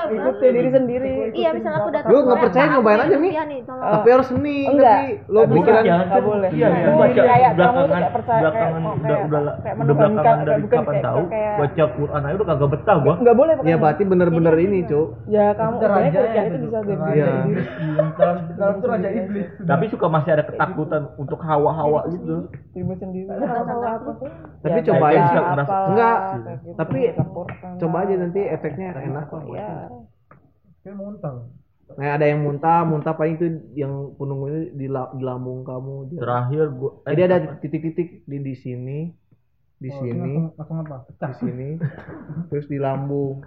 Speaker 8: Sendiri, ikutin diri sendiri.
Speaker 6: Iya, misal aku datang.
Speaker 1: Lu nggak percaya,
Speaker 6: "Pak, aku
Speaker 1: nyobain
Speaker 6: pengen
Speaker 1: aja, Mi."
Speaker 6: rukiah nih, tolong.
Speaker 1: tapi harus seni
Speaker 8: Enggak.
Speaker 1: tapi lu pikiran
Speaker 8: Nggak boleh.
Speaker 3: Iya, iya.
Speaker 8: Jadi
Speaker 3: Baca
Speaker 8: kayak kamu tuh
Speaker 3: belakangan,
Speaker 8: kayak percaya kayak
Speaker 3: belakangan
Speaker 8: kok
Speaker 3: udah
Speaker 8: kayak
Speaker 3: udah
Speaker 8: kayak
Speaker 3: udah
Speaker 8: menemukan
Speaker 3: belakangan
Speaker 8: kayak
Speaker 3: dari
Speaker 8: bukan
Speaker 3: kapan
Speaker 8: kayak-
Speaker 3: tahu
Speaker 8: kayak-
Speaker 3: baca Quran aja udah kagak betah gua.
Speaker 8: Nggak boleh
Speaker 1: ya
Speaker 8: pokoknya.
Speaker 1: berarti bener-bener ini cuk
Speaker 8: Ya kamu kayaknya
Speaker 3: Raja
Speaker 8: kuliah
Speaker 3: ya,
Speaker 8: itu bisa jadi.
Speaker 1: Iya.
Speaker 3: Dalam dalam tuh raja iblis. Tapi suka masih ada ketakutan untuk hawa-hawa gitu.
Speaker 8: Dirimu sendiri.
Speaker 1: tapi
Speaker 8: Ya,
Speaker 1: coba
Speaker 3: kayak
Speaker 1: aja
Speaker 3: bisa ngerasa-
Speaker 1: Enggak,
Speaker 8: kayak gitu,
Speaker 1: tapi
Speaker 8: dilaporkan
Speaker 1: coba
Speaker 8: lah.
Speaker 1: aja nanti efeknya enak kok
Speaker 8: Iya.
Speaker 10: Kayak muntang.
Speaker 1: nah ada yang muntah muntah paling itu yang penunggunya di, la- di lambung kamu di-
Speaker 3: Terakhir gua eh,
Speaker 1: jadi ada titik-titik di di sini
Speaker 8: Oh,
Speaker 1: di sini
Speaker 10: Langsung apa?
Speaker 1: di sini terus di lambung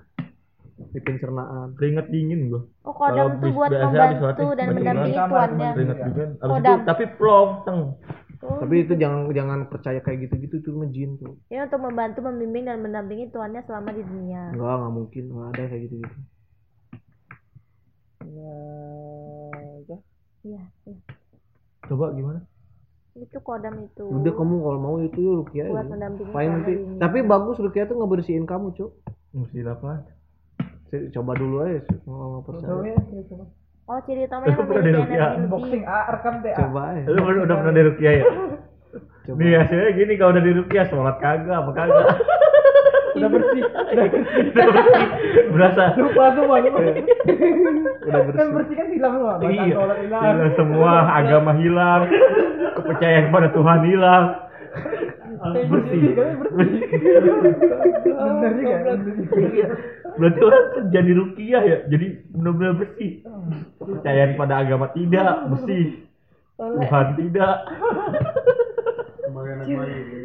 Speaker 1: di pencernaan
Speaker 3: keringet dingin gua.
Speaker 6: Oh,
Speaker 3: Kalau
Speaker 6: kodam tuh
Speaker 3: bis-
Speaker 6: buat
Speaker 3: biasa habis
Speaker 6: membantu
Speaker 3: sholat
Speaker 6: dan
Speaker 3: nih,
Speaker 6: mendampingi
Speaker 3: kamar,
Speaker 6: tuannya.
Speaker 3: Keringet
Speaker 1: Iya.
Speaker 3: dingin.
Speaker 8: Oh,
Speaker 3: Abis itu
Speaker 6: Kodam.
Speaker 3: tapi plong teng.
Speaker 1: tapi itu jangan jangan percaya kayak gitu-gitu cuma jin tuh
Speaker 6: Ini untuk membantu membimbing dan mendampingi tuannya selama di dunia.
Speaker 1: enggak nggak mungkin nggak ada kayak gitu-gitu
Speaker 6: Iya, iya.
Speaker 3: Coba gimana?
Speaker 6: itu kodam itu.
Speaker 1: udah kamu kalau mau itu yuk rukiah
Speaker 6: buat
Speaker 1: aja.
Speaker 6: mendampingi
Speaker 1: paling
Speaker 6: tuannya
Speaker 1: nanti
Speaker 6: di dunia.
Speaker 1: tapi bagus rukiah tuh ngebersihin kamu cuk
Speaker 3: Mesti apa?
Speaker 1: Se- coba dulu aja Cuk. kalau nggak percaya
Speaker 6: Oh, ciri utamanya
Speaker 3: Lu pernah
Speaker 6: memiliki
Speaker 3: di rukiah?
Speaker 6: energi lebih.
Speaker 1: ah,
Speaker 10: A rekam deh.
Speaker 1: coba aja
Speaker 3: Lu baru udah pernah dirukiah ya?
Speaker 1: Coba.
Speaker 3: Nih hasilnya gini kalau udah dirukiah sholat kagak apa kagak. udah bersih, udah bersih, udah bersih. Berasa
Speaker 10: Lupa semua lupa.
Speaker 1: Iya. udah bersih
Speaker 10: bersih kan hilang semua. Batal
Speaker 3: iya.
Speaker 10: sholat hilang.
Speaker 3: Hilang semua agama hilang, kepercayaan pada Tuhan hilang. bersih.
Speaker 10: Bener juga. ya? Iya. bener juga.
Speaker 3: Berarti orang kan jadi rukiah ya, jadi benar-benar bersih. Kepercayaan pada agama tidak, bersih. Tuhan tidak.
Speaker 10: gitu.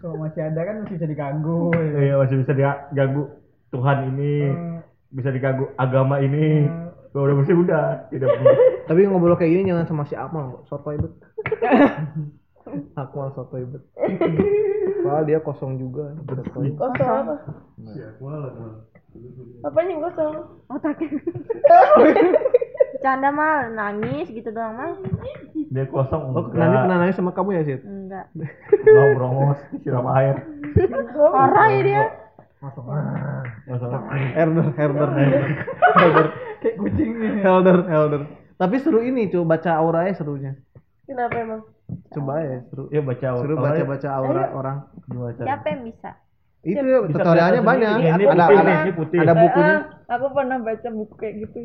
Speaker 10: Kalau masih ada kan masih bisa diganggu. Hmm. ya.
Speaker 3: Iya masih bisa diganggu Tuhan ini, bisa diganggu agama ini. Kalau udah bersih udah, tidak perlu.
Speaker 1: Tapi ngobrol kayak gini jangan sama si Akmal kok. Sotoy bet. Akmal sotoy bet. Padahal dia kosong juga. Sotoy.
Speaker 8: Kosong apa? Apa yang kosong?
Speaker 6: Bercanda mal, nangis gitu doang mal.
Speaker 3: Dia kosong.
Speaker 1: Oh,
Speaker 3: enggak.
Speaker 1: nanti pernah nanya sama kamu ya, Sid?
Speaker 6: Enggak.
Speaker 3: Mau merongos, siram air.
Speaker 6: Parah ya dia.
Speaker 3: Masalah.
Speaker 1: Herder, herder, herder. Herder. Kayak kucing. ya. Herder, herder. Tapi seru ini, coba baca auranya serunya.
Speaker 8: Kenapa emang?
Speaker 1: Coba ya, seru.
Speaker 3: Ya baca
Speaker 1: Seru baca-baca aura orang.
Speaker 3: Gimana
Speaker 8: Iya,
Speaker 3: cara?
Speaker 6: Siapa yang bisa?
Speaker 1: Itu ya, tutorialnya
Speaker 3: baca
Speaker 1: banyak.
Speaker 3: sendiri. Ini
Speaker 1: Ada
Speaker 3: putih
Speaker 1: ada
Speaker 3: nih, ini putih.
Speaker 1: ada bukunya.
Speaker 8: Ah, aku pernah baca buku kayak gitu.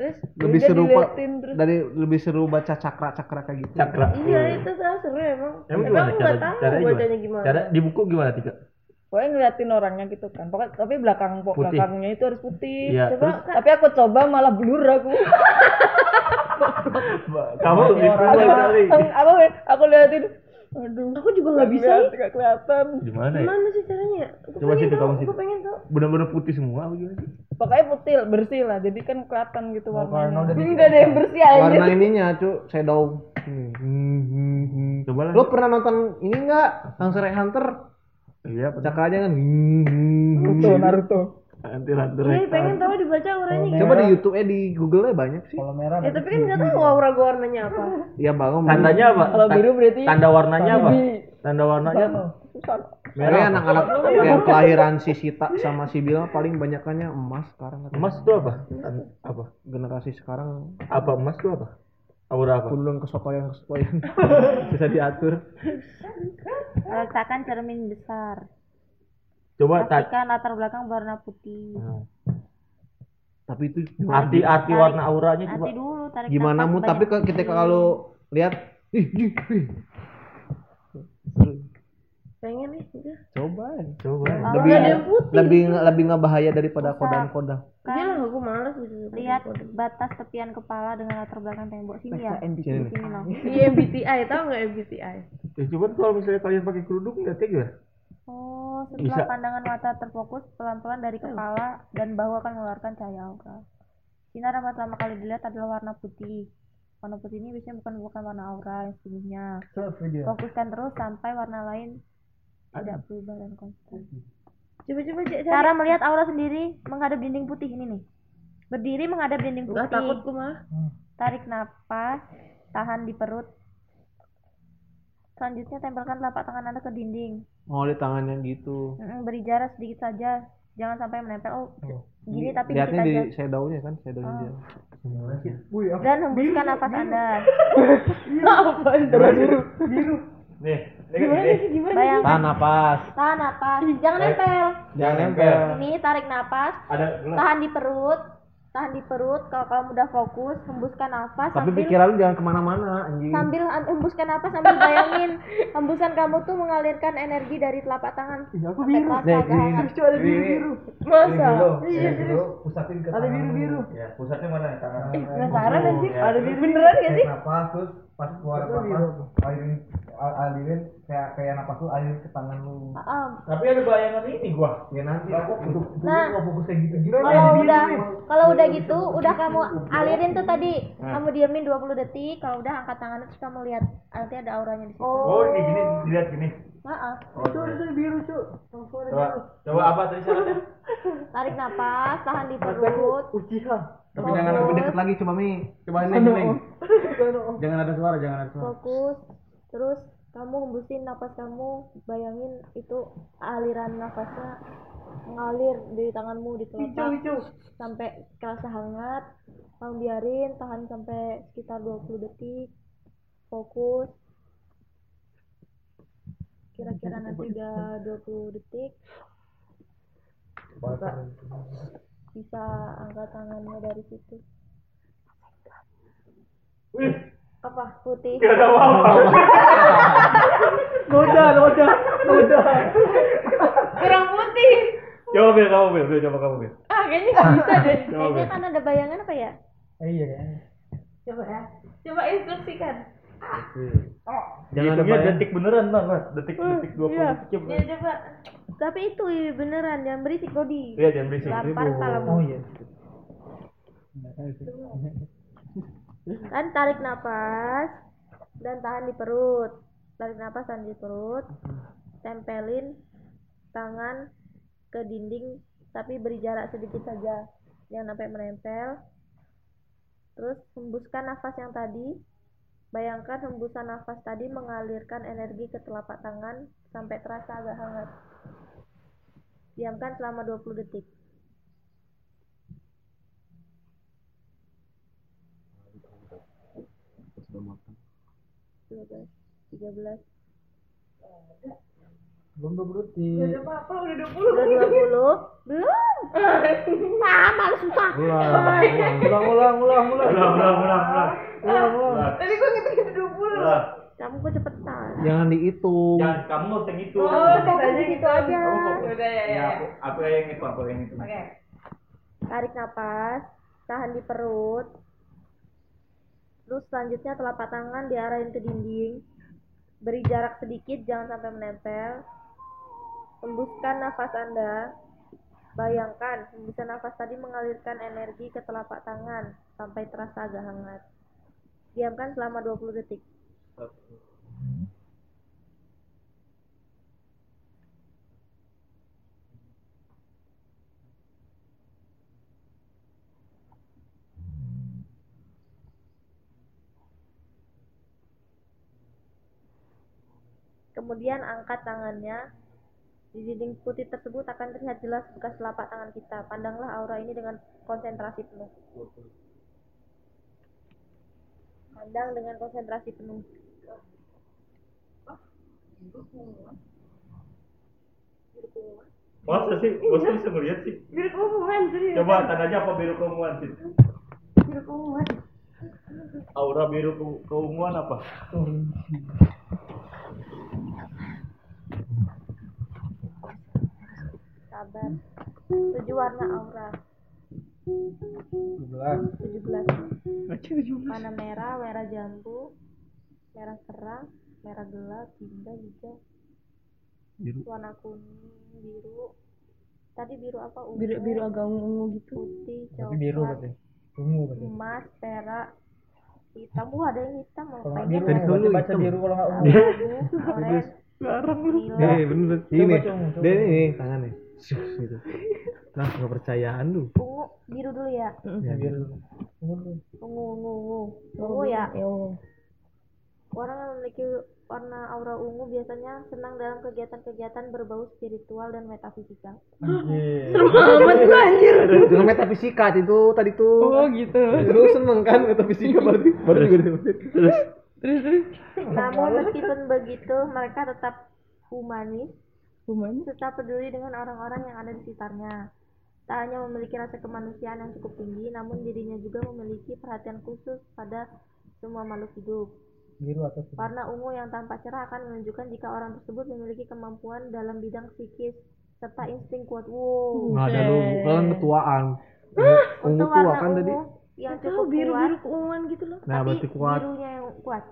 Speaker 8: Terus
Speaker 1: Lebih
Speaker 8: udah
Speaker 1: seru kok
Speaker 8: diliatin, terus
Speaker 1: dari lebih seru baca cakra-cakra kayak gitu.
Speaker 3: Cakra.
Speaker 8: Iya itu tuh seru emang.
Speaker 3: Emang gimana
Speaker 8: aku
Speaker 3: cara?
Speaker 8: nggak tahu
Speaker 3: caranya
Speaker 8: bacanya gimana.
Speaker 3: Cara di buku gimana tiga?
Speaker 8: Pokoknya ngeliatin orangnya gitu kan. Pokoknya tapi belakang pok-
Speaker 3: Putih.
Speaker 8: belakangnya itu harus putih.
Speaker 3: Iya,
Speaker 8: coba
Speaker 3: terus?
Speaker 8: tapi aku coba malah blur aku. Iya,
Speaker 3: Kamu lebih kuat kali.
Speaker 8: aku, aku aku liatin. Aduh. Aku juga nggak bisa. Nggak kelihatan.
Speaker 3: Gimana ya?
Speaker 8: sih caranya? Aku
Speaker 3: Coba
Speaker 8: pengen
Speaker 3: situ,
Speaker 8: tahu,
Speaker 3: kamu situ.
Speaker 8: Aku pengen tuh.
Speaker 3: Bener-bener putih semua apa gimana?
Speaker 8: Pokoknya putih bersih lah. Jadi kan kelihatan gitu warnanya.
Speaker 10: udah
Speaker 8: Enggak ada yang bersih aja.
Speaker 1: Warna ininya, Cuk, shadow. Hmm.
Speaker 3: hmm. Coba lah.
Speaker 1: Lo pernah nonton ini enggak? Hunter x Hunter?
Speaker 3: Iya, pernah.
Speaker 1: Cakra aja kan. Hmm, hmm, hmm.
Speaker 8: Naruto, Naruto.
Speaker 3: Anti rantai.
Speaker 6: Ih, pengen tahu dibaca auranya.
Speaker 1: Coba di YouTube eh di Google nya banyak sih.
Speaker 10: Kalau merah.
Speaker 6: Ya tapi kan nggak tahu aura gua warnanya apa.
Speaker 1: Iya bangun.
Speaker 3: Tandanya apa?
Speaker 8: Kalau
Speaker 3: Ta-
Speaker 8: biru berarti
Speaker 3: Tanda warnanya apa? Tanda warnanya
Speaker 1: Tapi anak-anak yang kelahiran si Sita sama si Bila paling banyakannya emas sekarang. katanya.
Speaker 3: emas itu apa? Tan- Apa?
Speaker 1: generasi sekarang
Speaker 3: Apa emas itu apa? Aura apa?
Speaker 1: kulun kesotoyan kesotoyan bisa diatur.
Speaker 6: Letakkan cermin besar.
Speaker 3: Coba ta-
Speaker 6: Pastikan latar belakang berwarna putih.
Speaker 3: Nah,
Speaker 1: Tapi itu
Speaker 3: arti-arti warna auranya coba.
Speaker 6: Nanti dulu tarik
Speaker 1: Nah, gimana
Speaker 6: nafas
Speaker 1: mu? Tapi
Speaker 6: banyak.
Speaker 1: ke- ketika kalau lihat ih, ih, ih.
Speaker 6: pengen nih udah.
Speaker 1: coba aja.
Speaker 3: Coba.
Speaker 6: Aura
Speaker 1: lebih
Speaker 6: yang putih.
Speaker 1: lebih lebih nggak bahaya daripada kodang-kodang.
Speaker 6: Kan.
Speaker 2: aku males gitu
Speaker 6: lihat batas tepian kepala dengan latar belakang tembok sini ya
Speaker 10: MBTI.
Speaker 6: sini loh
Speaker 2: Iya MBTI, tau nggak MBTI?
Speaker 3: Ya, cuman kalau misalnya kalian pakai kerudung lihatnya gimana?
Speaker 6: oh setelah
Speaker 3: Bisa.
Speaker 6: pandangan mata terfokus pelan-pelan dari kepala dan bahu akan mengeluarkan cahaya aura sinar yang pertama kali dilihat adalah warna putih warna putih ini biasanya bukan bukan warna aura yang sebelumnya
Speaker 10: Terus video.
Speaker 6: fokuskan terus sampai warna lain tidak berubah dan konstan
Speaker 2: Coba-coba cek cari.
Speaker 6: cara melihat aura sendiri menghadap dinding putih ini nih berdiri menghadap dinding putih
Speaker 2: Gak takut gue malah.
Speaker 6: Tarik napas, tahan di perut. Selanjutnya tempelkan telapak tangan Anda ke dinding.
Speaker 1: Oh, di tangannya gitu.
Speaker 6: Mm-mm, Beri jarak sedikit saja, jangan sampai menempel. Oh, gini tapi dikit
Speaker 1: Lihatnya di
Speaker 6: aja. Ah.
Speaker 1: shadow-nya kan, shadow-nya dia.
Speaker 6: Dan hembuskan nafas Anda.
Speaker 11: kan
Speaker 6: Bayangkan,
Speaker 1: Tahan napas.
Speaker 6: tahan napas, jangan nempel.
Speaker 1: Jangan nempel.
Speaker 6: Ini tarik napas,
Speaker 1: Nah.
Speaker 6: tahan di perut, tahan di perut. Kalau kamu udah fokus, hembuskan nafas
Speaker 1: Tapi
Speaker 6: sambil
Speaker 1: pikiran lu jangan kemana-mana, anjing.
Speaker 6: sambil am- hembuskan nafas sambil bayangin hembusan kamu tuh mengalirkan energi dari telapak tangan Ah, sampai telapak
Speaker 1: Nih, ini,
Speaker 6: tangan.
Speaker 1: ini, ini,
Speaker 2: Masa?
Speaker 3: Iya, terus pusatin ke
Speaker 10: Ada biru-biru.
Speaker 3: Ya, pusatnya mana? Tangan.
Speaker 2: Ih,
Speaker 1: Oh,
Speaker 2: penasaran anjing.
Speaker 3: Ya,
Speaker 1: iya.
Speaker 2: Ada biru beneran gak sih?
Speaker 11: napas terus pas keluar napas alirin al- alirin kayak kayak napas lu alirin ke tangan lu
Speaker 6: Ah,
Speaker 3: Tapi ada bayangan ini gua.
Speaker 11: ya nanti
Speaker 3: Lah, kok gitu?
Speaker 6: Nah.
Speaker 11: nah fokusnya gitu gitu
Speaker 6: kalau udah kalau udah gitu udah kamu alirin tuh tadi kamu diamin 20 detik kalau udah angkat tangan terus kamu lihat nanti ada auranya di situ
Speaker 3: Oh, ini gini, dilihat gini.
Speaker 6: Maaf.
Speaker 3: Oh, itu biru, Cuk. Coba, coba apa tadi syaratnya?
Speaker 6: tarik napas tahan di perut
Speaker 1: Tapi jangan lebih dekat lagi, coba Mi. Coba neng, neng. Jangan ada suara, jangan ada suara.
Speaker 6: fokus terus kamu hembusin napas kamu bayangin itu aliran nafasnya mengalir dari tanganmu di telapak sampai kerasa hangat kamu biarin tahan sampai sekitar 20 detik fokus kira-kira nanti udah 20 detik bisa angkat tangannya dari situ apa putih
Speaker 2: Kurang putih.
Speaker 3: Coba Bil, kamu Bil, Bil, coba kamu Bil.
Speaker 2: Ah, kayaknya gak bisa deh.
Speaker 6: kayaknya kan ada bayangan apa ya
Speaker 10: Iya kan.
Speaker 2: Coba ya. Coba instruksikan.
Speaker 1: Jangan ada
Speaker 3: Hitungnya
Speaker 1: bayang.
Speaker 3: detik beneran, Bang. Bang. Detik
Speaker 2: Hmm,
Speaker 3: detik 20 detik.
Speaker 2: Ya coba.
Speaker 6: Iya. tapi itu iya, beneran yang berisik Dodi
Speaker 3: Iya, jangan berisik.
Speaker 6: lempar kepalamu
Speaker 10: Oh iya.
Speaker 6: kan tarik napas dan tahan di perut tarik napas tahan di perut tempelin tangan ke dinding tapi beri jarak sedikit saja jangan sampai menempel terus hembuskan nafas yang tadi bayangkan hembusan nafas tadi mengalirkan energi ke telapak tangan sampai terasa agak hangat diamkan selama 20 detik sudah matang 12 13
Speaker 2: Coba apa udah 20.
Speaker 6: Udah 20 belum ah malu susah
Speaker 3: Ulang, ulang, ulang, ulang.
Speaker 2: Tadi gue ngitung 20.
Speaker 3: Ulang.
Speaker 6: kamu kok cepetan
Speaker 1: Jangan dihitung.
Speaker 3: Jangan kamu nggak usah ngitung.
Speaker 2: Oh,
Speaker 6: fokus di
Speaker 2: tadi
Speaker 6: situ aja
Speaker 2: Udah ya
Speaker 3: Ya,
Speaker 2: ya.
Speaker 3: aku aku yang ngitung, aku yang ngitung.
Speaker 2: Oke.
Speaker 6: tarik napas tahan di perut terus selanjutnya telapak tangan diarahin ke dinding beri jarak sedikit jangan sampai menempel hembuskan nafas anda bayangkan hembusan nafas tadi mengalirkan energi ke telapak tangan sampai terasa agak hangat diamkan selama 20 detik Kemudian angkat tangannya. Di dinding putih tersebut akan terlihat jelas bekas telapak tangan kita. Pandanglah aura ini dengan konsentrasi penuh. Pandang dengan konsentrasi penuh.
Speaker 3: Masa sih? Masa bisa ngeliat sih?
Speaker 2: Iya. Biru keumuman serius.
Speaker 3: Coba tandanya apa biru keunguan sih?
Speaker 2: Biru keumuman.
Speaker 3: Aura biru ke- keunguan apa?
Speaker 6: Sabar. Tujuh warna aura. 17
Speaker 8: Lucu, lucu.
Speaker 6: mana merah merah jambu merah terang merah gelap hingga hijau
Speaker 4: Biru.
Speaker 6: warna kuning biru tadi biru apa ungu
Speaker 2: biru biru agak ungu, ungu gitu
Speaker 6: putih
Speaker 10: Tapi biru
Speaker 6: coklat
Speaker 10: berarti. Ungu berarti.
Speaker 6: emas perak hitam wah ada yang hitam loh
Speaker 10: Kalau nggak
Speaker 6: pengen
Speaker 10: biru, berarti
Speaker 1: Dari dulu
Speaker 10: baca
Speaker 1: hitam.
Speaker 10: biru kalau nggak ungu.
Speaker 6: abu oren nila
Speaker 1: Eh bener
Speaker 10: Coba,
Speaker 1: ini.
Speaker 10: coba, coba.
Speaker 1: Dia ini tangan nih. Sus, gitu. Nah, kepercayaan lu.
Speaker 6: ungu biru dulu ya
Speaker 1: Ya, biar
Speaker 10: Ungu tuh.
Speaker 6: ungu ungu ungu ungu ya Orang yang memiliki warna aura ungu biasanya senang dalam kegiatan-kegiatan berbau spiritual dan metafisika.
Speaker 1: Dengan metafisika itu tadi tuh.
Speaker 8: Oh gitu.
Speaker 1: Lu seneng kan metafisika berarti? Baru gitu. juga disebutin.
Speaker 8: Terus terus.
Speaker 6: Namun meskipun begitu, mereka tetap humanis,
Speaker 2: Lumayan.
Speaker 6: serta peduli dengan orang-orang yang ada di sekitarnya. Tak hanya memiliki rasa kemanusiaan yang cukup tinggi, namun dirinya juga memiliki perhatian khusus pada semua makhluk hidup.
Speaker 10: Biru atau
Speaker 6: Warna ungu yang tampak cerah akan menunjukkan jika orang tersebut memiliki kemampuan dalam bidang psikis serta insting kuat. Wow.
Speaker 1: Nah, ada lu kan ketuaan. Ungu
Speaker 6: Untuk
Speaker 1: tua
Speaker 6: warna
Speaker 1: kan
Speaker 6: ungu
Speaker 1: tadi.
Speaker 6: yang
Speaker 2: tahu
Speaker 6: cukup
Speaker 2: biru
Speaker 6: kuat,
Speaker 2: biru keunguan gitu loh
Speaker 1: Nah,
Speaker 6: tapi
Speaker 1: berarti kuat.
Speaker 6: birunya yang kuat.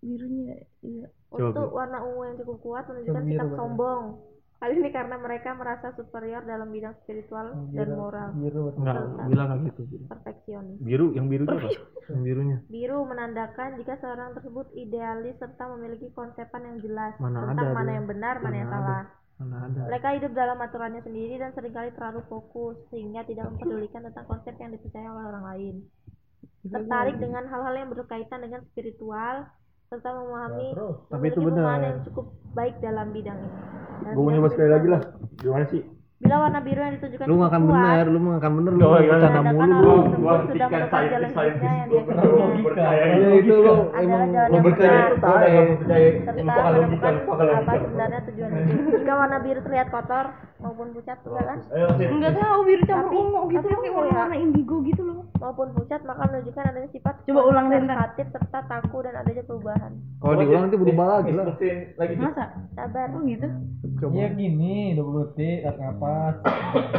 Speaker 2: birunya iya
Speaker 6: Untuk warna ungu yang cukup kuat menunjukkan
Speaker 10: Biru
Speaker 6: sikap
Speaker 10: berarti.
Speaker 6: sombong. Hal ini karena mereka merasa superior dalam bidang spiritual
Speaker 1: Oh,
Speaker 6: dan moral.
Speaker 1: Iya.
Speaker 10: Biru atau
Speaker 1: Enggak, bilang kayak gitu.
Speaker 6: Perfeksionis.
Speaker 3: biru yang biru itu apa
Speaker 1: Yang birunya.
Speaker 6: Biru menandakan jika seorang tersebut idealis serta memiliki konsepan yang jelas
Speaker 1: Mana
Speaker 6: tentang
Speaker 1: ada
Speaker 6: mana
Speaker 1: dia.
Speaker 6: yang benar, mana, yang
Speaker 1: Mana ada.
Speaker 6: salah.
Speaker 1: Mana ada.
Speaker 6: Mereka hidup dalam aturannya sendiri dan seringkali terlalu fokus sehingga tidak mempedulikan tentang konsep yang dipercaya oleh orang lain.
Speaker 3: Iya,
Speaker 6: Tertarik dengan hal-hal yang berkaitan dengan spiritual serta
Speaker 3: Nah,
Speaker 6: memahami
Speaker 1: Tapi
Speaker 6: memiliki
Speaker 1: itu benar.
Speaker 6: pemahaman yang cukup baik dalam bidang ini. Dalam
Speaker 3: gue mau
Speaker 6: bidang
Speaker 3: nyoba sekali lagi
Speaker 6: spiritual.
Speaker 3: lah gimana sih
Speaker 6: Bila warna biru yang ditunjukkan
Speaker 1: Lu nggak akan
Speaker 6: cukup kuat,
Speaker 1: benar, lu nggak akan benar, lu
Speaker 3: Oh, iya.
Speaker 1: bercanda
Speaker 6: menandakan
Speaker 1: mulu.
Speaker 6: orang
Speaker 1: lu.
Speaker 6: tersebut sudah menemukan jalan hidupnya yang dia kehendaki.
Speaker 1: Ya itu
Speaker 10: gitu.
Speaker 1: lu
Speaker 6: Adalah
Speaker 1: emang
Speaker 6: jalan yang
Speaker 1: logikanya
Speaker 6: benar.
Speaker 1: itu tae.
Speaker 6: serta menemukan apa sebenarnya tujuan hidup. Jika warna biru terlihat kotor maupun pucat juga kan,
Speaker 2: nggak tahu biru campur
Speaker 6: Tapi-
Speaker 2: ungu gitu
Speaker 6: tapi
Speaker 2: loh kayak
Speaker 6: ungu ya.
Speaker 2: warna indigo gitu loh
Speaker 6: maupun pucat maka menunjukkan adanya sifat
Speaker 2: Coba ulang, Ren, Ren.
Speaker 6: konservatif serta kaku dan adanya perubahan.
Speaker 1: Kalau diulang nanti berubah lagi
Speaker 3: gitu
Speaker 1: lah.
Speaker 2: masa
Speaker 6: Sabar.
Speaker 2: oh gitu
Speaker 1: Coba.
Speaker 10: Iya gini, 20 detik, tarik napas. Iya.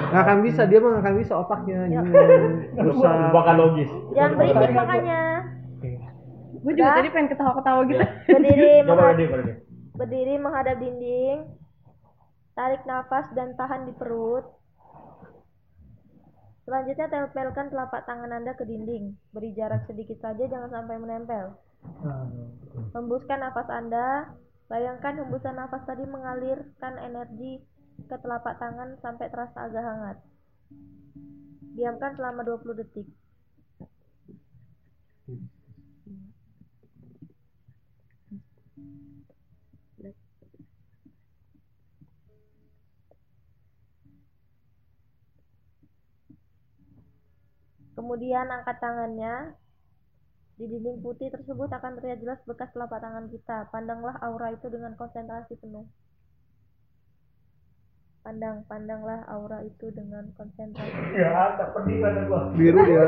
Speaker 1: Nggak akan bisa, dia mah nggak akan bisa otaknya. gitu. Gini, rusak.
Speaker 3: eh, bakal logis
Speaker 6: Jangan berisik makanya.
Speaker 2: gue juga
Speaker 6: Udah.
Speaker 2: tadi pengen ketawa-ketawa gitu
Speaker 1: Iya.
Speaker 6: Berdiri
Speaker 3: coba
Speaker 6: menghadap,
Speaker 3: deh kalau deh
Speaker 6: berdiri menghadap dinding. Tarik nafas dan tahan di perut. Selanjutnya tempelkan telapak tangan Anda ke dinding. Beri jarak sedikit saja jangan sampai menempel. Hembuskan nafas Anda. Bayangkan hembusan nafas tadi mengalirkan energi ke telapak tangan sampai terasa agak hangat. Diamkan selama 20 detik. Kemudian angkat tangannya. Di dinding putih tersebut akan terlihat jelas bekas telapak tangan kita. Pandanglah aura itu dengan konsentrasi penuh. Pandang, pandanglah aura itu dengan konsentrasi.
Speaker 1: Biru dia.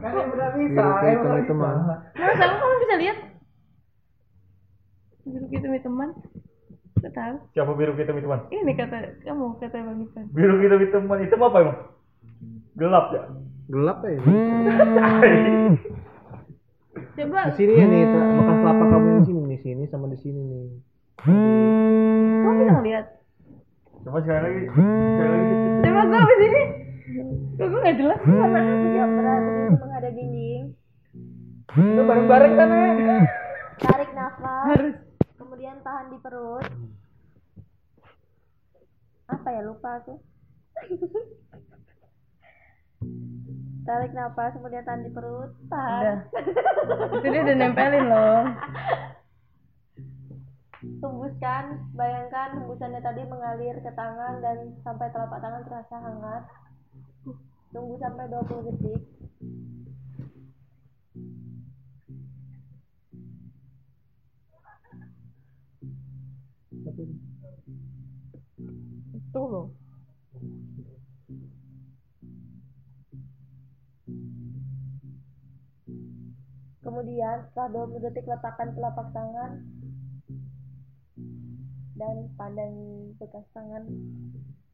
Speaker 10: Kan yang benar bisa,
Speaker 1: Biru kayak
Speaker 10: yang
Speaker 1: hitam
Speaker 10: benar
Speaker 1: teman.
Speaker 10: bisa.
Speaker 2: masa aku kamu bisa lihat biru gitu nih teman nggak tahu
Speaker 3: siapa biru kita teman
Speaker 2: ini kata kamu kata bang Ipan
Speaker 3: biru kita teman itu apa emang gelap ya
Speaker 1: Gelap ya.
Speaker 2: coba
Speaker 1: Di sini ya nih, te- bekas telapak kamu yang di sini, di sini sama di sini nih.
Speaker 2: kamu bisa ngeliat
Speaker 3: coba sekali lagi sekali lagi
Speaker 2: coba gue abis ini gue gue nggak jelas
Speaker 6: Karena aku siap berat, begitu menghadap dinding.
Speaker 8: Itu bareng-bareng kan. eh.
Speaker 6: Tarik nafas, kemudian tahan di perut. Apa ya lupa aku. Tarik nafas, kemudian tahan di perut. Tahan.
Speaker 2: itu dia udah nempelin loh
Speaker 6: Hembuskan, bayangkan hembusannya tadi mengalir ke tangan dan sampai telapak tangan terasa hangat. Tunggu sampai 20 detik.
Speaker 2: itu loh
Speaker 6: Kemudian setelah 20 detik letakkan telapak tangan dan pandangi bekas tangan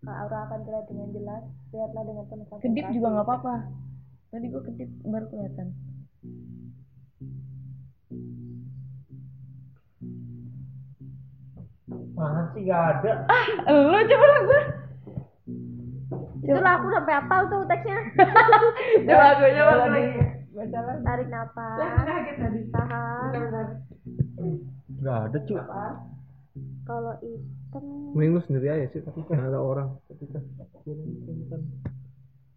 Speaker 6: Kak Aura akan terlihat dengan jelas. Lihatlah dengan penuh konsentrasi.
Speaker 12: kedip juga nggak apa-apa tadi gue kedip baru kelihatan
Speaker 10: Mana sih gak ada?
Speaker 12: lu coba lah gue
Speaker 6: Itulah aku sampai hafal tuh teksnya.
Speaker 8: Coba gue coba gue lagi.
Speaker 6: Tarik napas. Tahan.
Speaker 3: Gak ada cuy.
Speaker 6: Kalau hitam
Speaker 1: Mending lu sendiri aja sih, tapi kan ada orang.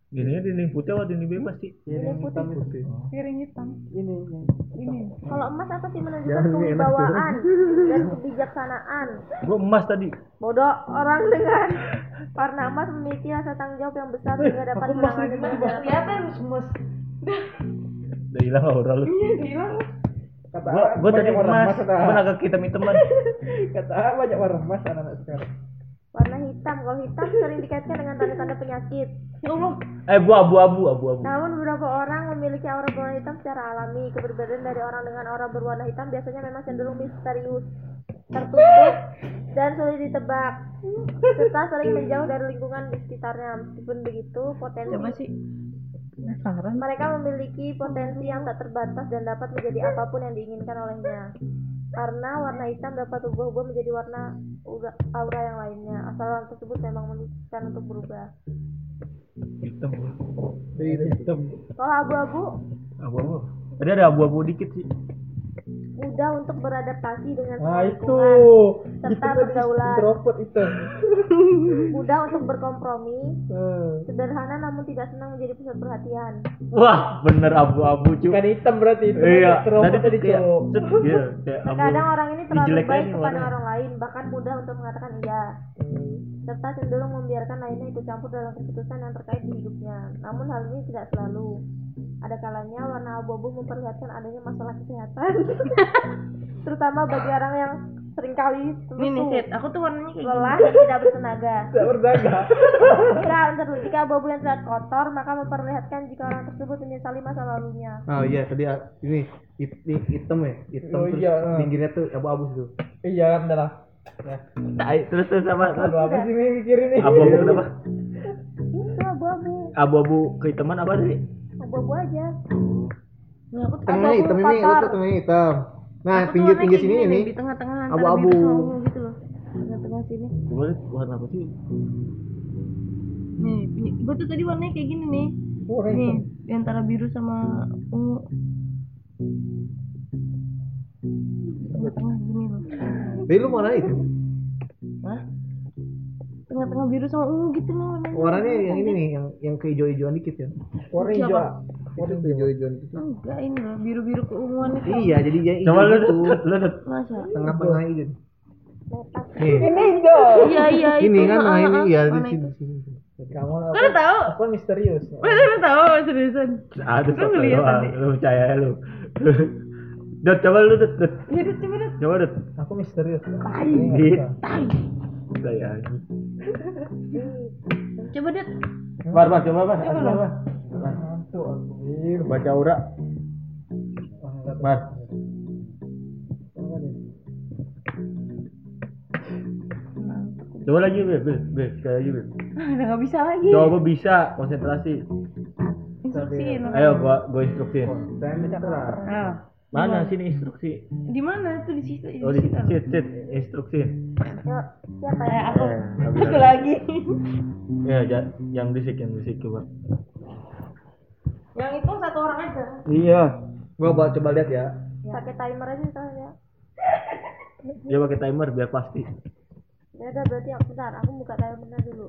Speaker 3: Gini ya dinding putih atau dinding bebas sih?
Speaker 6: ini putih.
Speaker 1: Putih.
Speaker 8: Piring hitam.
Speaker 6: Kalau emas apa sih menunjukkan kewibawaan dan kebijaksanaan.
Speaker 3: Gue emas tadi.
Speaker 6: Bodoh orang dengan warna emas memiliki rasa tanggung jawab yang besar sehingga dapat menangani masalah.
Speaker 3: Udah hilang aura lu. Iya, hilang. Kata gua, gua tadi emas, gua naga hitam hitaman.
Speaker 6: Warna hitam, kalau hitam sering dikaitkan dengan tanda-tanda penyakit.
Speaker 3: eh, gua abu-abu, abu-abu.
Speaker 6: Namun beberapa orang memiliki aura berwarna hitam secara alami. Keberbedaan dari orang dengan aura berwarna hitam biasanya memang cenderung misterius, tertutup, dan sulit ditebak. Serta sering menjauh dari lingkungan di sekitarnya. Meskipun begitu, potensi mereka memiliki potensi yang tak terbatas dan dapat menjadi apapun yang diinginkan olehnya. Karena warna hitam dapat berubah-ubah menjadi warna ura- aura yang lainnya, asal orang tersebut memang memutuskan untuk berubah.
Speaker 3: Hitam.
Speaker 6: Kalau abu-abu,
Speaker 3: Abu-abu. Tadi ada abu-abu dikit sih.
Speaker 6: mudah untuk beradaptasi dengan
Speaker 10: Nah itu,
Speaker 6: lingkungan,
Speaker 10: itu
Speaker 6: serta
Speaker 10: tadi
Speaker 6: bergaulan,
Speaker 10: introvert itu.
Speaker 6: mudah untuk berkompromi,
Speaker 10: Eh.
Speaker 6: sederhana namun tidak senang menjadi pusat perhatian.
Speaker 3: Wah, bener abu-abu cuy.
Speaker 10: Bukan hitam berarti itu.
Speaker 3: Iya,
Speaker 10: introvert
Speaker 3: tadi tuh
Speaker 10: tadi
Speaker 3: kayak,
Speaker 10: cowok.
Speaker 3: set, iya, kayak abu.
Speaker 6: Terkadang orang ini terlalu
Speaker 3: Dijelekin
Speaker 6: baik
Speaker 3: nih
Speaker 6: kepada
Speaker 3: orang.
Speaker 6: orang lain, bahkan mudah untuk mengatakan iya, serta cenderung membiarkan lainnya ikut campur dalam keputusan yang terkait di hidupnya. Namun hal ini tidak selalu. Ada kalanya warna abu-abu memperlihatkan adanya masalah kesehatan, terutama bagi orang yang seringkali
Speaker 12: ini nih
Speaker 6: lesu,
Speaker 12: set aku tuh warnanya kayak
Speaker 6: lelah dan tidak bertenaga.
Speaker 10: Tidak berdaga.
Speaker 6: Nah, ntar dulu. Jika abu-abu yang terlihat kotor, maka memperlihatkan jika orang tersebut menyesali masa lalunya.
Speaker 1: Oh iya, tadi ah, ini hit- ini hitam ya, hitam
Speaker 10: Oh,
Speaker 1: terus
Speaker 10: iya, ah.
Speaker 1: pinggirnya tuh abu-abu itu.
Speaker 10: Iya kan udah lah.
Speaker 3: Tai, terus terus sama
Speaker 10: Aduh apa sih ini mikirin nih?
Speaker 3: abu-abu kenapa?
Speaker 6: Itu abu-abu,
Speaker 3: Abu-abu kehitaman apa sih?
Speaker 6: abu-abu aja.
Speaker 1: Tengahnya hitam ini, lu tuh tengahnya hitam. Nah, pinggir-pinggir sini ini
Speaker 12: di tengah-tengah antara
Speaker 1: abu-abu.
Speaker 12: biru sama ungu gitu loh tengah-tengah sini
Speaker 3: Gua liat warna apa sih?
Speaker 12: nih gue tuh tadi warnanya kayak gini nih
Speaker 1: Oh,
Speaker 12: nih di antara biru sama ungu tengah-tengah gini loh
Speaker 1: Jadi lu warna itu.
Speaker 12: tengah-tengah biru sama ungu gitu loh warnanya.
Speaker 1: Warnanya yang ini nih, yang yang keijo-ijoan dikit ya.
Speaker 10: Warna hijau.
Speaker 1: Warna keijo-ijoan dikit.
Speaker 12: enggak ini loh biru-biru keunguan itu
Speaker 1: Iya, jadi dia hijau
Speaker 3: Coba lu
Speaker 1: gitu.
Speaker 3: lu lu-
Speaker 12: masa
Speaker 1: tengah-tengah hijau.
Speaker 10: Ini hijau.
Speaker 12: iya iya itu
Speaker 1: Ini kan,
Speaker 12: ah,
Speaker 1: nah
Speaker 12: ah,
Speaker 1: ini
Speaker 12: ah.
Speaker 1: ya di
Speaker 12: Warna
Speaker 1: sini. sini.
Speaker 10: Kamu lah,
Speaker 12: Lu udah tahu
Speaker 10: aku misterius.
Speaker 12: Masa lu tahu seriusan?
Speaker 3: ada
Speaker 12: Lu ngeliat tadi.
Speaker 3: Ah, lu percaya ya, lu. Dot coba lu dot dot.
Speaker 12: Iya, Dut, coba Dut.
Speaker 3: Coba dot.
Speaker 10: Aku misterius.
Speaker 3: Dit. Saya.
Speaker 12: Coba Dut.
Speaker 3: Bar bar coba bar. Coba bar.
Speaker 10: Tuh aku. Ih,
Speaker 3: Baca aura. Bar. Coba lagi, Beb, Beb, Beb, sekali lagi, Beb.
Speaker 12: Ah, Udah nggak bisa lagi.
Speaker 3: Coba bisa, konsentrasi.
Speaker 12: Instruksiin. lu.
Speaker 3: Ayo, gua, gua instruksi.
Speaker 12: Ah.
Speaker 3: Mana sini instruksi?
Speaker 12: Di mana tuh di situ? Di
Speaker 3: Oh, di
Speaker 12: situ.
Speaker 3: sit, sit, instruksi.
Speaker 6: Yuk, siapa ya?
Speaker 12: Aku
Speaker 3: Eh, nggak bisa.
Speaker 12: aku lagi.
Speaker 3: Ya, ja- yang berisik, yang berisik coba.
Speaker 2: yang itu satu orang aja
Speaker 3: Iya.
Speaker 1: Gua ba- coba lihat ya.
Speaker 6: Pakai timer aja sekarang ya.
Speaker 3: Dia pakai timer biar pasti.
Speaker 6: Ya udah berarti aku bentar, aku buka timernya dulu.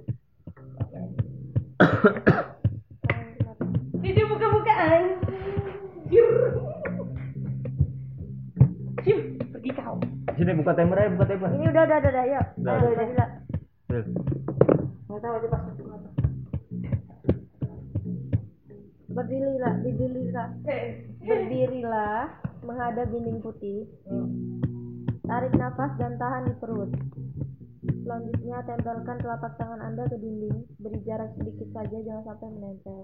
Speaker 12: Ini dia buka-bukaan. Yur. Yur, pergi kau.
Speaker 3: Sini buka timer aja, buka timer.
Speaker 6: Ini udah udah udah, udah yuk.
Speaker 3: Udah.
Speaker 6: Ayo, udah udah.
Speaker 3: Beb.
Speaker 2: nggak tahu aja pas itu apa.
Speaker 6: Berdirilah, berdirilah. Berdirilah menghadap dinding putih. Tarik nafas dan tahan di perut. Selanjutnya tempelkan telapak tangan Anda ke dinding, beri jarak sedikit saja jangan sampai menempel.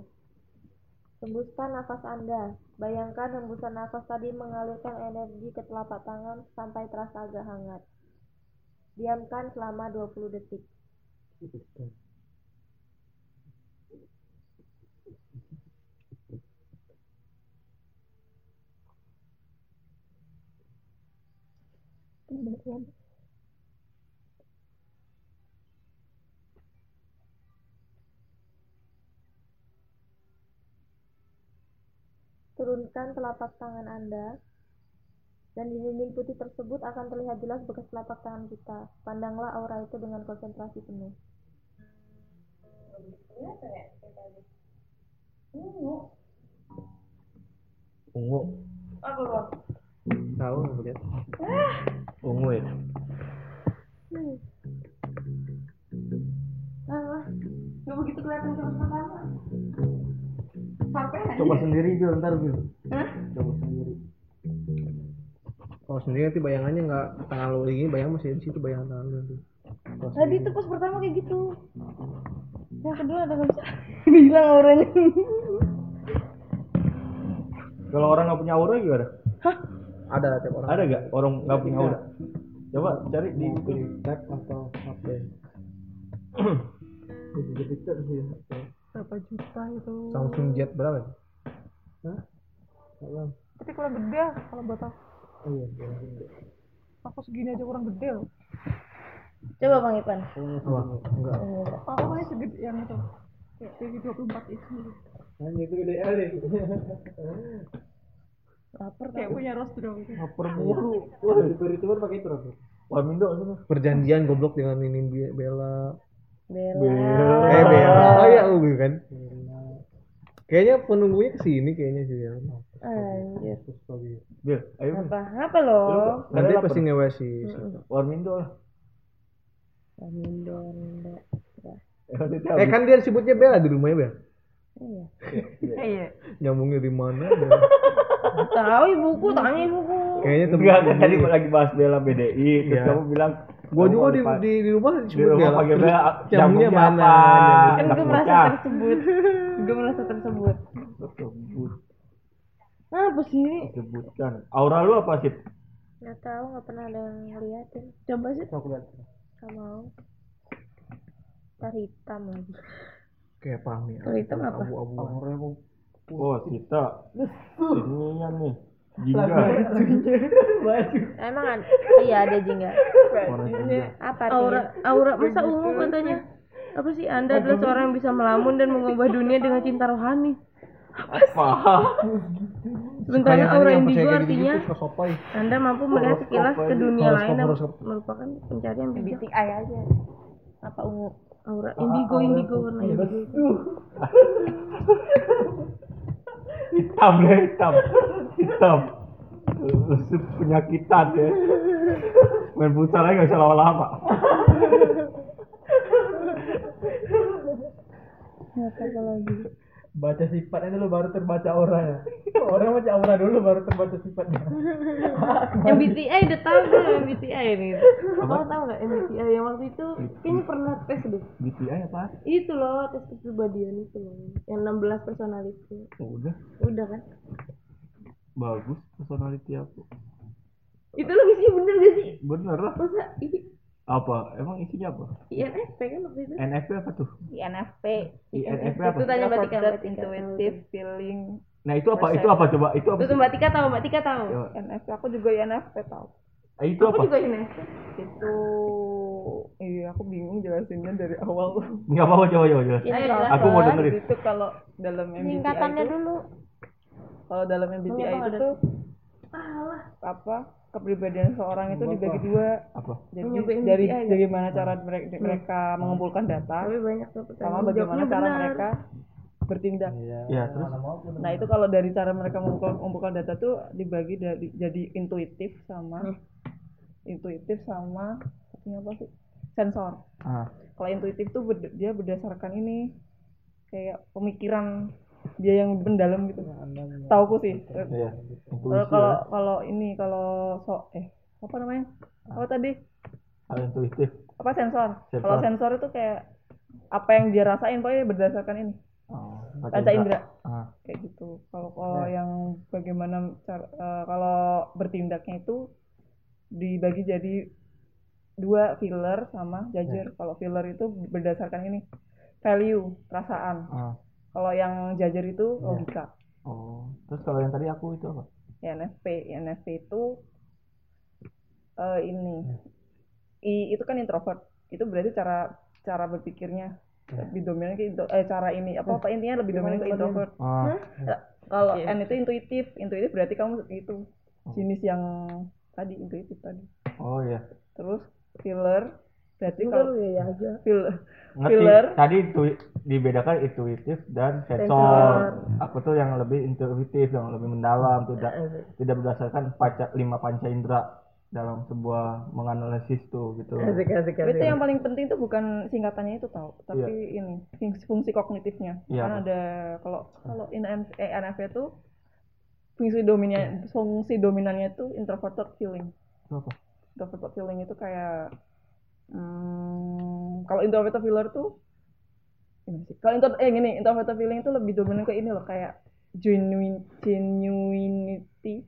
Speaker 6: Hembuskan nafas Anda. Bayangkan hembusan nafas tadi mengalirkan energi ke telapak tangan sampai terasa agak hangat. Diamkan selama 20 detik. ada. Turunkan telapak tangan Anda dan di dinding putih tersebut akan terlihat jelas bekas telapak tangan kita. Pandanglah aura itu dengan konsentrasi penuh.
Speaker 13: Ungu.
Speaker 2: Apa bang?
Speaker 13: Tahu nggak lihat?
Speaker 3: Oh,
Speaker 13: Ungu ya.
Speaker 6: Hmm.
Speaker 2: Ah, nggak begitu kelihatan sama pertama. Sampai
Speaker 3: Coba sendiri Bil, ntar Bil.
Speaker 2: Hah?
Speaker 3: Coba sendiri.
Speaker 1: Kalau sendiri nanti bayangannya nggak tangan lo ini, bayang masih di situ bayangan tangan lo nanti. Kalau
Speaker 2: Tadi itu pas pertama kayak gitu. Yang kedua ada nggak bisa. Udah hilang auranya.
Speaker 3: Kalau orang nggak punya aura gimana?
Speaker 1: Ada tiap orang.
Speaker 3: Ada nggak orang nggak punya aura? Coba cari di
Speaker 1: Tap atau HP.
Speaker 2: Berapa juta itu?
Speaker 1: Samsung Jet berapa? ya? Hah? Berapa?
Speaker 8: Tapi kurang gede kalau buat aku.
Speaker 1: Oh iya, berapa gede?
Speaker 8: Aku segini aja kurang gede loh.
Speaker 6: Coba Bang Ipan.
Speaker 1: Wah, enggak.
Speaker 8: Aku kan segede yang itu. Kayak tinggi 24 inci.
Speaker 1: Hanya itu gede L deh.
Speaker 6: Lapar
Speaker 8: Kayak punya rostro gitu.
Speaker 3: Lapar mulu.
Speaker 1: Wah, di perhitungan pakai itu apa?
Speaker 3: Wamindo semua.
Speaker 1: Perjanjian goblok dengan ini Be- Bella.
Speaker 6: Bella.
Speaker 1: Eh Bella. Oh iya, oh, bukan. Kayaknya penunggunya kesini kayaknya sih ya.
Speaker 6: Anjir.
Speaker 3: Bil, ayo Bil.
Speaker 6: Apa? Apa loh?
Speaker 1: Nanti
Speaker 3: Karena
Speaker 1: pasti ngewe sih.
Speaker 3: Wamindo lah.
Speaker 6: Mindo, mindo. Ya.
Speaker 1: Eh kan dia sebutnya Bella di rumahnya Bella.
Speaker 6: Iya.
Speaker 8: Iya.
Speaker 1: Nyambungnya di mana? Bel?
Speaker 6: Tahu ibuku, tanya ibuku.
Speaker 1: Kayaknya temen
Speaker 3: Enggak, kan tadi lagi bahas Bella BDI, terus
Speaker 1: Iya.
Speaker 3: kamu bilang
Speaker 1: Gua juga di,
Speaker 3: kamu
Speaker 1: di, di rumah
Speaker 3: di
Speaker 1: disebut
Speaker 3: rumah
Speaker 1: Bella.
Speaker 3: pakai
Speaker 1: Terus
Speaker 3: Bella,
Speaker 1: nyambungnya mana?
Speaker 3: apa?
Speaker 6: Kan gue
Speaker 3: Nyambung
Speaker 6: merasa
Speaker 3: cak.
Speaker 6: tersebut. Gue merasa tersebut.
Speaker 3: Tersebut,
Speaker 6: Apa sih ini?
Speaker 3: Disebutkan. Aura lu apa sih?
Speaker 6: Nggak tahu, nggak pernah ada yang ngeliatin. Coba sih.
Speaker 3: Aku lihat.
Speaker 6: Nggak mau. Tar hitam lagi.
Speaker 1: Kayak pahmi.
Speaker 6: Tar hitam apa?
Speaker 1: Abu-abu.
Speaker 3: Aura lu. Oh, kita. Ininya nih. Jingga.
Speaker 6: Emang ada? Iya ada jingga.
Speaker 3: Orang jingga.
Speaker 6: Apa
Speaker 2: Aura,
Speaker 6: artinya?
Speaker 2: aura masa ungu katanya? Apa sih? Anda adalah seorang yang bisa melamun dan mengubah dunia dengan cinta rohani.
Speaker 3: Paham.
Speaker 2: Sebenarnya aura indigo artinya
Speaker 1: gitu, Suka sotoy.
Speaker 2: Anda mampu melihat sekilas ke dunia lain yang merupakan pencarian bijak.
Speaker 6: BTI aja. Apa ungu?
Speaker 1: Ah,
Speaker 2: Aura indigo, indigo warna
Speaker 1: Iya,
Speaker 2: indigo.
Speaker 3: Hitam deh, hitam. Hitam. Lesu penyakitan ya. Main futsal aja nggak bisa lama-lama.
Speaker 2: gitu.
Speaker 14: Baca sifatnya dulu baru terbaca aura ya. Orang baca aura dulu baru terbaca sifatnya.
Speaker 2: MBTI udah tahu belum MBTI ini? Kamu tahu nggak MBTI yang waktu itu kayaknya pernah tes deh.
Speaker 3: BTI apa?
Speaker 2: Itu loh tes kepribadian itu loh, yang 16 personality.
Speaker 3: Oh, Udah,
Speaker 2: Udah kan?
Speaker 3: bagus personality aku.
Speaker 2: Itu lo isinya bener gak sih?
Speaker 3: Bener lah.
Speaker 2: Masa ini
Speaker 3: Apa? Emang isinya apa?
Speaker 2: INFP kan waktu itu?
Speaker 3: NFP apa tuh?
Speaker 8: INFP.
Speaker 3: INFP
Speaker 6: Itu
Speaker 3: apa?
Speaker 6: tanya Mbak Tika. Mbak
Speaker 8: Introverted
Speaker 6: Tika tahu.
Speaker 8: intuitive feeling.
Speaker 3: Nah itu apa? Itu apa coba? Itu apa?
Speaker 2: Itu Mbak Tika tahu, Mbak Tika tahu.
Speaker 3: Coba.
Speaker 8: INFP aku juga INFP tau.
Speaker 3: Eh, Itu apa?
Speaker 2: Aku juga INFP.
Speaker 8: Itu iya aku bingung jelasinnya dari awal.
Speaker 3: Nggak apa-apa coba coba coba.
Speaker 8: Iya,
Speaker 2: Iya,
Speaker 6: Introvert.
Speaker 3: Aku mau dengerin.
Speaker 8: itu kalau dalam MBTI
Speaker 6: Singkatannya
Speaker 8: itu,
Speaker 6: dulu.
Speaker 8: kalau dalam MBTI itu tuh apa kepribadian seorang itu dibagi dua
Speaker 3: Apa?
Speaker 8: jadi dari bagaimana cara mereka, mereka mengumpulkan
Speaker 2: ya?
Speaker 8: data
Speaker 2: Tapi banyak tuh
Speaker 8: sama
Speaker 2: pertanyaan.
Speaker 8: bagaimana
Speaker 2: Jawabnya
Speaker 8: cara
Speaker 2: benar.
Speaker 8: mereka bertindak
Speaker 1: Iya.
Speaker 3: Ya terus.
Speaker 8: nah itu kalau dari cara mereka mengumpul- mengumpulkan data tuh dibagi dari jadi intuitif sama
Speaker 2: Hmm.
Speaker 8: intuitif sama satunya apa sih sensor
Speaker 3: Ah.
Speaker 8: kalau intuitif tuh berde- dia berdasarkan ini kayak pemikiran dia yang mendalam gitu tauku sih Eh,
Speaker 3: Iya.
Speaker 1: Eh,
Speaker 8: kalau
Speaker 1: ya.
Speaker 3: Intuisi.
Speaker 8: kalau kalau ini kalau so eh apa namanya apa tadi
Speaker 3: Hal intuitif.
Speaker 8: apa sensor
Speaker 3: Sensor.
Speaker 8: kalau sensor itu kayak apa yang dia rasain pokoknya berdasarkan ini
Speaker 3: Oh,
Speaker 8: kaca indera
Speaker 3: Ah.
Speaker 8: kayak gitu kalau kalau yang bagaimana cara- eh, kalau bertindaknya itu dibagi jadi dua filler sama jajar kalau filler itu berdasarkan ini value perasaan
Speaker 3: Ah.
Speaker 8: kalau yang jajar itu logika
Speaker 3: Oh. Terus kalau yang tadi aku itu apa?
Speaker 8: ENFP ENFP itu eh, ini I- itu kan introvert itu berarti cara cara berpikirnya lebih dominan ke intro- eh cara ini apa apa intinya lebih dominan ke introvert
Speaker 4: Ah,
Speaker 8: Eh, kalau N itu intuitif intuitif berarti kamu itu jenis yang tadi intuitif tadi
Speaker 3: oh iya
Speaker 8: terus filler berarti
Speaker 12: Enggak
Speaker 8: kalau
Speaker 12: lu ya ya aja.
Speaker 8: filler
Speaker 3: ngerti
Speaker 8: filler
Speaker 3: tadi itu dibedakan intuitif dan
Speaker 12: Sensor.
Speaker 3: sensor aku tuh yang lebih intuitif yang lebih mendalam tidak
Speaker 8: Eh,
Speaker 3: tidak berdasarkan paca, lima panca indera dalam sebuah menganalisis tuh gitu
Speaker 12: Asik asik asik.
Speaker 8: itu yang paling penting itu bukan singkatannya itu tau tapi ini fungsi, fungsi kognitifnya
Speaker 3: Iya,
Speaker 8: karena
Speaker 3: apa?
Speaker 8: ada kalau kalau INF, eh, INFJ itu fungsi dominan fungsi dominannya itu introverted feeling
Speaker 3: Itu apa
Speaker 8: introverted feeling itu kayak hmm, kalau introverted feeling tuh ini sih. kalau intro eh gini introverted feeling itu lebih dominan ke ini loh kayak genuine genuinity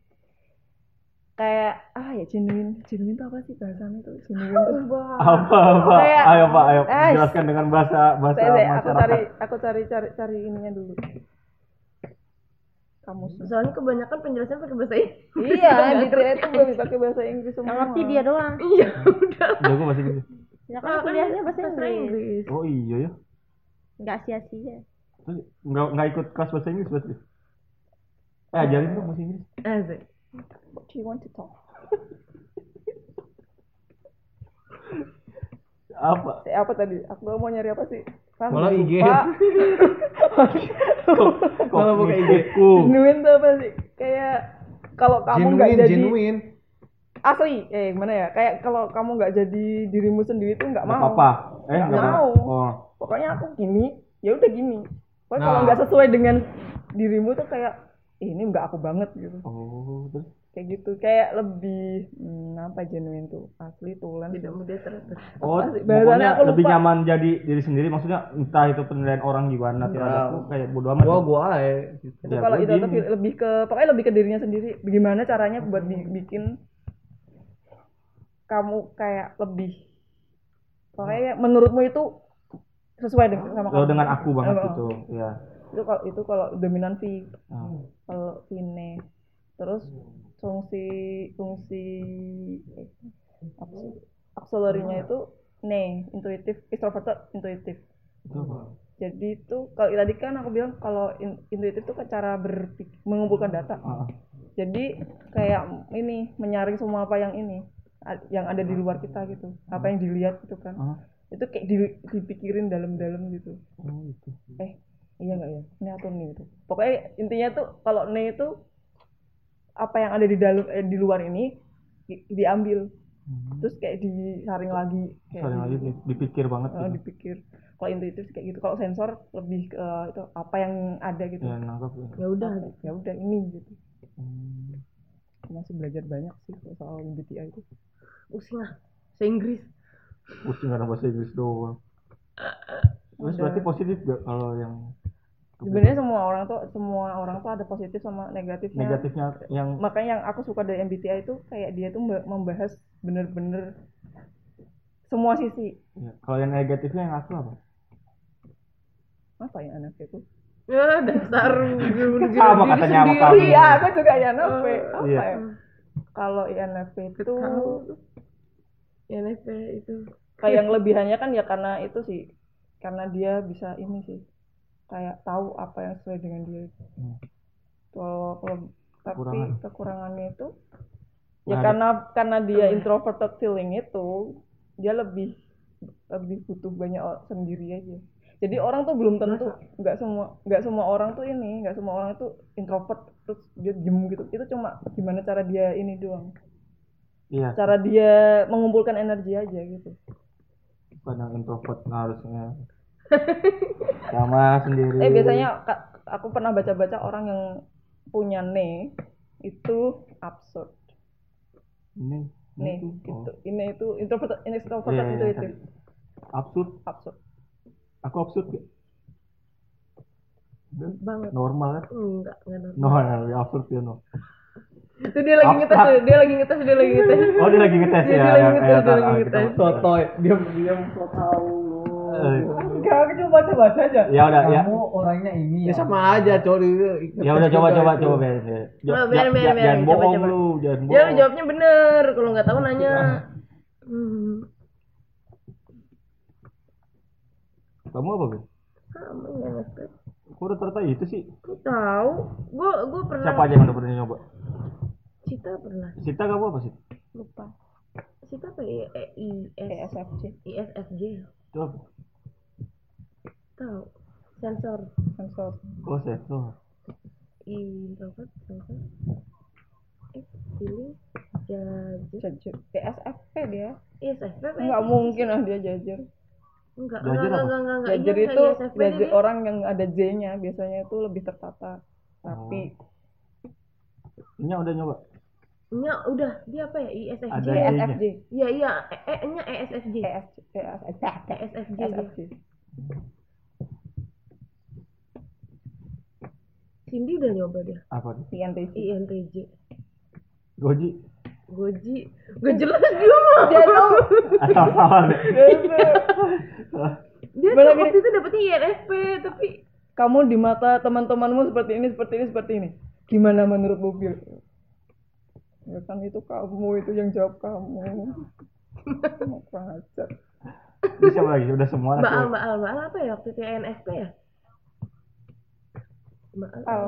Speaker 8: kayak ah ya genuine genuine itu apa sih bahasanya itu genuine tuh
Speaker 3: apa apa
Speaker 8: Ah. Kayak-
Speaker 3: ayo pak ayo
Speaker 8: Eh,
Speaker 3: jelaskan dengan bahasa bahasa
Speaker 8: Saya, saya, aku
Speaker 3: masyarakat
Speaker 8: cari, aku cari, cari, cari ininya dulu. Kamu
Speaker 12: Soalnya kebanyakan penjelasan pakai bahasa Inggris.
Speaker 8: Iya, BTS itu gue bisa pakai bahasa Inggris semua.
Speaker 6: Yang ngerti dia doang.
Speaker 3: Udah, gua masih gitu
Speaker 6: Ya Iya. kan kuliahnya bahasa Inggris.
Speaker 3: oh iya ya
Speaker 6: Enggak sia-sia.
Speaker 3: Terus nggak nggak ikut kelas bahasa Inggris berarti eh ajarin dong bahasa Inggris
Speaker 12: Asik.
Speaker 8: What do you want to talk?
Speaker 3: apa
Speaker 8: Si, Eh, apa tadi? Aku mau nyari apa sih? Kan
Speaker 1: Malah
Speaker 8: lupa.
Speaker 1: IG.
Speaker 3: kalau buka idku
Speaker 8: Genuine tuh apa sih? Kayak kalau kamu nggak
Speaker 1: Genuine,
Speaker 8: jadi
Speaker 1: genuine.
Speaker 8: asli, eh gimana ya? Kayak kalau kamu nggak jadi dirimu sendiri tuh nggak
Speaker 3: nggak
Speaker 8: mau.
Speaker 3: apa eh nggak
Speaker 8: Nggak
Speaker 3: mau
Speaker 8: mau.
Speaker 3: oh
Speaker 8: Pokoknya aku gini, ya udah gini. Pokoknya kalau
Speaker 1: Nah.
Speaker 8: nggak sesuai dengan dirimu tuh kayak "Ih, ini nggak aku banget gitu.
Speaker 3: oh terus
Speaker 8: kayak gitu kayak lebih hmm, apa genuine tuh asli tulen tidak mudah terlepas
Speaker 3: Oh,
Speaker 8: Apa sih? Bahasanya
Speaker 3: pokoknya
Speaker 8: aku
Speaker 3: lebih
Speaker 8: lupa.
Speaker 3: nyaman jadi diri sendiri. Maksudnya entah itu penilaian orang gimana, tidak ada aku kayak bodo amat.
Speaker 1: Gua gua aja.
Speaker 8: itu
Speaker 3: Ya,
Speaker 8: kalau
Speaker 3: gua
Speaker 8: itu
Speaker 3: gini.
Speaker 8: lebih, lebih ke pokoknya lebih ke dirinya sendiri bagaimana caranya buat
Speaker 3: Hmm.
Speaker 8: bi- bikin kamu kayak lebih pokoknya menurutmu itu sesuai dengan sama
Speaker 3: Kalau
Speaker 8: kamu
Speaker 3: Oh, dengan aku banget
Speaker 8: Emang.
Speaker 3: gitu, ya.
Speaker 8: itu kalau itu kalau dominan V
Speaker 3: Ah.
Speaker 8: kalau vine terus fungsi fungsi eh, apa sih
Speaker 3: Hmm.
Speaker 8: auxiliary-nya itu ne intuitif extroverted intuitif
Speaker 3: Itu apa?
Speaker 8: jadi itu kalau tadi kan aku bilang kalau in- intuitif itu ke cara berpik- mengumpulkan data
Speaker 3: Ah.
Speaker 8: jadi kayak ini menyaring semua apa yang ini a- yang ada di luar kita gitu apa yang dilihat gitu kan
Speaker 3: Ah.
Speaker 8: itu kayak di- dipikirin dalam-dalam gitu
Speaker 3: Oh, itu.
Speaker 8: eh iya nggak ya ini atau nih itu pokoknya intinya tuh kalau nih itu apa yang ada di dalam eh, di luar ini di- diambil terus kayak disaring lagi kayak gitu.
Speaker 3: Soalnya
Speaker 8: di-
Speaker 3: Hmm. lagi di- dipikir banget
Speaker 8: eh,
Speaker 3: gitu.
Speaker 8: dipikir kalau intuitif kayak gitu kalau sensor lebih ke eh, itu apa yang ada gitu
Speaker 3: Ya, nangkap. ya.
Speaker 12: Ya udah.
Speaker 8: ya udah ini gitu
Speaker 3: Hmm.
Speaker 8: masih belajar banyak sih soal MBTI itu
Speaker 12: Pusing lah. Bahasa Inggris.
Speaker 3: Pusing karena bahasa Inggris doang. Terus
Speaker 8: Udah.
Speaker 3: berarti positif gak kalau yang
Speaker 8: sebenarnya semua orang tuh semua orang tuh ada positif sama negatifnya
Speaker 3: negatifnya yang
Speaker 8: makanya yang aku suka dari MBTI itu kayak dia tuh mba- membahas bener-bener semua sisi
Speaker 3: ya, kalau yang negatifnya yang aku apa?
Speaker 8: apa ya anak itu
Speaker 12: Ya dasar
Speaker 3: Sama katanya sama kamu.
Speaker 8: iya aku juga INFP apa
Speaker 3: Iya.
Speaker 8: ya kalau INFP itu
Speaker 12: NFP itu.
Speaker 8: kayak yang lebihannya kan ya karena itu sih karena dia bisa ini sih kayak tahu apa yang sesuai dengan dia
Speaker 3: Hmm.
Speaker 8: kalau kalau- tapi
Speaker 3: Kekurangan.
Speaker 8: kekurangannya itu ya
Speaker 3: Nah, ada-
Speaker 8: karena karena dia introverted feeling itu dia lebih lebih butuh banyak o- sendiri aja jadi orang tuh belum tentu nggak semua nggak semua orang tuh ini nggak semua orang itu introvert terus dia diem gitu itu cuma gimana cara dia ini doang
Speaker 3: Iya,
Speaker 8: cara dia mengumpulkan energi aja gitu
Speaker 3: bukan yang introvert nah, harusnya. Sama sendiri.
Speaker 8: Eh biasanya ka- aku pernah baca-baca orang yang punya ne itu absurd.
Speaker 3: ini
Speaker 8: Ne
Speaker 3: itu. Oh.
Speaker 8: itu ini itu introvert ini extrovert
Speaker 3: Iya, iya,
Speaker 8: gitu. itu
Speaker 3: iya,
Speaker 8: itu
Speaker 3: tadi. absurd
Speaker 8: absurd.
Speaker 3: aku absurd gak?
Speaker 12: Banget.
Speaker 3: normal kan
Speaker 12: Enggak, enggak ada.
Speaker 3: no no, no, absurd ya no
Speaker 12: Itu dia lagi ngetes,
Speaker 3: Abstrak.
Speaker 12: dia lagi ngetes, dia lagi ngetes.
Speaker 3: oh dia lagi ngetes ya
Speaker 12: Dia lagi ngetes, dia lagi
Speaker 3: ah,
Speaker 12: ngetes.
Speaker 3: kita-
Speaker 1: Sotoy, diam diam so tau lu.
Speaker 4: Enggak, aku cuma baca-baca aja.
Speaker 3: Eh. Ya udah, ya.
Speaker 4: Kamu orangnya ini
Speaker 1: ya sama aja cowok
Speaker 3: Ya udah coba coba coba biar biar.
Speaker 2: Coba,
Speaker 3: Jangan-
Speaker 2: Oh, biar, biar,
Speaker 3: jangan-
Speaker 2: biar.
Speaker 3: ya, Jangan
Speaker 2: Coba,
Speaker 3: bohong
Speaker 2: coba.
Speaker 3: lu, jangan
Speaker 2: Dia
Speaker 3: bohong.
Speaker 2: jawabnya bener. Kalau nggak tahu nanya.
Speaker 3: Iya.
Speaker 2: Hmm.
Speaker 3: Kamu apa, Bin?
Speaker 2: Kamu nggak ngerti.
Speaker 3: Kok rata-rata itu sih?
Speaker 2: Aku tahu. Gue gue pernah.
Speaker 3: Siapa aja yang udah pernah nyoba?
Speaker 2: Cita pernah.
Speaker 3: Sita kamu apa sih?
Speaker 2: Lupa. Cita apa ya? E I S
Speaker 8: ESFJ.
Speaker 2: ISFJ.
Speaker 3: Itu apa?
Speaker 2: Tahu. Sensor.
Speaker 8: Sensor.
Speaker 3: Oh, sensor.
Speaker 2: Introvert. Sensor. Eh, feeling. Judge.
Speaker 8: Jujur. PSFP dia.
Speaker 2: ISFP. apa
Speaker 8: Enggak
Speaker 2: ISFJ?
Speaker 8: mungkin ah dia jajar.
Speaker 2: Enggak,
Speaker 3: Judge
Speaker 2: enggak, enggak,
Speaker 3: apa?
Speaker 2: enggak, enggak, enggak.
Speaker 8: Jajar
Speaker 2: Iya,
Speaker 8: itu
Speaker 2: kayak ISFP deh
Speaker 8: jajar
Speaker 2: dia.
Speaker 8: orang yang ada J-nya biasanya itu lebih tertata, rapi.
Speaker 3: Ini udah nyoba.
Speaker 2: Nya udah, dia apa ya? ISFJ.
Speaker 3: Oh, Ada
Speaker 2: Iya,
Speaker 3: J-nya.
Speaker 8: ESFJ.
Speaker 2: Iya, iya, E- E- nya ESFJ.
Speaker 8: ESFJ. ESFJ.
Speaker 2: ESFJ. dia.
Speaker 8: ESFJ.
Speaker 2: Cindy udah nyoba dia.
Speaker 3: Apa nih?
Speaker 8: INTJ.
Speaker 2: INTJ.
Speaker 3: Goji.
Speaker 2: Goji. Gak jelas dia mah.
Speaker 3: Asal-asalan. ya?
Speaker 2: Dia tuh
Speaker 8: Bener gini.
Speaker 2: waktu itu dapetnya INFP, tapi
Speaker 8: Kamu di mata teman-temanmu seperti ini, seperti ini, seperti ini. Gimana menurutmu, Bil? Ya kan itu kamu, itu yang jawab kamu. Mau kurang ajar.
Speaker 3: Ini siapa lagi? Udah semua
Speaker 2: Mbak
Speaker 3: anak
Speaker 2: Al,
Speaker 3: cewek.
Speaker 2: Mbak Al, Mbak Al apa ya waktu itu INFP ya? Mbak Al.
Speaker 8: Al.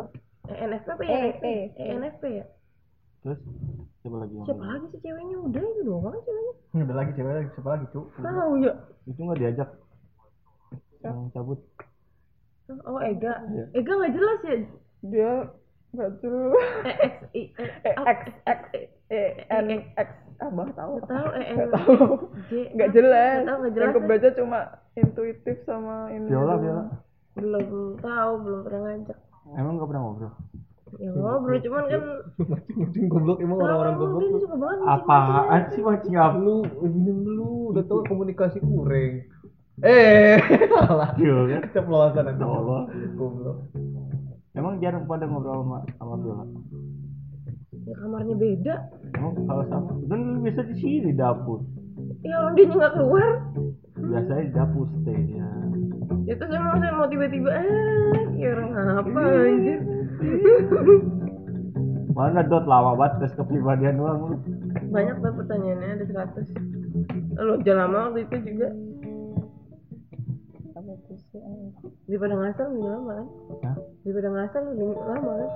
Speaker 2: INFP apa
Speaker 8: E,
Speaker 2: INFP?
Speaker 8: E.
Speaker 2: INFP ya?
Speaker 3: Terus siapa lagi yang
Speaker 2: Siapa lagi sih ceweknya? Udah itu doang ceweknya.
Speaker 15: Ada lagi cewek lagi, siapa lagi, Cuk?
Speaker 2: Tahu ya.
Speaker 3: itu nggak diajak yang cabut
Speaker 2: Oh, Ega.
Speaker 3: Iya.
Speaker 2: Ega nggak jelas ya?
Speaker 8: Dia nggak jelas. Eh,
Speaker 2: E X I E
Speaker 8: X, X,
Speaker 2: E.
Speaker 8: E, N, X. Abah tahu.
Speaker 2: Nggak tahu E N
Speaker 8: Nggak tahu.
Speaker 2: J.
Speaker 8: Nggak jelas.
Speaker 2: Nggak tahu nggak
Speaker 8: Yang
Speaker 2: jelas. ya.
Speaker 8: kebaca cuma intuitif sama ini.
Speaker 3: Viola
Speaker 8: doang.
Speaker 3: Viola
Speaker 2: Belum tahu, belum pernah ngajak.
Speaker 3: emang nggak pernah ngobrol
Speaker 2: Ya ngobrol cuman kan
Speaker 1: Kucing goblok emang orang-orang
Speaker 2: tahu,
Speaker 1: goblok.
Speaker 2: dia suka banget
Speaker 3: apaan sih mancing apa
Speaker 1: Lu eh, minum dulu, udah tau komunikasi kurang. Eh, salah.
Speaker 3: Viola
Speaker 1: Keceplosan aja.
Speaker 3: Allah.
Speaker 1: Goblok.
Speaker 3: emang jarang pada ngobrol sama sama Viola
Speaker 2: Ya kamarnya beda.
Speaker 3: emang kalau sama kan lu biasa di sini di dapur
Speaker 2: Ya orang dia nggak keluar.
Speaker 3: biasanya di dapur stay ya
Speaker 2: Ya terus emang saya mau tiba-tiba eh ya orang apa anjir.
Speaker 3: mana dot lama banget tes kepribadian doang lu
Speaker 2: Banyak tuh pertanyaannya ada 100. Lu udah lama waktu itu juga. Daripada ngasal lebih lama kan?
Speaker 3: Hah?
Speaker 2: Daripada ngasal lebih lama kan?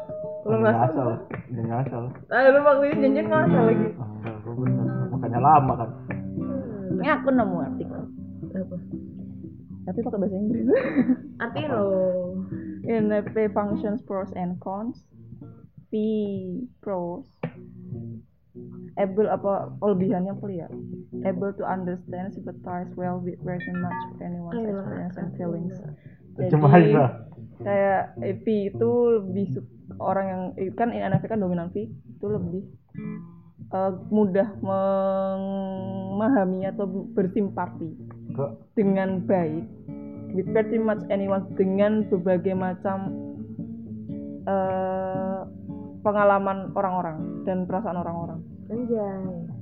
Speaker 2: Kalau
Speaker 3: nggak
Speaker 2: ngasal,
Speaker 3: asal nggak ngasal
Speaker 2: ah lu waktu itu janjian ngasal lagi.
Speaker 3: Ah, enggak gua bener makanya lama kan
Speaker 16: Ini aku nemu artikel.
Speaker 2: Apa?
Speaker 8: Tapi pakai bahasa Inggris.
Speaker 2: Artiin lo.
Speaker 8: NFP functions pros and cons. P pros. Able apa kelebihannya kali ya? Able to understand, sympathize well with very much with anyone's
Speaker 2: Ayolah.
Speaker 8: experience and feelings.
Speaker 3: cuma
Speaker 8: Jadi,
Speaker 3: itu
Speaker 8: kayak eh, P itu lebih su- orang yang eh, kan NFP kan dominan P itu lebih eh, mudah memahami atau bersimpati
Speaker 3: Kok?
Speaker 8: dengan baik with pretty much anyone dengan berbagai macam eh, pengalaman orang-orang dan perasaan orang-orang.
Speaker 2: Anjay.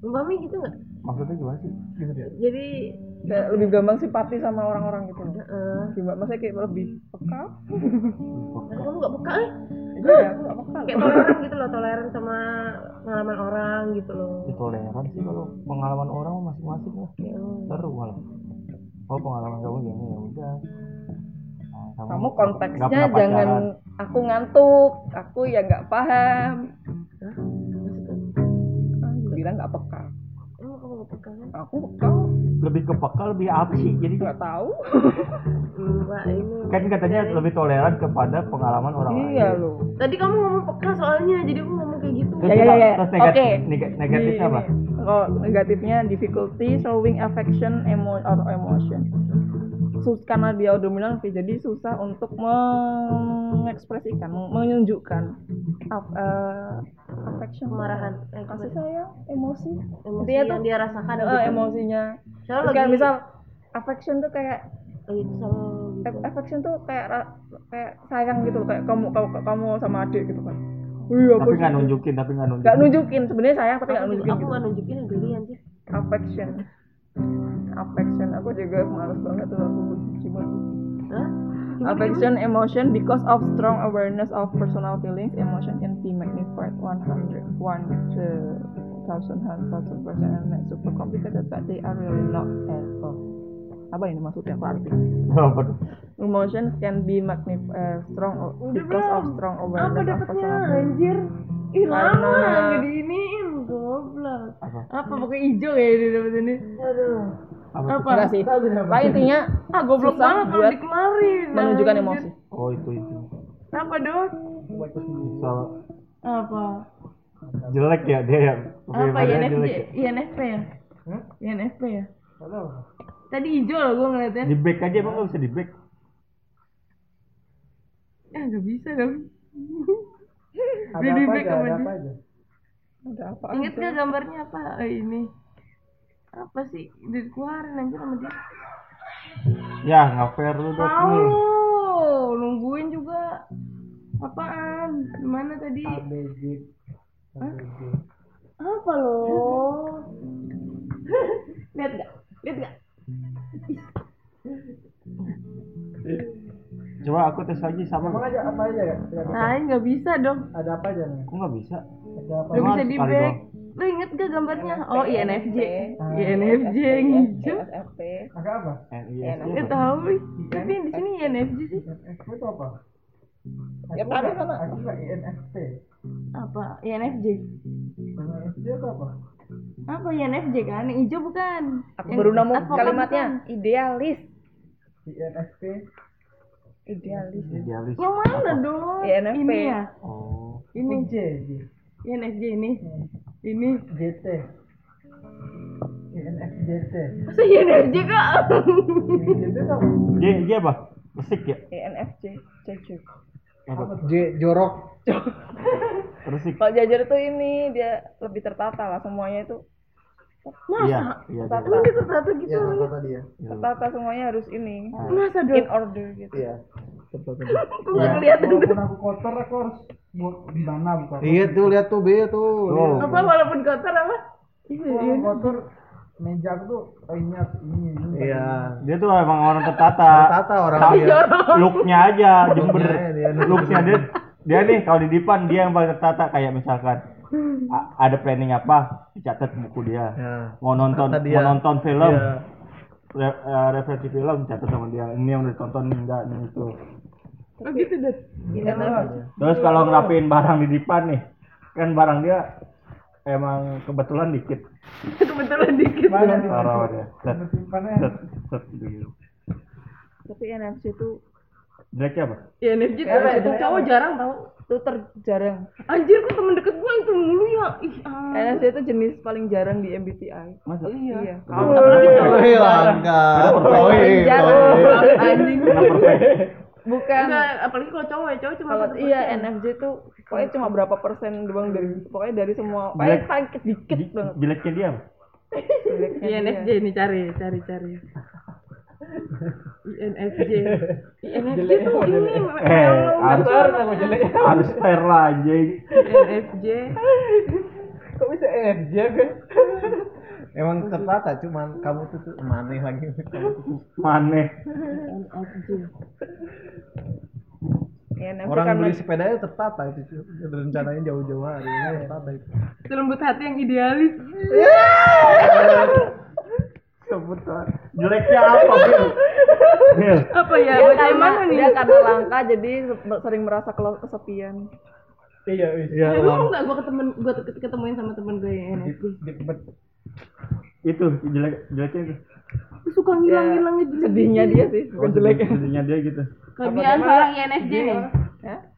Speaker 2: Umpami gitu nggak?
Speaker 3: maksudnya gimana sih
Speaker 2: Jadi
Speaker 8: Kayak lebih gampang simpati sama orang-orang gitu loh.
Speaker 2: eh,
Speaker 8: Gimana? Maksudnya kayak lebih peka?
Speaker 2: karena kamu nggak peka eh.
Speaker 8: Enggak, ya, aku nggak peka.
Speaker 2: Kayak toleran gitu loh, toleran sama pengalaman orang gitu loh.
Speaker 3: Ya, toleran sih kalau pengalaman orang mah masing-masing lah seru malah oh pengalaman kamu gini ya udah Nah,
Speaker 8: Kamu
Speaker 3: nggak
Speaker 8: konteksnya
Speaker 3: pernah pacaran.
Speaker 8: jangan aku ngantuk, aku ya nggak paham. Ah, Bilang nggak peka.
Speaker 2: Emang kamu nggak peka kan?
Speaker 8: Aku peka,
Speaker 3: lebih ke peka lebih apa sih
Speaker 4: Hmm.
Speaker 3: jadi
Speaker 8: nggak tahu.
Speaker 2: Enggak ini.
Speaker 3: kan katanya lebih toleran kepada pengalaman orang lain
Speaker 8: Iya loh.
Speaker 2: Tadi kamu ngomong peka soalnya, jadi aku ngomong kayak gitu.
Speaker 3: terus,
Speaker 8: Ya, ya, ya, ya.
Speaker 3: terus negatif,
Speaker 8: Oke.
Speaker 3: neg- negatifnya apa
Speaker 8: Ini, Iya, Kalau negatifnya difficulty showing affection emo or emotion. Sus karena dia dominan V, jadi susah untuk mengekspresikan, meng- menunjukkan af- eh, affection
Speaker 2: Kemarahan. Eh,
Speaker 8: kasih
Speaker 2: kemarahan.
Speaker 8: sayang, emosi.
Speaker 2: Emosi
Speaker 8: Intinya
Speaker 2: yang
Speaker 8: tuh-
Speaker 2: dia rasakan.
Speaker 8: Eh,
Speaker 2: gitu.
Speaker 8: emosinya.
Speaker 2: Soalnya
Speaker 8: Terus
Speaker 2: lagi,
Speaker 8: kayak misal affection tuh kayak
Speaker 2: lagi kesel gitu.
Speaker 8: a- affection tuh kayak ra- kayak sayang gitu loh, kayak kamu kamu kamu sama adik gitu kan. Wih,
Speaker 3: tapi
Speaker 8: aku
Speaker 3: nggak nunjukin tapi nggak nunjukin
Speaker 8: nggak nunjukin gitu. sebenarnya sayang tapi nggak
Speaker 2: Aku
Speaker 8: nunjukin.
Speaker 2: aku
Speaker 8: gitu.
Speaker 2: nggak nunjukin yang diri anjir.
Speaker 8: affection affection aku juga males banget tuh aku benci banget affection emotion because of strong awareness of personal feelings emotion can be magnified 100 1 to 1000 1000 percent and make super complicated but they are really not at all apa ini maksudnya aku arti emotion can be magnified strong o- because of strong
Speaker 2: Apa
Speaker 8: awareness of
Speaker 2: dapetnya
Speaker 8: personal feelings
Speaker 2: anjir? Ih lama
Speaker 8: Karena-
Speaker 2: nggak diiniin goblok. Apa? pakai hijau ya dia dapet ini? Aduh.
Speaker 3: Apa?
Speaker 2: Apa?
Speaker 8: Enggak sih. Lah intinya
Speaker 2: ah goblok
Speaker 8: susah
Speaker 2: banget kalau
Speaker 8: buat
Speaker 2: dikemarin.
Speaker 8: menunjukkan
Speaker 2: anjir.
Speaker 8: emosi
Speaker 3: oh itu itu
Speaker 2: Apa dong?
Speaker 3: soal
Speaker 2: Apa?
Speaker 3: jelek ya dia yang
Speaker 2: Apa
Speaker 3: Dia
Speaker 2: INFJ?
Speaker 3: jelek ya.
Speaker 2: INFP ya? INFP ya? Tadi hijau loh gue ngeliatnya.
Speaker 3: di back aja emang nggak bisa di back
Speaker 2: Ya nggak bisa dong.
Speaker 4: Ada
Speaker 2: Di
Speaker 4: apa
Speaker 2: back
Speaker 4: aja,
Speaker 2: sama
Speaker 4: ada
Speaker 2: dia.
Speaker 4: apa aja.
Speaker 8: ada apa
Speaker 2: Ingat gak gambarnya apa Eh, ini? Apa sih? Dikeluarin anjir sama dia.
Speaker 3: ya nggak fair lu dok
Speaker 2: Tahu
Speaker 3: lu
Speaker 2: lu, nungguin juga. Apaan? Gimana tadi? Hah? Apa lo? Lihat gak? Lihat gak?
Speaker 3: coba aku tes lagi sama
Speaker 4: Emang aja apa aja ya? Ya,
Speaker 2: Nah, nggak bisa dong.
Speaker 4: Ada apa aja nih?
Speaker 3: aku nggak bisa
Speaker 4: Ada apa?
Speaker 2: Nggak
Speaker 3: Emang
Speaker 2: bisa
Speaker 3: harus
Speaker 2: di
Speaker 3: sekali
Speaker 2: back.
Speaker 3: doang?
Speaker 2: Lu inget gak gambarnya? Oh, INFJ.
Speaker 4: Ah.
Speaker 2: INFJ yang hijau.
Speaker 8: SFP
Speaker 4: Agak apa?
Speaker 3: NIS lu
Speaker 2: Ya
Speaker 3: nggak-
Speaker 2: tahu
Speaker 4: Iya.
Speaker 2: ih. Tapi yang di sini INFJ sih.
Speaker 4: INFP itu apa?
Speaker 8: ya
Speaker 4: Aku
Speaker 8: taruh
Speaker 4: nggak-
Speaker 8: sana
Speaker 4: Aku nggak INFP.
Speaker 2: Apa? INFJ.
Speaker 4: INFJ itu apa?
Speaker 2: Apa INFJ kan? Yang hijau bukan?
Speaker 8: aku
Speaker 2: Yang
Speaker 8: baru nemu
Speaker 2: advokat
Speaker 8: kalimatnya
Speaker 2: bukan?
Speaker 8: idealis
Speaker 4: INFP.
Speaker 8: idealis
Speaker 3: idealis
Speaker 2: Yang mana dong?
Speaker 8: INFP.
Speaker 2: Ini ya.
Speaker 3: oh
Speaker 2: Ini.
Speaker 4: J, J,
Speaker 2: INFJ ini.
Speaker 4: Hmm.
Speaker 2: Ini.
Speaker 4: JT. INFJT.
Speaker 2: Masa INFJ kak?
Speaker 4: INFJT itu apa?
Speaker 3: dia dia apa Persik ya
Speaker 8: INFJ Jeju
Speaker 3: apa
Speaker 1: J jorok
Speaker 3: Persik
Speaker 8: kalau jajar tuh ini dia lebih tertata lah semuanya itu
Speaker 3: iya iya dia.
Speaker 8: tertata
Speaker 2: Satu gitu.
Speaker 17: Iya, kata tadi ya.
Speaker 8: tertata semuanya harus ini
Speaker 2: Masa
Speaker 8: in
Speaker 2: dong?
Speaker 8: order gitu
Speaker 17: Iya.
Speaker 2: Aku nggak kelihatan.
Speaker 4: Walaupun aku kotor, aku harus buat di mana bukan?
Speaker 1: iya tuh lihat tuh B tuh
Speaker 3: Tuh.
Speaker 2: Apa walaupun kotor apa? Iya,
Speaker 4: Kalau
Speaker 2: iya.
Speaker 4: aku kotor, meja aku tuh
Speaker 1: oh,
Speaker 4: lainnya ini ini.
Speaker 1: iya
Speaker 3: dia tuh emang orang tertata
Speaker 1: tata orang
Speaker 3: Tapi
Speaker 1: dia
Speaker 3: looknya aja jember
Speaker 1: Looknya dia, look.
Speaker 3: looknya dia dia nih kalau di depan dia yang paling tertata kayak misalkan a- ada planning apa dicatat buku dia
Speaker 1: Ya.
Speaker 3: mau nonton
Speaker 1: Tata dia.
Speaker 3: mau nonton film
Speaker 1: Iya.
Speaker 3: re- eh, referensi film catat sama dia ini yang udah ditonton enggak ini itu
Speaker 2: Oh gitu dong.
Speaker 1: Ya.
Speaker 3: terus kalau ngerapiin barang di depan nih kan barang dia emang kebetulan dikit
Speaker 2: Kebetulan dikit.
Speaker 4: Banyak di
Speaker 1: Iya.
Speaker 3: taruh dia set
Speaker 4: simpannya.
Speaker 3: set set gitu
Speaker 8: tapi INFJ tuh
Speaker 3: jeleknya apa
Speaker 2: INFJ tuh itu
Speaker 8: ya?
Speaker 2: cowok jarang tau.
Speaker 8: tuh terjarang
Speaker 2: Anjir kok temen deket gua itu mulu ya. Ih, ah.
Speaker 8: INFJ itu jenis paling jarang di MBTI
Speaker 3: masa
Speaker 8: iya
Speaker 3: Kalau
Speaker 1: Wih, langka.
Speaker 8: Paling jarang anjing bukan
Speaker 2: Enggak, apalagi kalau cowok ya, cowok cuma
Speaker 8: kalau
Speaker 2: satu
Speaker 8: iya
Speaker 2: persen.
Speaker 8: NFJ tuh pokoknya cuma berapa persen doang dari pokoknya dari semua pokoknya
Speaker 3: Black.
Speaker 8: paling dikit banget
Speaker 3: jeleknya dia apa?
Speaker 8: jeleknya dia.
Speaker 2: INFJ ini cari, cari, cari. INFJ. INFJ tuh ini
Speaker 3: eh harus
Speaker 4: Kotor, aku jelek.
Speaker 3: harus fair lah anjing
Speaker 2: INFJ.
Speaker 4: Kok bisa INFJ kan?
Speaker 1: Emang tertata cuman kamu tuh tuh maneh lagi.
Speaker 3: maneh
Speaker 8: INFJ
Speaker 1: Orang
Speaker 8: karena
Speaker 1: beli sepeda itu tertata itu cuy. Udah rencanain jauh-jauh hari. Ini Tertata itu.
Speaker 2: Selembut hati yang idealis.
Speaker 3: sebutan jeleknya apa Bil? Bil
Speaker 2: Apa ya?
Speaker 8: dia
Speaker 2: Baca yang
Speaker 8: karena
Speaker 2: mana nih?
Speaker 8: dia karena langka jadi se- sering merasa kelo- kesepian
Speaker 4: Iya, iya.
Speaker 1: Iya,
Speaker 2: Eh, lu mau
Speaker 1: ulang.
Speaker 2: nggak gue ketemu gue ketemuin sama temen gue yang INFJ?
Speaker 3: itu jelek jeleknya itu
Speaker 2: Lu suka ngilang-ngilangnya jelek.
Speaker 8: sedihnya dia sih bukan jelek
Speaker 3: jadinya dia gitu
Speaker 2: Kelebihan seorang INFJ nih.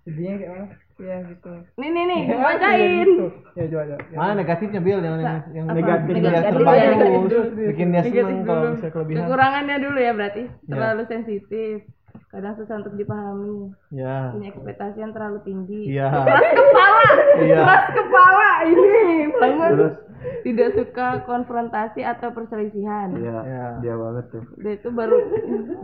Speaker 4: Sedihnya kayak mana?
Speaker 8: ya gitu
Speaker 2: Nih nih nih, gue bacain.
Speaker 4: Ya coba coba.
Speaker 1: Mana negatifnya Bill yang yang, yang
Speaker 3: Negatif.
Speaker 1: bikin dia
Speaker 2: Negatif
Speaker 1: terpacu,
Speaker 2: dulu,
Speaker 1: bikin dia seneng
Speaker 2: Negatif
Speaker 1: kalau
Speaker 2: dulu.
Speaker 1: misalnya kelebihan. Iya.
Speaker 2: Kekurangannya dulu ya berarti. Terlalu sensitif. Kadang susah untuk dipahami.
Speaker 1: Ya.
Speaker 2: Punya ekspektasi yang terlalu tinggi.
Speaker 1: Iya.
Speaker 2: Keras kepala.
Speaker 1: Iya.
Speaker 2: Keras kepala ini. Bangun.
Speaker 3: terus
Speaker 2: Tidak suka konfrontasi atau perselisihan.
Speaker 3: ya,
Speaker 1: Ya.
Speaker 3: dia banget tuh
Speaker 2: Dia itu baru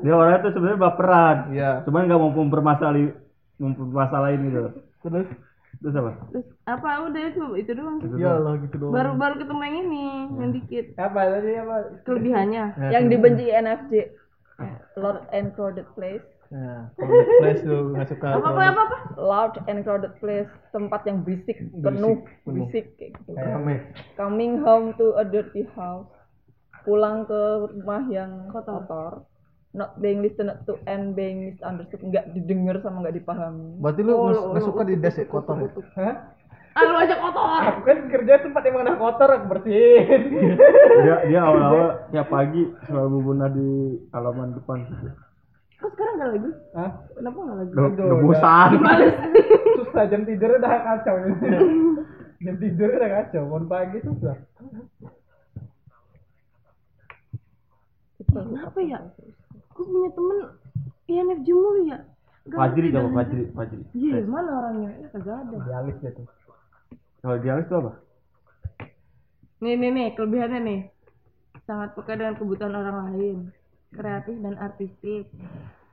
Speaker 3: dia orangnya tuh sebenarnya baperan
Speaker 1: Iya.
Speaker 3: cuman nggak mau mempermasalahin mempermasalahin gitu terus Terus apa?
Speaker 2: Terus apa udah cuma itu doang.
Speaker 3: Gitu
Speaker 18: Ya
Speaker 1: Iya,
Speaker 3: doang.
Speaker 18: Allah gitu doang.
Speaker 2: Baru baru ketemu yang ini, yang dikit.
Speaker 18: apa tadi apa?
Speaker 2: Kelebihannya.
Speaker 18: Ya,
Speaker 8: yang
Speaker 18: kelebihan.
Speaker 8: dibenci NFJ loud and crowded place
Speaker 1: Nah, Ya. crowded place tuh nggak suka.
Speaker 8: apa apa
Speaker 1: crowded.
Speaker 8: apa apa loud and crowded place tempat yang berisik penuh
Speaker 1: penuh.
Speaker 8: berisik kayak gitu.
Speaker 1: Kayak rame.
Speaker 8: coming home to a dirty house pulang ke rumah yang kotor, not being listened to and being misunderstood nggak didengar sama nggak dipahami
Speaker 1: Berarti Oh, lu nggak nggak suka di desk ya, kotor. ya?
Speaker 18: Hah?
Speaker 2: Ah lu aja kotor.
Speaker 18: Aku kan kerja tempat yang mana kotor aku bersihin.
Speaker 3: dia dia awal-awal tiap pagi selalu benar di halaman depan.
Speaker 2: Kok sekarang nggak lagi?
Speaker 18: Hah?
Speaker 2: Kenapa nggak lagi?
Speaker 3: Udah, udah
Speaker 18: udah.
Speaker 3: bosan.
Speaker 18: susah jam tidurnya udah kacau jam tidurnya udah kacau mau pagi susah
Speaker 2: Kenapa ya? Gue punya temen INFJ mulu ya. Nggak
Speaker 3: Fajri
Speaker 2: ngerti
Speaker 3: coba
Speaker 2: dalam-
Speaker 3: Fajri, Fajri.
Speaker 2: Iya, mana orangnya? Ya kagak ada.
Speaker 18: dialis gitu
Speaker 3: Kalau dia itu apa?
Speaker 2: Nih nih nih, kelebihannya nih. Sangat peka dengan kebutuhan orang lain. Kreatif dan artistik.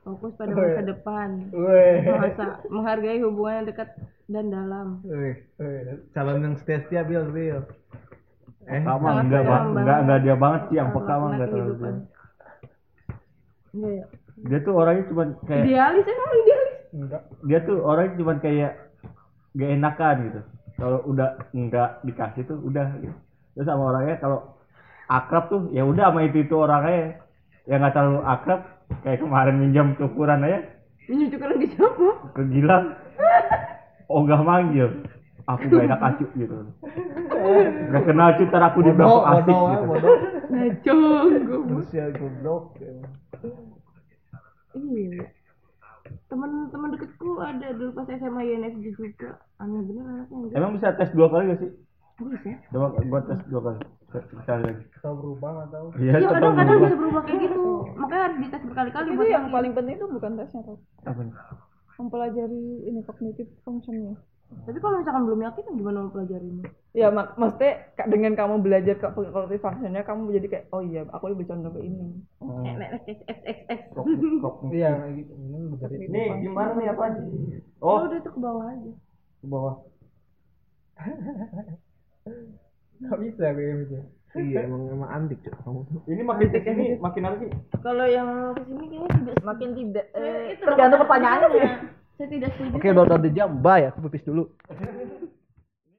Speaker 2: Fokus pada masa
Speaker 18: Weh.
Speaker 2: depan.
Speaker 18: Weh.
Speaker 2: Merasa menghargai hubungan yang dekat dan dalam.
Speaker 1: Wih, wih, calon yang setia-setia bil bil. Eh,
Speaker 3: Sama enggak,
Speaker 2: sayang
Speaker 3: Bang.
Speaker 2: banget.
Speaker 3: enggak enggak dia banget sih yang peka
Speaker 2: Sama
Speaker 3: Bang enggak terlalu dia.
Speaker 2: kehidupan. Iya ya.
Speaker 3: Dia tuh orangnya cuman kayak
Speaker 2: Idealis emang idealis.
Speaker 18: enggak
Speaker 3: dia tuh orangnya cuman kayak gak enakan gitu. Kalau udah enggak dikasih tuh udah gitu. Terus sama orangnya kalau akrab tuh ya udah sama itu itu orangnya yang nggak terlalu akrab kayak kemarin minjam cukuran aja
Speaker 2: Ini juga lagi siapa?
Speaker 3: ke Gilang ogah manggil aku gak enak acu gitu gak kenal acu ntar aku di
Speaker 1: bodoh,
Speaker 3: belakang asik
Speaker 1: bodoh,
Speaker 3: gitu
Speaker 1: bodoh.
Speaker 2: Najong gue.
Speaker 1: Manusia goblok. emang.
Speaker 2: Iya. Teman-teman deketku ada dulu pas SMA INFJ juga. Aneh bener anaknya enggak.
Speaker 3: emang bisa tes dua kali gak sih
Speaker 2: Bisa.
Speaker 3: coba gua tes dua kali sekali lagi
Speaker 18: atau berubah atau
Speaker 3: iya
Speaker 2: Iya
Speaker 3: tetap
Speaker 2: kadang-kadang
Speaker 3: berubah
Speaker 2: bisa berubah kayak gitu. Makanya harus dites berkali-kali
Speaker 8: itu
Speaker 2: buat
Speaker 8: yang
Speaker 2: ngerti.
Speaker 8: paling penting itu bukan tesnya tuh
Speaker 3: Apa nih?
Speaker 8: mempelajari ini cognitive functionnya
Speaker 2: Tapi kalau misalkan belum yakin gimana mau pelajarinya?
Speaker 8: ya mak maksudnya ka- dengan kamu belajar ke cognitive functionnya kamu jadi kayak oh iya aku lebih condong ke ini
Speaker 2: Eh,
Speaker 18: iya
Speaker 1: Nah,
Speaker 18: kayak gitu ini
Speaker 1: Hmm,
Speaker 18: menjadi
Speaker 1: ya.
Speaker 3: ini gimana nih apa aja
Speaker 2: Oh,
Speaker 3: oh
Speaker 2: udah itu ke bawah aja.
Speaker 18: ke bawah nggak bisa kayak gitu
Speaker 1: Iya, emang emang antik cok kamu.
Speaker 3: ini makin kesini makin apa sih
Speaker 2: Kalau yang kesini kayaknya tidak
Speaker 8: makin tidak
Speaker 2: eh,
Speaker 8: tergantung pertanyaannya
Speaker 2: saya tidak setuju.
Speaker 1: Oke, udah udah di jam, bye. Aku pipis dulu.